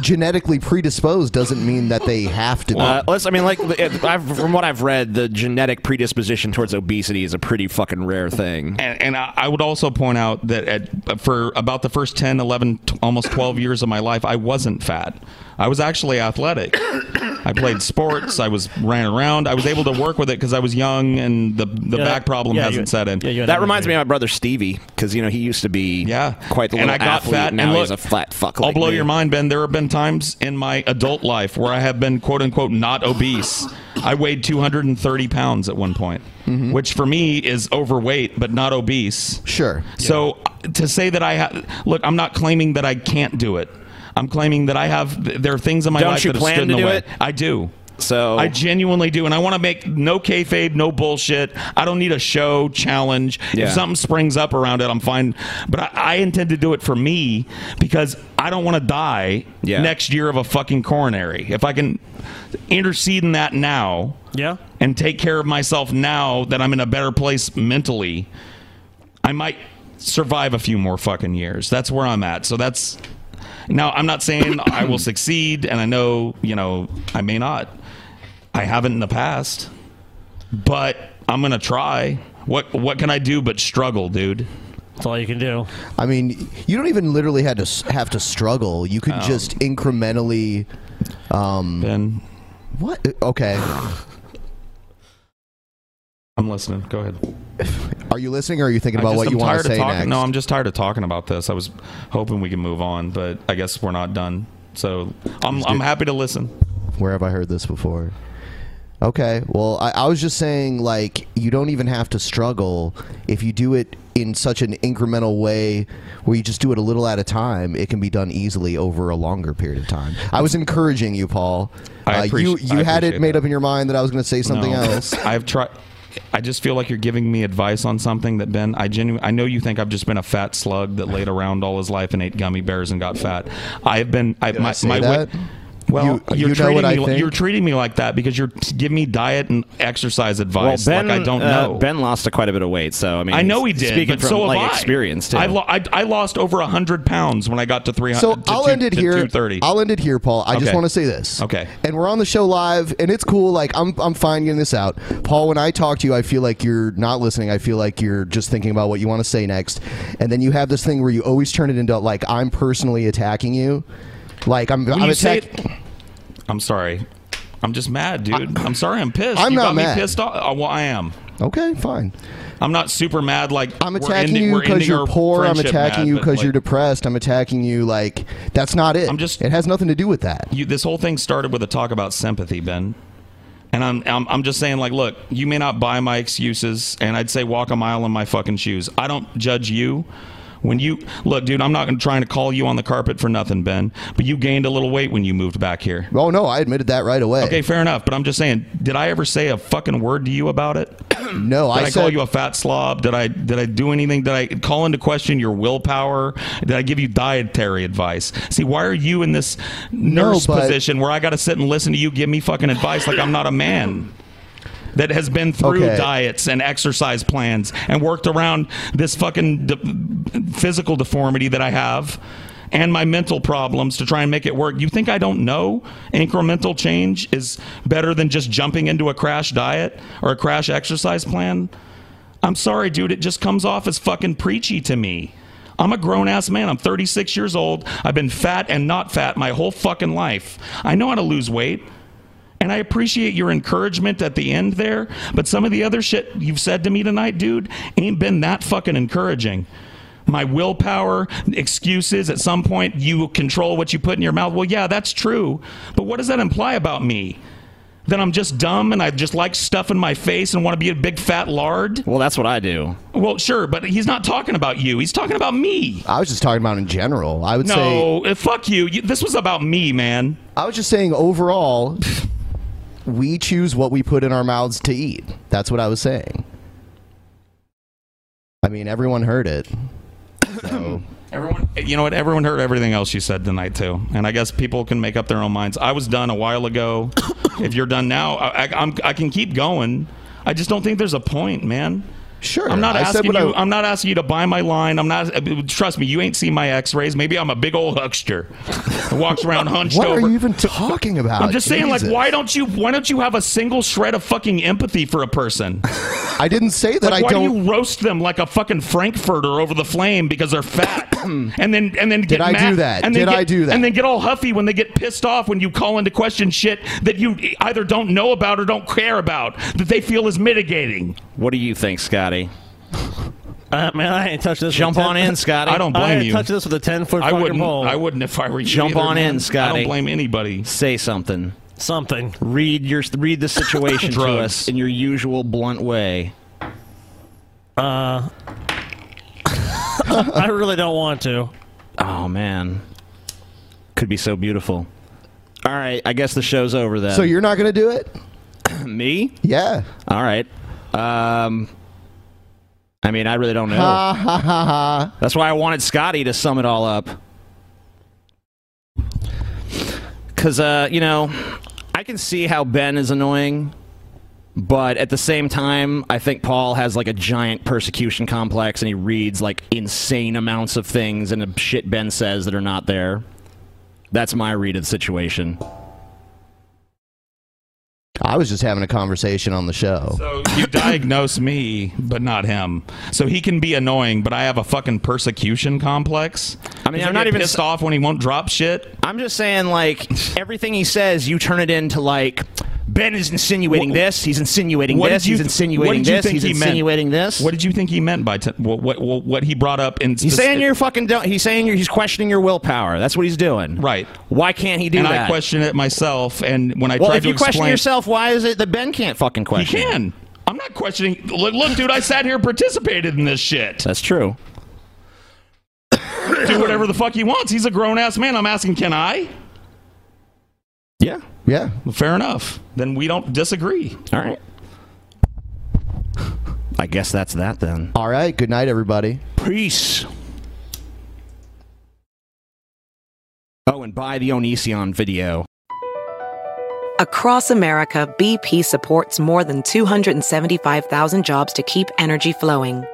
[SPEAKER 2] genetically predisposed doesn't mean that they have to. be.
[SPEAKER 6] Uh, let's. I mean, like I've, from what I've read, the genetic predisposition towards obesity is a pretty fucking rare thing.
[SPEAKER 7] And, and I I would also point out that at, for about the first 10, 11, t- almost 12 years of my life, I wasn't fat. I was actually athletic. I played sports. I was ran around. I was able to work with it because I was young and the, the
[SPEAKER 6] Yeah,
[SPEAKER 7] back problem
[SPEAKER 6] yeah,
[SPEAKER 7] hasn't
[SPEAKER 6] you-
[SPEAKER 7] set in.
[SPEAKER 6] that reminds me of my brother Stevie because you know he used to be yeah quite the
[SPEAKER 7] and
[SPEAKER 6] little
[SPEAKER 7] I got
[SPEAKER 6] athlete.
[SPEAKER 7] fat.
[SPEAKER 6] now
[SPEAKER 7] and
[SPEAKER 6] he's a
[SPEAKER 7] look,
[SPEAKER 6] fat fuck.
[SPEAKER 7] I'll
[SPEAKER 6] like
[SPEAKER 7] blow
[SPEAKER 6] me.
[SPEAKER 7] your mind, Ben. There have been times in my adult life where I have been quote unquote not obese. I weighed 230 pounds at one point,
[SPEAKER 6] Mm-hmm.
[SPEAKER 7] which for me is overweight but not obese.
[SPEAKER 2] Sure.
[SPEAKER 7] So to say that I ha- look, I'm not claiming that I can't do it. I'm claiming that I have. There are things in my
[SPEAKER 6] Don't
[SPEAKER 7] life
[SPEAKER 6] you
[SPEAKER 7] that
[SPEAKER 6] plan
[SPEAKER 7] have stood
[SPEAKER 6] to
[SPEAKER 7] in the
[SPEAKER 6] do
[SPEAKER 7] way.
[SPEAKER 6] it?
[SPEAKER 7] I do.
[SPEAKER 6] So
[SPEAKER 7] I genuinely do, and I want to make no kayfabe, no bullshit. I don't need a show challenge.
[SPEAKER 6] Yeah.
[SPEAKER 7] If something springs up around it, I'm fine. But I, I intend to do it for me because I don't want to die
[SPEAKER 6] Yeah.
[SPEAKER 7] next year of a fucking coronary. If I can intercede in that now,
[SPEAKER 5] yeah,
[SPEAKER 7] and take care of myself now that I'm in a better place mentally, I might survive a few more fucking years. That's where I'm at. So that's now I'm not saying I will succeed and I know, you know, I may not. I haven't in the past. But I'm going to try. What what can I do but struggle, dude?
[SPEAKER 5] That's all you can do.
[SPEAKER 2] I mean, you don't even literally had to s- have to struggle. You could
[SPEAKER 7] Oh.
[SPEAKER 2] just incrementally. Um,
[SPEAKER 7] ben.
[SPEAKER 2] What? Okay.
[SPEAKER 7] I'm listening. Go ahead.
[SPEAKER 2] Are you listening, or are you thinking
[SPEAKER 7] I
[SPEAKER 2] about
[SPEAKER 7] just-
[SPEAKER 2] what
[SPEAKER 7] I'm
[SPEAKER 2] you want
[SPEAKER 7] tired
[SPEAKER 2] to
[SPEAKER 7] of
[SPEAKER 2] say
[SPEAKER 7] talking-
[SPEAKER 2] next?
[SPEAKER 7] No, I'm just tired of talking about this. I was hoping we could move on, but I guess we're not done. So I'm, I'm happy to listen.
[SPEAKER 2] Where have I heard this before? Okay. Well, I, I was just saying, like, you don't even have to struggle if you do it in such an incremental way where you just do it a little at a time. It can be done easily over a longer period of time. I was encouraging you, Paul.
[SPEAKER 7] I
[SPEAKER 2] Uh, you
[SPEAKER 7] appreciate-
[SPEAKER 2] you
[SPEAKER 7] I
[SPEAKER 2] had it
[SPEAKER 7] appreciate
[SPEAKER 2] made up in your mind that I was going to say something
[SPEAKER 7] No.
[SPEAKER 2] else.
[SPEAKER 7] I've tried. I just feel like you're giving me advice on something that Ben. I genuinely. I know you think I've just been a fat slug that laid around all his life and ate gummy bears and got fat. I've been. I,
[SPEAKER 2] Did I
[SPEAKER 7] my
[SPEAKER 2] say
[SPEAKER 7] my
[SPEAKER 2] that?
[SPEAKER 7] weight- Well,
[SPEAKER 2] You-
[SPEAKER 7] you, are
[SPEAKER 2] uh, you know
[SPEAKER 7] treating
[SPEAKER 2] what I
[SPEAKER 7] me. li-
[SPEAKER 2] think?
[SPEAKER 7] You're treating me like that because you're t- giving me diet and exercise
[SPEAKER 6] Well,
[SPEAKER 7] advice.
[SPEAKER 6] Ben,
[SPEAKER 7] like I don't
[SPEAKER 6] uh,
[SPEAKER 7] know.
[SPEAKER 6] ben lost quite a bit of weight, so I mean,
[SPEAKER 7] I know he
[SPEAKER 6] s-
[SPEAKER 7] did.
[SPEAKER 6] Speaking
[SPEAKER 7] but
[SPEAKER 6] from
[SPEAKER 7] so have
[SPEAKER 6] like
[SPEAKER 7] I.
[SPEAKER 6] experience too.
[SPEAKER 7] I, lo- I, I lost over hundred pounds when I got to three hundred.
[SPEAKER 2] So
[SPEAKER 7] to
[SPEAKER 2] I'll
[SPEAKER 7] two-
[SPEAKER 2] end it
[SPEAKER 7] to
[SPEAKER 2] here.
[SPEAKER 7] 230.
[SPEAKER 2] I'll end it here, Paul. I just
[SPEAKER 7] Okay.
[SPEAKER 2] want to say this.
[SPEAKER 7] Okay.
[SPEAKER 2] And we're on the show live, and it's cool. Like I'm, I'm fine getting this out. Paul, when I talk to you, I feel like you're not listening. I feel like you're just thinking about what you want to say next, and then you have this thing where you always turn it into like I'm personally attacking you. Like I'm,
[SPEAKER 7] When
[SPEAKER 2] I'm
[SPEAKER 7] you say
[SPEAKER 2] attack-
[SPEAKER 7] it- I'm sorry. I'm just mad, dude. I, am sorry. I'm pissed.
[SPEAKER 2] I'm
[SPEAKER 7] you
[SPEAKER 2] not
[SPEAKER 7] got
[SPEAKER 2] mad.
[SPEAKER 7] Me pissed off. Oh, well, I am.
[SPEAKER 2] Okay, fine.
[SPEAKER 7] I'm not super mad. Like
[SPEAKER 2] I'm attacking you because you're poor. I'm attacking you because you're depressed. I'm attacking you like that's not it. I'm just. It has nothing to do with that.
[SPEAKER 7] you. This whole thing started with a talk about sympathy, Ben. And I'm, I'm I'm just saying, like, look, you may not buy my excuses, and I'd say walk a mile in my fucking shoes. I don't judge you. When you look, dude, I'm not gonna trying to call you on the carpet for nothing, Ben. But you gained a little weight when you moved back here.
[SPEAKER 2] Oh no, I admitted that right away.
[SPEAKER 7] Okay, fair enough. But I'm just saying, did I ever say a fucking word to you about it?
[SPEAKER 2] no,
[SPEAKER 7] Did I,
[SPEAKER 2] I
[SPEAKER 7] call
[SPEAKER 2] said-
[SPEAKER 7] you a fat slob? Did I did I do anything? Did I call into question your willpower? Did I give you dietary advice? See, why are you in this
[SPEAKER 2] No,
[SPEAKER 7] nurse
[SPEAKER 2] but-
[SPEAKER 7] position where I got to sit and listen to you give me fucking advice like I'm not a man? That has been through
[SPEAKER 2] Okay.
[SPEAKER 7] diets and exercise plans and worked around this fucking de- physical deformity that I have and my mental problems to try and make it work. You think I don't know incremental change is better than just jumping into a crash diet or a crash exercise plan? I'm sorry, dude. It just comes off as fucking preachy to me. I'm a grown ass man. I'm 36 years old. I've been fat and not fat my whole fucking life. I know how to lose weight. And I appreciate your encouragement at the end there, but some of the other shit you've said to me tonight, dude, ain't been that fucking encouraging. My willpower, excuses, at some point you control what you put in your mouth. Well, yeah, that's true. But what does that imply about me? That I'm just dumb and I just like stuff in my face and want to be a big fat lard?
[SPEAKER 6] Well, that's what I do.
[SPEAKER 7] Well, sure, but he's not talking about you. He's talking about me.
[SPEAKER 2] I was just talking about in general. I would say
[SPEAKER 7] no, eh, fuck you. You- This was about me, man.
[SPEAKER 2] I was just saying overall, we choose what we put in our mouths to eat. That's what I was saying. I mean, everyone heard it. So,
[SPEAKER 7] Everyone, you know what? Everyone heard everything else you said tonight too, and I guess people can make up their own minds. I was done a while ago. if you're done now, I, I, I'm, I can keep going. I just don't think there's a point, man.
[SPEAKER 2] Sure.
[SPEAKER 7] I'm not
[SPEAKER 2] I said
[SPEAKER 7] asking
[SPEAKER 2] what I-
[SPEAKER 7] you. I'm not asking you to buy my line. I'm not. uh, Trust me, you ain't seen my X-rays. Maybe I'm a big old huckster, who walks around hunched
[SPEAKER 2] what
[SPEAKER 7] over.
[SPEAKER 2] are you even talking about?
[SPEAKER 7] I'm just saying, like,
[SPEAKER 2] Jesus.
[SPEAKER 7] why don't you? Why don't you have a single shred of fucking empathy for a person?
[SPEAKER 2] I didn't say that
[SPEAKER 7] Like,
[SPEAKER 2] I
[SPEAKER 7] why
[SPEAKER 2] don't.
[SPEAKER 7] do you roast them like a fucking frankfurter over the flame because they're fat? and then and then get
[SPEAKER 2] I do
[SPEAKER 7] mad-
[SPEAKER 2] that?
[SPEAKER 7] And then
[SPEAKER 2] Did I
[SPEAKER 7] get-
[SPEAKER 2] do that?
[SPEAKER 7] And then get all huffy when they get pissed off when you call into question shit that you either don't know about or don't care about that they feel is mitigating.
[SPEAKER 6] What do you think, Scotty?
[SPEAKER 5] Uh, man, I ain't touched this. with
[SPEAKER 6] Jump
[SPEAKER 5] a
[SPEAKER 6] on in, Scotty. I don't blame
[SPEAKER 5] ain't
[SPEAKER 6] you.
[SPEAKER 5] touched this with a ten foot.
[SPEAKER 6] I wouldn't-
[SPEAKER 5] Pole.
[SPEAKER 6] I
[SPEAKER 7] wouldn't if I were you
[SPEAKER 6] Jump
[SPEAKER 7] either,
[SPEAKER 6] on
[SPEAKER 7] man. I
[SPEAKER 6] in,
[SPEAKER 7] don't
[SPEAKER 6] Scotty.
[SPEAKER 7] blame anybody.
[SPEAKER 6] Say something.
[SPEAKER 5] Something.
[SPEAKER 6] Read your read the situation to
[SPEAKER 7] Drugs.
[SPEAKER 6] us in your usual blunt way.
[SPEAKER 5] Uh, I really don't want to.
[SPEAKER 6] Oh man, could be so beautiful. All right, I guess the show's over then.
[SPEAKER 2] so you're not going to do it?
[SPEAKER 6] me?
[SPEAKER 2] Yeah.
[SPEAKER 6] All right. Um, I mean, I really don't know.
[SPEAKER 2] Ha ha ha ha.
[SPEAKER 6] That's why I wanted Scotty to sum it all up. Because, uh, you know, I can see how Ben is annoying, but at the same time, I think Paul has like a giant persecution complex and he reads like insane amounts of things and the shit Ben says that are not there. That's my read of the situation.
[SPEAKER 2] I was just having a conversation on the show.
[SPEAKER 7] So you diagnose me, but not him. So he can be annoying, but I have a fucking persecution complex.
[SPEAKER 6] I mean,
[SPEAKER 7] Does
[SPEAKER 6] I'm
[SPEAKER 7] he
[SPEAKER 6] not
[SPEAKER 7] get
[SPEAKER 6] even-
[SPEAKER 7] pissed off when he won't drop shit.
[SPEAKER 6] I'm just saying, like, everything he says, you turn it into like, Ben is insinuating this, he's insinuating
[SPEAKER 7] What
[SPEAKER 6] this,
[SPEAKER 7] did you-
[SPEAKER 6] he's
[SPEAKER 7] what
[SPEAKER 6] insinuating
[SPEAKER 7] did you
[SPEAKER 6] this,
[SPEAKER 7] think
[SPEAKER 6] he's
[SPEAKER 7] he meant?
[SPEAKER 6] insinuating this.
[SPEAKER 7] What did you think he meant by t- what, what, what, what he brought up? In
[SPEAKER 6] He's saying you're fucking. Don't, he's saying you're, he's questioning your willpower. That's what he's doing.
[SPEAKER 7] Right.
[SPEAKER 6] Why can't he do
[SPEAKER 7] and
[SPEAKER 6] that?
[SPEAKER 7] I question it myself. And when I
[SPEAKER 6] well,
[SPEAKER 7] tried
[SPEAKER 6] if
[SPEAKER 7] to
[SPEAKER 6] you
[SPEAKER 7] explain,
[SPEAKER 6] question yourself, why is it that Ben can't fucking
[SPEAKER 7] he
[SPEAKER 6] question? it?
[SPEAKER 7] can. I'm not questioning. Look, look, dude, I sat here, and participated in this shit.
[SPEAKER 6] That's true.
[SPEAKER 7] Do whatever the fuck he wants. He's a grown ass man. I'm asking, can I?
[SPEAKER 6] Yeah.
[SPEAKER 2] Yeah.
[SPEAKER 7] Fair enough. Then we don't disagree.
[SPEAKER 6] All right. I guess that's that then.
[SPEAKER 2] All right. Good night, everybody.
[SPEAKER 6] Peace. Oh, and buy the Onision video.
[SPEAKER 1] Across America, BP supports more than 275,000 jobs to keep energy flowing.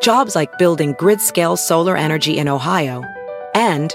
[SPEAKER 1] Jobs like building grid scale solar energy in Ohio and